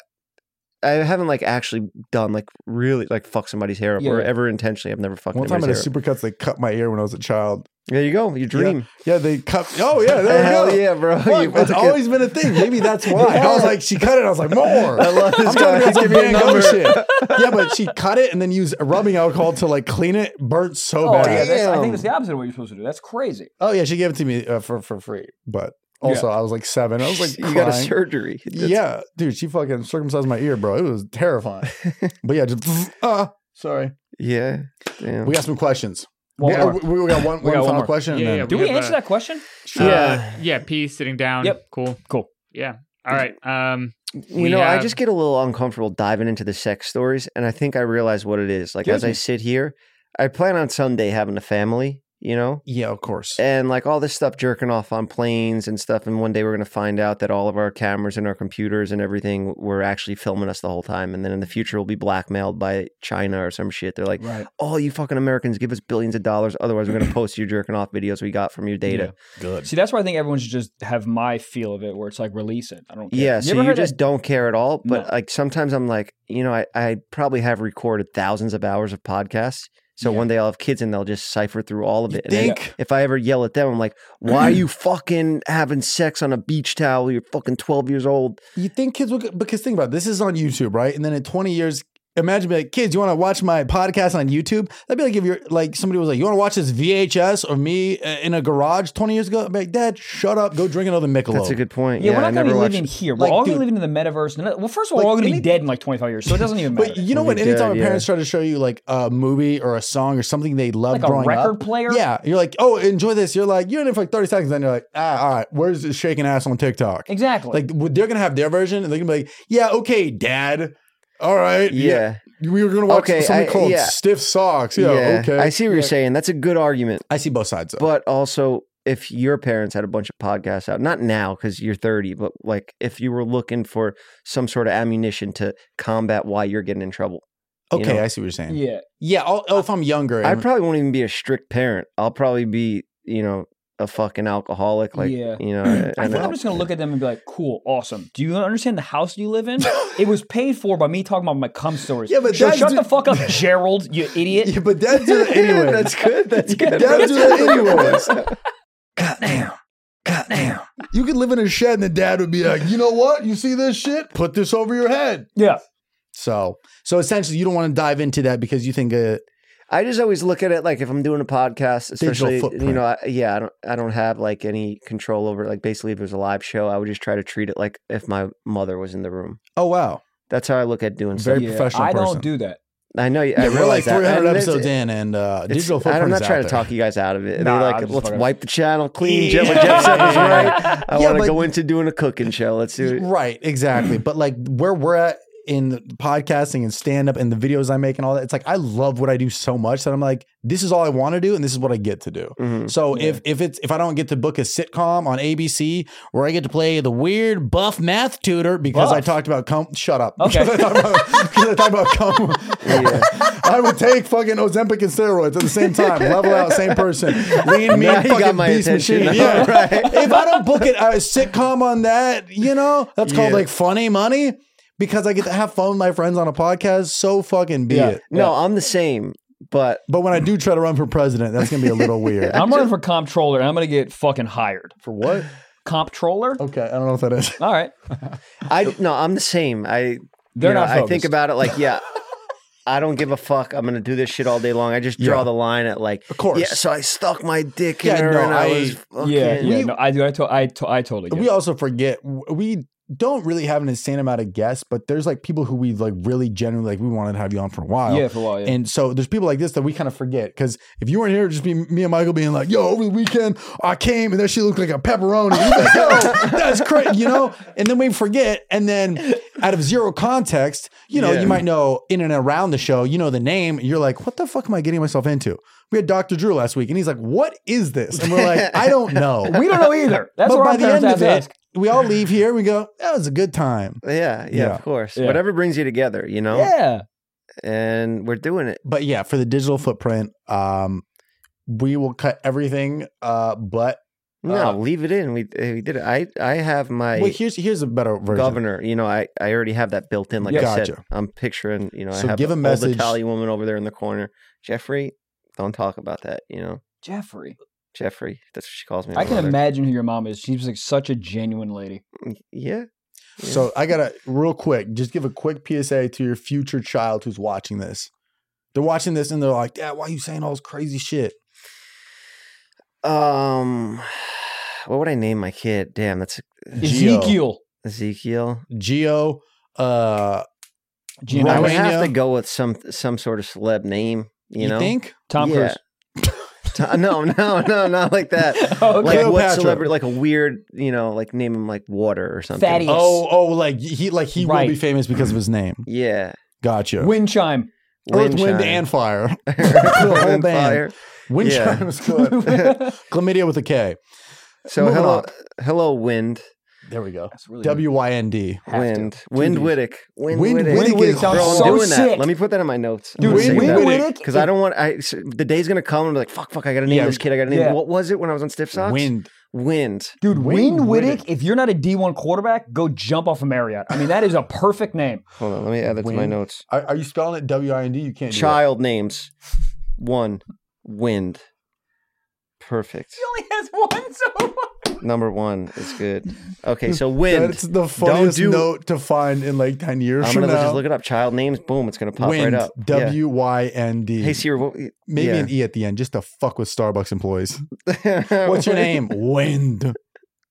S1: I haven't like actually done like really like fuck somebody's hair up or
S3: Yeah.
S1: ever intentionally. I've never fucked
S2: one time at a
S1: anybody's hair. up.
S2: supercuts, they cut my ear when I was a child.
S1: there you go. Your dream.
S2: Yeah, they cut. Oh yeah, [laughs] there
S1: Hell
S2: we go.
S1: yeah, bro.
S2: Fuck,
S1: You
S2: it's
S1: fucking-
S2: always been a thing. Maybe that's why. I was like, she cut it. I was like, more.
S1: [laughs] I love this
S2: I'm
S1: guy.
S2: talking about some
S1: Give me a
S2: Van Gogh
S1: number.
S2: shit. Yeah, but she cut it and then used rubbing alcohol to like clean it. Burnt so
S3: Oh,
S2: bad.
S3: yeah, that's, I think
S1: Damn.
S3: that's the opposite of what you're supposed to do. That's crazy.
S2: Oh yeah, she gave it to me uh, for for free. But also, I was like seven. [laughs] I was like,
S1: you got a
S2: crying.
S1: surgery. That's-
S2: Yeah, dude, she fucking circumcised my ear, bro. It was terrifying. but yeah, just uh, sorry.
S1: yeah. Damn.
S2: We got some questions.
S3: One
S2: we,
S3: more.
S2: we, we got one,
S3: We
S2: one
S3: got one
S2: final
S3: more.
S2: question. and
S4: Yeah,
S2: then-
S4: yeah,
S3: Do we
S4: have
S3: answer
S4: a-
S3: that question?
S4: Yeah. yeah. P sitting down.
S3: Yep.
S4: Cool.
S3: Cool.
S4: Yeah. All right. Um.
S1: You
S4: We
S1: know,
S4: have-
S1: I just get a little uncomfortable diving into the sex stories, and I think I realize what it is. Like
S3: Excuse
S1: as I
S3: me.
S1: sit here, I plan on someday having a family, you know,
S2: Yeah, of course.
S1: and like all this stuff jerking off on planes and stuff. And one day we're gonna find out that all of our cameras and our computers and everything were actually filming us the whole time. And then in the future, we'll be blackmailed by China or some shit. They're like,
S2: Right.
S1: "Oh, you fucking Americans, give us billions of dollars, otherwise we're gonna post your jerking off videos we got from your data."
S2: Good.
S3: See, that's why I think everyone should just have my feel of it, where it's like release it. I don't. Care.
S1: Yeah,
S3: You
S1: so
S3: ever
S1: you
S3: heard
S1: just
S3: that-
S1: don't care at all. But
S3: No.
S1: like sometimes I'm like, you know, I, I probably have recorded thousands of hours of podcasts. So
S3: Yeah.
S1: one day I'll have kids and they'll just cipher through all of
S2: You
S1: it. And then
S2: think?
S1: if I ever yell at them, I'm like, why
S3: [clears throat]
S1: are you fucking having sex on a beach towel? You're fucking 12 years old.
S2: You think kids will? get- Because think about it, this is on YouTube, right? And then in twenty years, imagine be like, kids, you want to watch my podcast on YouTube? That'd be like if you're like somebody was like, you want to watch this VHS of me uh, in a garage twenty years ago? I'd be like, Dad, shut up, go drink another Michelob.
S1: That's a good point.
S3: Yeah,
S1: Yeah,
S3: we're
S1: I
S3: not going to
S1: never
S3: be
S1: watched.
S3: living here. We're
S2: Like,
S3: all going to
S2: dude-
S3: live in the metaverse. and- Well, first of all,
S2: Like,
S3: we're all going to be
S2: any-
S3: dead in like 25 years, so it doesn't even matter.
S2: But you know
S1: We'll
S2: what?
S1: be
S2: Anytime
S1: dead,
S2: our
S1: yeah.
S2: parents try to show you like a movie or a song or something they love
S3: like a
S2: growing
S3: record
S2: up.
S3: player.
S2: Yeah, you're like, oh, enjoy this. You're like, you're in it for like 30 seconds, then you're like, ah, all right, where's this shaking ass on TikTok?
S3: exactly.
S2: Like w- they're gonna have their version, and they're gonna be like, yeah, okay, Dad, all right,
S1: yeah.
S2: we were gonna watch
S1: Okay,
S2: something
S1: I-
S2: called
S1: yeah.
S2: Stiff Socks.
S3: oh,
S2: Yeah, okay.
S1: I see what you're
S2: Yeah.
S1: saying. That's a good argument.
S2: I see both sides. Though.
S1: But also, if your parents had a bunch of podcasts out, not now because you're 30, but like if you were looking for some sort of ammunition to combat why you're getting in trouble. you
S2: okay,
S1: know.
S2: I see what you're saying. Yeah,
S3: yeah.
S2: I'll, oh, if I'm younger,
S1: I
S2: and-
S1: [laughs] probably won't even be a strict parent. I'll probably be, you know, a fucking alcoholic. Like,
S3: Yeah.
S1: you
S2: [clears throat]
S1: know,
S3: I
S1: and
S3: think I'm
S1: I'll-
S3: just gonna look at them and be like, "Cool, awesome. Do you understand the house you
S1: [laughs]
S3: live in? it was paid for by me talking about my cum stories.
S2: Yeah, but
S3: Sure,
S2: that's
S3: shut the
S2: ju-
S3: fuck up, Gerald, you
S1: [laughs]
S3: idiot.
S2: yeah, but [laughs] dads do that anyway.
S1: that's good.
S2: [laughs]
S1: That's
S3: Yeah,
S1: good.
S2: dads
S1: [laughs]
S2: do that anyways.
S3: God damn, God damn.
S2: You could live in a shed and the dad would be like, you know what? You see this shit? Put this over your head.
S3: Yeah,
S2: So, so essentially, you don't want to dive into that because you think uh,
S1: I just always look at it like if I'm doing a podcast, especially you
S2: footprint.
S1: know, I, yeah, I don't, I don't have like any control over. it. Like basically, if it was a live show, I would just try to treat it like if my mother was in the room.
S2: oh wow,
S1: That's how I look at doing stuff.
S2: Very
S3: Yeah,
S2: professional
S3: I don't
S2: person.
S3: do that.
S1: I know. you- I
S2: Yeah, we're
S1: realize
S2: like
S1: that.
S2: 300
S1: And it's-
S2: episodes in, and uh,
S1: it's-
S2: digital footprint.
S1: I'm not
S2: is
S1: trying
S2: out
S1: to
S2: there.
S1: talk you guys out of it.
S3: Nah,
S1: They're
S3: I'm
S1: like,
S3: just
S1: let's
S3: fucking-
S1: wipe the channel
S2: [laughs]
S1: clean. Jeff,
S2: Yeah.
S1: Jeff
S3: [laughs]
S1: said was right. I
S2: Yeah,
S1: want
S2: but-
S1: to go into doing a cooking show. Let's do it.
S2: Right, exactly. but like where we're at in the podcasting and stand up and the videos I make and all that, it's like I love what I do so much that I'm like, this is all I want to do and this is what I get to do.
S1: Mhm.
S2: So
S3: Mm-hmm. Yeah.
S2: if if it's if I don't get to book a sitcom on ABC where I get to play the weird buff math tutor because I
S3: Buff?
S2: talked about cum, shut up.
S3: Okay.
S2: Because I talked about, because I talked about cum. [laughs] I would take fucking Ozempic and steroids at the same time. Level out, same person. Lean, mean,
S1: Now you got
S2: fucking
S1: my
S2: beast
S1: attention.
S2: machine. Yeah,
S1: Right.
S2: if I don't book it, a sitcom on that, you know, that's called
S1: Yeah.
S2: like funny money because I get to have fun with my friends on a podcast. So fucking be
S3: Yeah.
S2: it.
S1: No, I'm the same, but
S2: But when I do try to run for president, that's gonna be a little
S1: [laughs]
S2: weird.
S3: I'm running for comptroller and I'm going to get fucking hired.
S2: for what?
S3: Comptroller?
S2: Okay, I don't know if that
S1: Oh.
S2: is.
S3: All right.
S1: I no, I'm the same. I
S3: They're
S1: you know,
S3: not
S1: I think
S3: focused.
S1: about it like, yeah, I don't give a fuck. I'm gonna do this shit all day long. I just draw
S2: Yeah.
S1: the line at like,
S2: Of course.
S1: yeah. So I stuck my dick
S2: Yeah,
S1: in her,
S2: no,
S1: and I,
S2: I-
S1: was fucking.
S3: Yeah, yeah.
S2: We-
S3: no, I do. I, to- I, to- I totally get
S2: We
S3: it.
S2: also forget w- we don't really have an insane amount of guests, but there's like people who we like really genuinely like we wanted to have you on for a while.
S3: Yeah, for a while. Yeah.
S2: And so there's people like this that we kind of forget because if you weren't here, it'd just be me and Michael being like, "Yo, over the weekend I came and that shit looked like a pepperoni." He's like,
S3: [laughs]
S2: "Yo, that's crazy," you know. And then we forget, and then out of zero context, you know,
S1: Yeah.
S2: you might know in and around the show, you know the name. and You're like, "What the fuck am I getting myself into?" We had Dr. Drew last week, and he's like, "What is this?" And we're like,
S3: [laughs]
S2: "I don't know."
S3: we don't
S1: [laughs]
S3: know either. That's
S2: but
S3: what
S2: by
S3: I'm
S2: the end
S3: trying
S2: of
S3: to
S2: it,
S3: ask.
S2: we all leave here. and We go, "That was a good time."
S1: Yeah, yeah,
S2: Yeah.
S1: of course.
S3: Yeah.
S1: Whatever brings you together, you know.
S3: Yeah.
S1: And we're doing it.
S2: but yeah, for the digital footprint, um, we will cut everything. Uh, but
S1: No,
S2: Uh,
S1: leave it in. We eh, we did it. I I have my
S2: wait, here's here's a better version.
S1: governor. You know, I I already have that built in. Like
S2: Yeah.
S1: I said,
S2: Gotcha.
S1: I'm picturing. You know,
S2: So
S1: I have
S2: give a
S1: the old
S2: message-
S1: Italian woman over there in the corner. Jeffrey, don't talk about that. You know,
S3: Jeffrey.
S1: Jeffrey. That's what she calls me.
S3: I
S1: my
S3: can
S1: mother.
S3: imagine who your mom is. She's like such a genuine lady.
S1: Yeah.
S2: So I gotta real quick, just give a quick PSA to your future child who's watching this. They're watching this and they're like, "Dad, why are you saying all this crazy shit?"
S1: Um, what would I name my kid? Damn, that's
S2: Geo.
S3: Ezekiel.
S1: Ezekiel.
S2: Geo, uh,
S3: Gino.
S1: I would
S2: Romania.
S1: have to go with some some sort of celeb name. You,
S2: you,
S1: know,
S2: think?
S3: Tom
S1: Yeah.
S3: Cruise.
S1: [laughs] T- no, no, no, not like that.
S2: [laughs]
S3: okay.
S1: Like what
S2: Cleopatra.
S1: celebrity? Like a weird, you know, like name him like water or something.
S3: Thaddeus.
S2: Oh, oh, like he, like he
S3: Right.
S2: will be famous because of his name.
S1: Yeah,
S2: Gotcha.
S3: Wind chime.
S2: Earth, wind,
S1: Windchime.
S2: and fire. [laughs]
S1: Earth,
S2: whole
S1: Wind,
S2: band.
S1: Fire.
S2: Wind
S1: Yeah.
S2: chime
S3: [laughs]
S2: is good.
S3: That's
S2: Chlamydia with a K.
S1: So
S2: Moving
S1: hello,
S2: on.
S1: hello, wind,
S2: There we go.
S3: really
S2: W Y N D.
S3: Have to.
S1: wind, wind,
S2: Two
S1: Wittick, wind,
S2: Wind
S1: Wittick.
S2: Wittick
S3: is
S1: Bro, I'm
S3: so
S1: doing
S3: sick.
S1: that. Let me put that in my notes. I'm
S3: Dude,
S1: gonna save
S3: Wind
S1: that.
S3: Wittick.
S1: because I don't want I s- the day's gonna come and be like fuck fuck I gotta name
S2: Yeah.
S1: this kid I gotta name
S3: Yeah.
S1: what was it when I was on Stiff Socks
S2: Wind.
S1: Wind
S3: Dude, Wayne
S2: Wayne
S3: Wittick,
S2: Wittick.
S3: if you're not a D1 quarterback, go jump off a Marriott. I mean, that is a perfect [laughs] name.
S1: hold on let me add that to my
S2: Wind.
S1: notes
S2: Are, are you spelling it W I N D? You can't.
S1: child names one Wind perfect
S3: only has one so
S1: number one is good okay so
S2: Do that.
S1: Wind
S2: [laughs] That's the funniest
S1: do-
S2: note to find in like ten years
S1: I'm
S2: from
S1: gonna
S2: now.
S1: just look it up child names boom it's gonna pop
S2: Wind.
S1: right up Yeah.
S2: W Y N D.
S1: hey Siri what,
S2: Maybe
S1: yeah.
S2: an E at the end, just to fuck with Starbucks employees.
S1: [laughs]
S2: What's your name? Wind.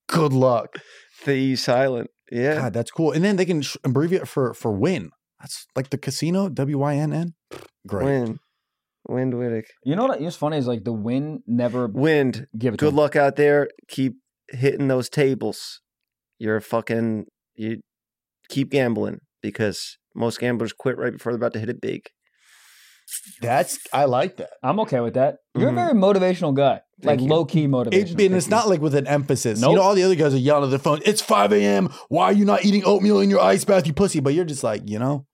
S2: Good luck.
S1: the E silent yeah
S2: God, that's cool. And then they can sh- abbreviate for for win. That's like the casino. W Y N N. Great.
S1: Wind Wind Wittick
S3: You know what? What's funny is like the win never
S1: Wind
S3: give it to
S1: good
S3: him.
S1: luck out there. Keep hitting those tables. You're a fucking you keep gambling because most gamblers quit right before they're about to hit it big.
S2: That's I like that.
S3: I'm okay with that. You're
S1: Mhm.
S3: a very motivational guy,
S1: Thank
S3: like
S1: you.
S3: low key motivational.
S2: It, and it's not like with an emphasis. You
S3: Nope.
S2: know, all the other guys are yelling at their phone. It's 5 a.m. Why are you not eating oatmeal in your ice bath, you pussy? But you're just like, you know,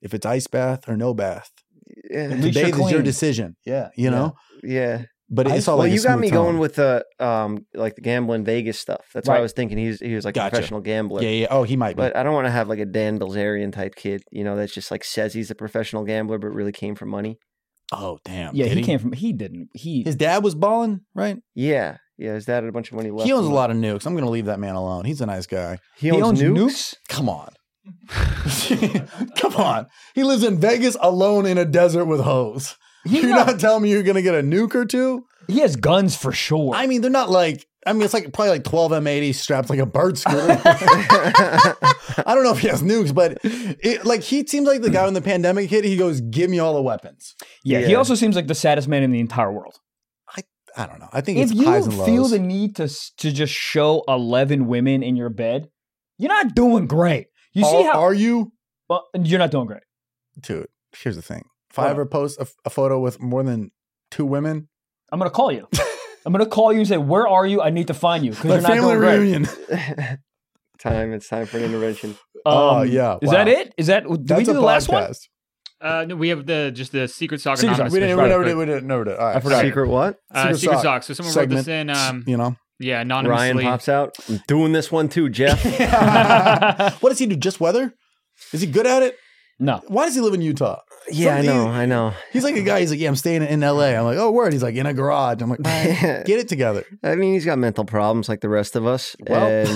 S2: if it's ice bath or no bath,
S1: Yeah.
S3: At least
S2: today
S3: you're
S2: is your
S3: clean.
S2: decision. Yeah. You know?
S1: Yeah.
S2: But
S3: I-
S2: it's all
S1: well,
S2: like a
S1: you got
S2: smooth
S1: me
S2: tone.
S1: going with the um like the gambling Vegas stuff. That's what
S3: Right.
S1: I was thinking. He's he was like
S2: Gotcha.
S1: a professional gambler.
S2: Yeah, yeah. Oh, he might be.
S1: But I don't want to have like a Dan Bilzerian type kid, you know, that's just like says he's a professional gambler but really came for money.
S2: oh, damn.
S3: yeah,
S2: did
S3: he came from. He didn't. He
S2: His dad was balling, right?
S1: Yeah. Yeah. Is that a bunch of money left?
S2: He owns a
S1: and-
S2: lot of nukes. I'm going to leave that man alone. He's a nice guy.
S1: He owns, nukes?
S2: Come on. [laughs] Come on. He lives in Vegas alone in a desert with hoes.
S3: He's
S2: You're
S3: not-
S2: not telling me you're going to get a nuke or two?
S3: He has guns for sure.
S2: I
S3: [laughs]
S2: mean, they're not like. I mean, it's like probably like twelve M80 strapped like a bird scooter. I don't know if he has nukes, but it, like he seems like the guy when the pandemic hit, he goes, "Give me all the weapons."
S3: Yeah, he
S1: Yeah.
S3: also seems like the saddest man in the entire world.
S2: I don't know. I think
S3: If
S2: it's
S3: you
S2: highs and
S3: feel
S2: lows.
S3: the need to s- to just show eleven women in your bed, you're not doing great. You see
S2: are,
S3: how
S2: are you,
S3: well, you're not doing great.
S2: dude? Here's the thing: if
S3: What?
S2: I ever post a, a photo with more than two women,
S3: I'm gonna call you.
S2: [laughs]
S3: I'm gonna call you and say, "Where are you? I need to find you because
S2: my
S3: you're not
S2: family
S3: doing great."
S2: reunion.
S1: [laughs]
S2: [laughs]
S1: time. It's time for an intervention.
S2: Oh, yeah,
S3: Um, Is
S2: wow.
S3: that it? Is that did
S2: That's
S3: we do
S2: a
S3: the last one?
S2: podcast.
S4: Uh, no, we have the just the secret sock.
S3: Secret
S4: anonymous
S3: Sock.
S2: We didn't.
S4: is
S2: We
S4: rather
S2: never did.
S4: quick.
S2: We didn't. Never did. All [laughs] right.
S4: I forgot.
S1: Secret what?
S4: Uh, secret,
S2: Secret
S4: sock.
S2: Sock
S4: So someone wrote this in. Um,
S3: [laughs]
S2: you know.
S4: yeah,
S1: Ryan
S4: anonymously.
S1: pops out. I'm doing this one too,
S2: [laughs]
S1: Jeff.
S2: What does he do? Just weather? Is he good at it?
S3: [laughs] no.
S2: Why does he live in Utah?
S1: yeah, I
S2: Something-
S1: know. I know.
S2: He's like a guy. He's like, yeah, I'm staying in LA. I'm like, oh, word. He's like in a garage. I'm like, man, [laughs] get it together.
S1: [laughs] I mean, he's got mental problems like the rest of us.
S2: Well,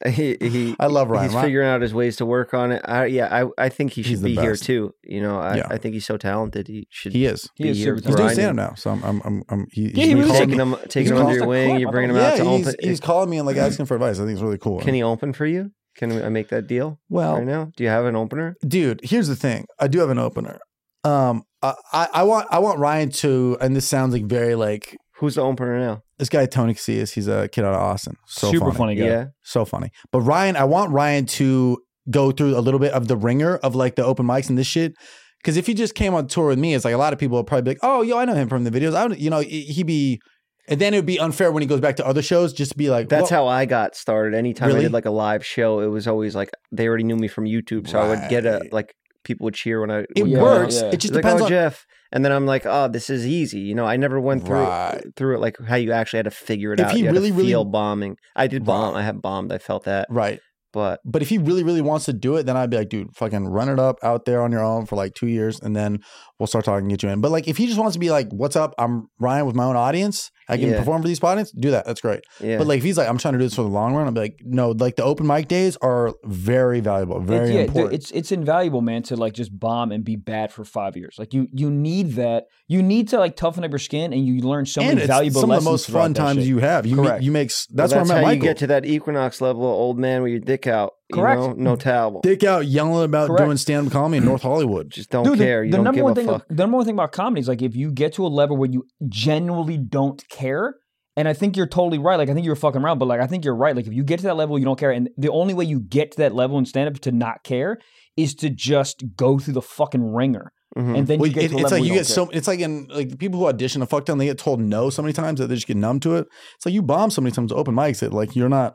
S1: and [laughs] he,
S2: [laughs]
S1: he
S2: I love Ryan.
S1: he's
S2: Ryan-
S1: figuring out his ways to work on it. I, yeah, I, I think he
S2: He's
S1: should
S2: the
S1: be here
S2: best.
S1: too. You know, I,
S2: Yeah.
S1: I think he's so talented. He should
S2: he is.
S3: He
S1: be
S3: is
S1: here
S3: super
S2: He's
S3: talented.
S2: doing
S1: grinding.
S2: stand up now. So I'm. I'm. I'm. I'm he,
S3: Yeah, he
S2: he's
S1: You're
S3: was
S2: calling
S1: taking
S2: me-
S1: him, taking him
S2: calling
S1: under
S2: us
S1: your
S3: a
S1: wing.
S3: club.
S1: You're bringing him out
S2: Yeah,
S1: to
S2: he's,
S1: open.
S2: he's calling me and like asking for advice. I think it's really cool.
S1: Can he open for you? Can I make that deal
S2: well,
S1: right now? Do you have an opener?
S2: dude here's the thing i do have an opener um I, I i want i want ryan to and this sounds like very like
S1: Who's the opener now?
S2: this guy tony casillas he's a kid out of austin so
S3: Super
S2: funny.
S3: funny guy.
S1: Yeah.
S2: so funny but ryan i want ryan to go through a little bit of the ringer of like the open mics and this shit because if he just came on tour with me it's like a lot of people would probably be like oh yo i know him from the videos i don't you know he- he'd be and then it would be unfair when he goes back to other shows just to be like
S1: That's
S2: well,
S1: how I got started. Anytime I
S2: Really?
S1: did like a live show, it was always like they already knew me from YouTube, so I would get a
S2: Right.
S1: like people would cheer when I
S2: it
S1: would
S3: Yeah,
S1: go out.
S2: works
S3: yeah.
S2: it just
S1: like,
S2: depends
S1: oh,
S2: on
S1: Jeff, and then I'm like, oh, this is easy. You know, I never went through
S2: Right.
S1: through it like how you actually had to figure it
S2: If
S1: out.
S2: he
S1: you had
S2: really,
S1: to
S2: really-
S1: feel bombing. I did
S2: Right.
S1: bomb. I have bombed. I felt that,
S2: right
S1: but
S2: But if he really, really wants to do it, then I'd be like, dude, fucking run it up out there on your own for like two years and then we'll start talking, get you in. But like, if he just wants to be like, what's up? I'm Ryan with my own audience. I can
S1: Yeah.
S2: perform for these audience. Do that. That's great.
S1: yeah,
S2: But like, if he's like, I'm trying to do this for the long run, I'd be like, no, like the open mic days are very valuable, very
S3: It's, yeah, dude,
S2: important.
S3: it's it's invaluable, man, to like just bomb and be bad for five years. Like you you need that. You need to like toughen up your skin, and you learn so
S2: and
S3: many
S2: it's
S3: valuable
S2: some of
S3: lessons.
S2: the most
S3: throughout
S2: fun
S3: that
S2: times
S3: shit.
S2: you have. You make,
S3: Correct.
S2: you make, s-
S1: Well,
S2: that's, where I
S1: how
S2: met
S1: you
S2: Michael.
S1: get to that equinox level, old man, with your dick out. You
S3: Correct.
S1: know, no towel.
S2: Dick out yelling about
S3: Correct.
S2: doing stand up comedy in North Hollywood.
S1: Just don't
S3: Dude, the-
S1: care.
S3: The,
S1: You don't
S3: number
S1: give
S3: one
S1: a
S3: thing,
S1: fuck.
S3: the number one thing about comedy is like if you get to a level where you genuinely don't care, and I think you're totally right. Like I think you're fucking around, but like I think you're right. Like if you get to that level, you don't care, and the only way you get to that level in stand up to not care is to just go through the fucking ringer,
S1: Mhm.
S3: and then
S2: Hmm. Well,
S3: you get
S2: it-
S3: to a level
S2: it's like
S3: where
S2: you
S3: you
S2: get so it's like in like the people who audition a fuck ton they get told no so many times that they just get numb to it. It's like you bomb so many times at open mics that like you're not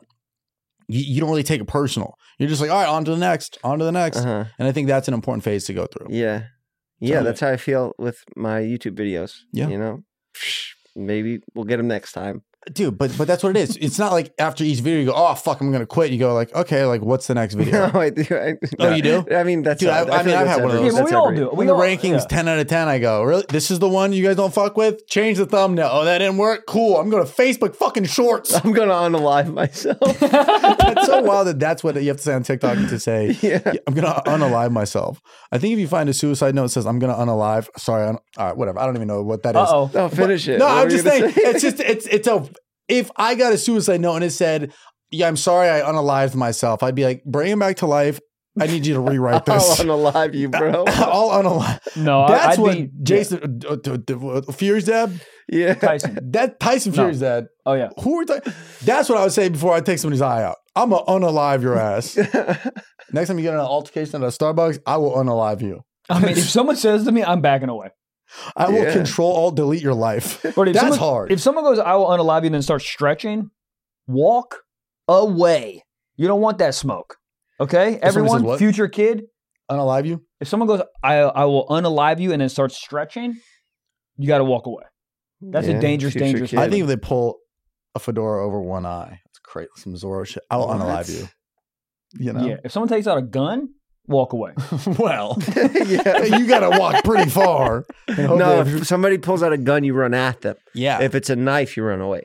S2: you, you don't really take it personal. You're just like all right, on to the next, on to the next,
S1: Uh-huh.
S2: and I think that's an important phase to go through.
S1: Yeah. Yeah,
S2: So-
S1: that's how I feel with my YouTube videos.
S2: Yeah.
S1: You know? Maybe we'll get them next time. [laughs]
S2: Dude, but but that's what it is. It's not like after each video you go oh fuck I'm gonna quit. You go like okay like what's the next video?
S1: [laughs] No, I do. I,
S2: Oh,
S1: no.
S2: you do?
S1: I mean, that's.
S2: Dude, I- I
S1: feel
S2: mean,
S1: like
S2: I've
S1: that's
S2: had one of
S1: every-
S2: those.
S3: yeah, but we
S1: that's
S3: all
S1: every-
S3: do. it. We
S2: when the
S3: all-
S2: rankings
S3: yeah.
S2: ten out of ten, I go really this is the one you guys don't fuck with. Change the thumbnail. Oh that didn't work. Cool. I'm going to Facebook fucking Shorts.
S1: [laughs] [laughs] I'm gonna unalive myself.
S2: that's so wild that that's what you have to say on TikTok to say.
S1: [laughs] yeah.
S2: [laughs] Yeah, I'm gonna unalive myself. I think if you find a suicide note that says I'm gonna unalive, sorry, I'm, all right, whatever. I don't even know what that is.
S3: Uh oh.
S1: No, finish it.
S2: No,
S1: What
S2: I'm
S1: were you
S2: just
S1: gonna
S2: saying
S1: say?
S2: it's just it's it's a. If I got a suicide note and it said, "Yeah, I'm sorry, I unalived myself," I'd be like, "Bring him back to life. I need you to
S1: [laughs] [laughs]
S2: rewrite
S1: I'll
S2: this."
S1: unalive you,
S2: [laughs]
S1: bro.
S2: I'll unalive.
S3: No, I- I'd
S2: That's what
S3: be-
S2: Jason uh, uh, uh, uh, Fury's dad.
S1: yeah. [laughs]
S2: [laughs]
S3: yeah, Tyson.
S2: That Tyson
S3: No.
S2: Fury's dad.
S3: Oh yeah.
S2: Who are they? That's what I would say before I take somebody's eye out. I'm gonna unalive
S1: [laughs]
S2: your ass. Next time you get in an altercation at a Starbucks, I will unalive you.
S3: I mean, if someone says to me, I'm backing away.
S2: I will
S1: Yeah.
S2: control alt delete your life.
S3: But if
S2: That's
S3: someone,
S2: hard.
S3: If someone goes, I will unalive you, and then starts stretching, walk away. You don't want that smoke. Okay?
S2: If someone says
S3: Everyone,
S2: what?
S3: future kid,
S2: unalive you?
S3: if someone goes, I, I will unalive you, and then starts stretching, you got to walk away. That's a dangerous,
S1: future
S3: dangerous-
S1: kid.
S2: I think if they pull a fedora over one eye, it's great. Some Zorro shit. I'll
S1: What?
S2: unalive you. You know?
S3: Yeah. If someone takes out a gun, walk away.
S2: [laughs] well,
S1: yeah.
S2: you got to walk
S3: [laughs]
S2: pretty far. and hope
S1: No,
S2: they-
S1: if somebody pulls out a gun, you run at them.
S2: Oh, yeah.
S1: If it's a knife, you run away.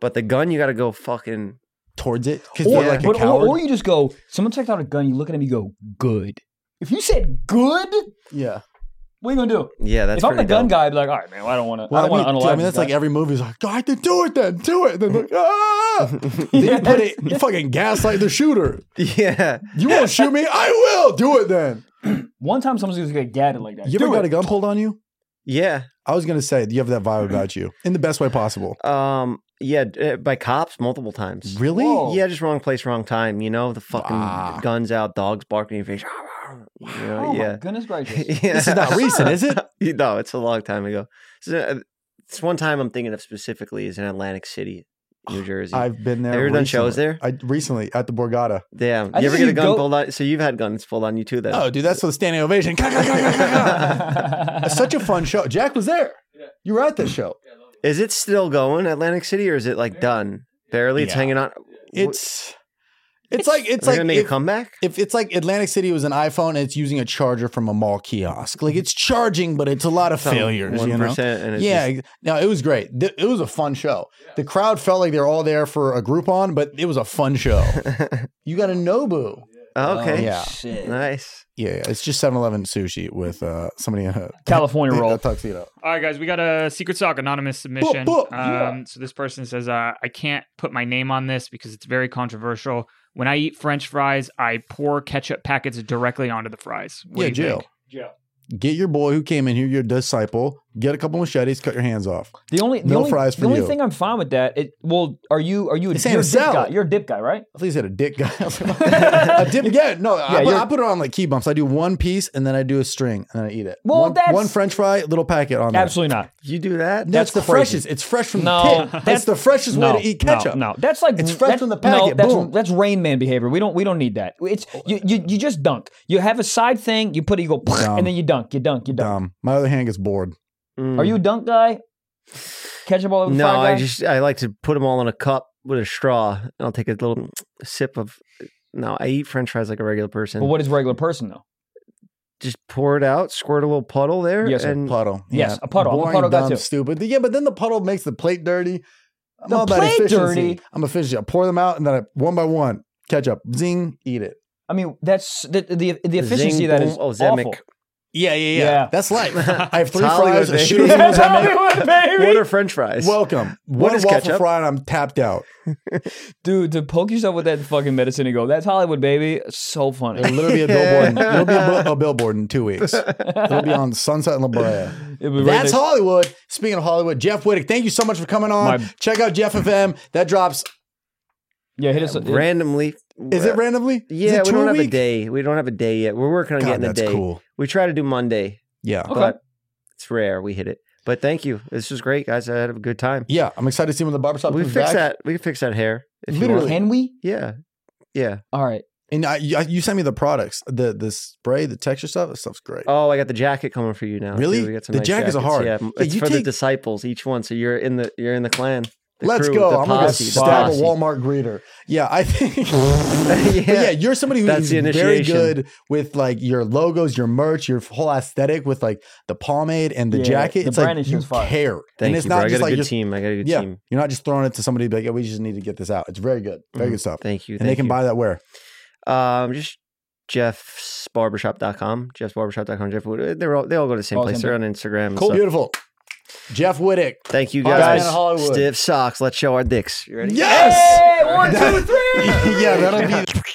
S1: But the gun, you got to go fucking.
S2: towards it. Because
S3: Or,
S2: they're like a
S3: but- or-
S2: coward.
S3: or you just go, someone takes out a gun, you look at him, you go, good. If you said good,
S2: yeah.
S3: What are you gonna do?
S1: Yeah, that's
S3: if I'm the
S1: pretty
S3: gun
S1: dope.
S3: guy, I'd be like, all right, man, I don't want to. I
S2: Well, I,
S3: don't want to
S2: mean,
S3: unalive.
S2: I mean,
S3: this
S2: that's
S3: guy.
S2: like every movie's like, "Oh, I have to do it then, do it.
S3: [laughs]
S2: Then like, ah! then you put it, you fucking gaslight the shooter.
S1: [laughs] Yeah.
S2: You won't shoot me. I will do it then.
S3: one time someone's gonna get gadded like that.
S2: You
S3: Do
S2: ever got
S3: it.
S2: a gun pulled on you?
S1: Yeah.
S2: I was gonna say you have that vibe about you in the best way possible.
S1: Um. Yeah. d- uh, By cops multiple times.
S2: Really?
S3: Whoa.
S1: Yeah. Just wrong place, wrong time. You know the fucking
S2: Wow.
S1: guns out, dogs barking in your face. [laughs] You know,
S3: Oh my
S1: yeah.
S3: goodness
S2: [laughs]
S3: gracious! [laughs]
S1: yeah. [laughs]
S2: This is not recent, is it?
S1: no, it's a long time ago. So, uh, it's one time I'm thinking of specifically is in Atlantic City, New Jersey.
S2: Oh, I've been there.
S1: Have you ever done shows
S2: recently.
S1: there?
S2: I recently at the Borgata.
S1: Damn.
S3: I
S1: you ever get a
S3: think you
S1: gun
S3: go-
S1: pulled on? So you've had guns pulled on you too, then?
S2: Oh, dude, that's for the standing ovation. [laughs] That's such a fun show. Jack was there. You were at this show.
S1: Is it still going, Atlantic City, or is it like done? Barely, it's
S2: Yeah.
S1: hanging on.
S2: It's it's like it's
S1: It's like
S2: like
S1: gonna make
S2: if,
S1: a comeback.
S2: if it's like Atlantic City was an iPhone and it's using a charger from a mall kiosk. Like it's charging, but it's a lot of failures.
S1: One
S2: you know?
S1: percent, and it's
S2: yeah,
S1: just-
S2: ex- no, it was great. Th- It was a fun show. The crowd felt like they're all there for a Groupon, but it was a fun
S1: [laughs]
S2: show. you got a Nobu.
S1: oh, okay.
S2: Oh, yeah. Uh,
S3: Shit.
S1: Nice.
S2: Yeah, it's just 7-Eleven sushi with uh, somebody in a,
S3: California
S2: a
S3: roll.
S2: tuxedo.
S4: All right, guys, we got a Secret Sock anonymous submission.
S2: Boop, boop,
S4: um, So this person says, uh, I can't put my name on this because it's very controversial. When I eat French fries, I pour ketchup packets directly onto the fries. What
S2: yeah,
S4: do you
S2: Jill.
S4: think?
S2: Get your boy who came in here, your disciple. Get a couple machetes, cut your hands off.
S3: The only the
S2: No
S3: only,
S2: fries for
S3: the only
S2: you.
S3: thing I'm fine with that. It well, are you are you a,
S2: It's Sam
S3: you're a dip
S2: Salad.
S3: guy? You're a dip guy, right?
S2: At least had a dick guy. [laughs] a
S3: [laughs]
S2: dip, yeah, no,
S3: Yeah,
S2: I, put,
S3: you're-
S2: I put it on like key bumps. I do one piece and then I do a string and then I eat it.
S3: Well,
S2: one,
S3: that's-
S2: one French fry, little packet on there.
S3: Absolutely not.
S1: You do that?
S2: That's, the
S3: That's crazy.
S2: freshest. It's fresh from
S3: No, [laughs]
S2: the pit.
S3: that's-
S2: That's the freshest
S3: no,
S2: way to eat
S3: no,
S2: ketchup.
S3: No, that's like
S2: It's fresh
S3: that-
S2: from the
S3: No,
S2: packet,
S3: that's
S2: boom.
S3: that's Rain Man behavior. We don't we don't need that. It's you, you you just dunk. You have a side thing. You put it. You go
S2: Dumb.
S3: and then you dunk. You dunk. You dunk.
S2: Dumb. Um, My other hand gets bored.
S1: Mm.
S3: Are you a dunk guy? Ketchup all over the
S1: No,
S3: fry guy?
S1: I just I like to put them all in a cup with a straw, and I'll take a little sip of. No, I eat French fries like a regular person.
S3: But what is regular person though?
S1: Just pour it out, squirt a little puddle there,
S3: Yes, sir.
S1: and
S2: Puddle.
S3: Yes, a puddle. I'm a
S2: Boring,
S3: puddle guy
S2: dumb,
S3: too.
S2: stupid. Yeah, but then the puddle makes the plate dirty. I'm
S3: The
S2: all about
S3: plate
S2: efficiency.
S3: dirty?
S2: I'm efficient. I pour them out and then I one by one ketchup, zing, eat it.
S3: I mean, that's the the, the efficiency
S1: Zing,
S3: that
S1: boom.
S3: is
S1: Oh, Zemeck.
S3: [laughs] awful.
S2: Yeah, yeah,
S3: Yeah.
S2: That's [laughs] life. I have three
S1: It's Hollywood,
S2: fries, a
S1: baby.
S2: shooting
S1: Yeah,
S2: was I make.
S3: Hollywood, baby.
S1: what are French
S2: [laughs]
S1: fries?
S2: Welcome.
S1: What
S2: One
S1: is
S2: waffle
S1: ketchup?
S2: fry and I'm tapped out.
S3: Dude, to poke yourself with that fucking medicine and go, that's Hollywood, baby. So funny.
S2: [laughs] It'll literally be a billboard. in- It'll be a, bu- a billboard in two weeks. It'll be on Sunset and La Brea.
S3: It was right next-
S2: That's Hollywood. Speaking of Hollywood, Jeff Whittick, thank you so much for coming on.
S3: My-
S2: Check out Jeff FM. That drops.
S3: Yeah, hit us.
S1: Randomly,
S2: Is it randomly? Is
S1: Yeah,
S2: it
S1: we
S2: two
S1: don't have a
S2: week?
S1: day. We don't have a day yet. We're working on
S2: God,
S1: getting a
S2: that's
S1: day.
S2: cool.
S1: We try to do Monday,
S2: Yeah.
S3: Okay.
S1: but it's rare we hit it. But thank you. This was great, guys. I had a good time.
S2: Yeah. I'm excited to see when the barbershop
S1: we
S2: comes
S1: fix
S2: back.
S1: that. We can fix that hair. If you want.
S2: Literally.
S3: Can we?
S1: Yeah. Yeah.
S3: All right.
S2: And I, you, I- you sent me the products, the the spray, the texture stuff. That stuff's great.
S1: Oh, I got the jacket coming for you now.
S2: Really?
S1: too. We got some
S2: The
S1: nice
S2: jackets are hard.
S1: Yeah,
S2: Yeah,
S1: it's
S2: you
S1: for the
S2: take-
S1: disciples, each one. So you're in the you're in the clan. The
S2: Let's
S1: crew,
S2: go.
S1: The
S2: I'm going to
S1: posse, the
S2: stab a
S1: posse.
S2: Walmart greeter. Yeah,
S1: [laughs]
S2: I think. But
S1: yeah.
S2: yeah, you're somebody
S1: That's
S2: who's
S1: the
S2: very
S1: initiation.
S2: good with like your logos, your merch, your whole aesthetic with like the pomade and the
S3: Yeah,
S2: jacket.
S3: the
S2: it's like
S3: branding
S2: you
S3: is fire.
S2: care.
S1: Thank
S2: and it's
S1: you,
S2: not
S1: bro. I got
S2: just
S1: a
S2: like
S1: good
S2: you're,
S1: team. I got a good
S2: yeah,
S1: team.
S2: you're not just throwing it to somebody like, yeah, we just need to get this out. It's very good. Very good stuff.
S1: Mm. Thank you.
S2: and they
S1: thank
S2: can
S1: you.
S2: buy that where?
S1: Um, just jeffsbarbershop.com, jeffsbarbershop.com, Jeff Wood. They're all, they all go to the same
S3: All
S1: place.
S3: same
S1: They're on Instagram. and
S2: Cool.
S1: stuff.
S2: Beautiful. Jeff Whittick.
S1: Thank you
S2: All right,
S1: guys.
S2: man, Hollywood.
S1: Stiff socks. Let's show our dicks. You ready?
S2: Yes.
S3: [laughs] Hey, one, two, three.
S2: [laughs] yeah, that'll be.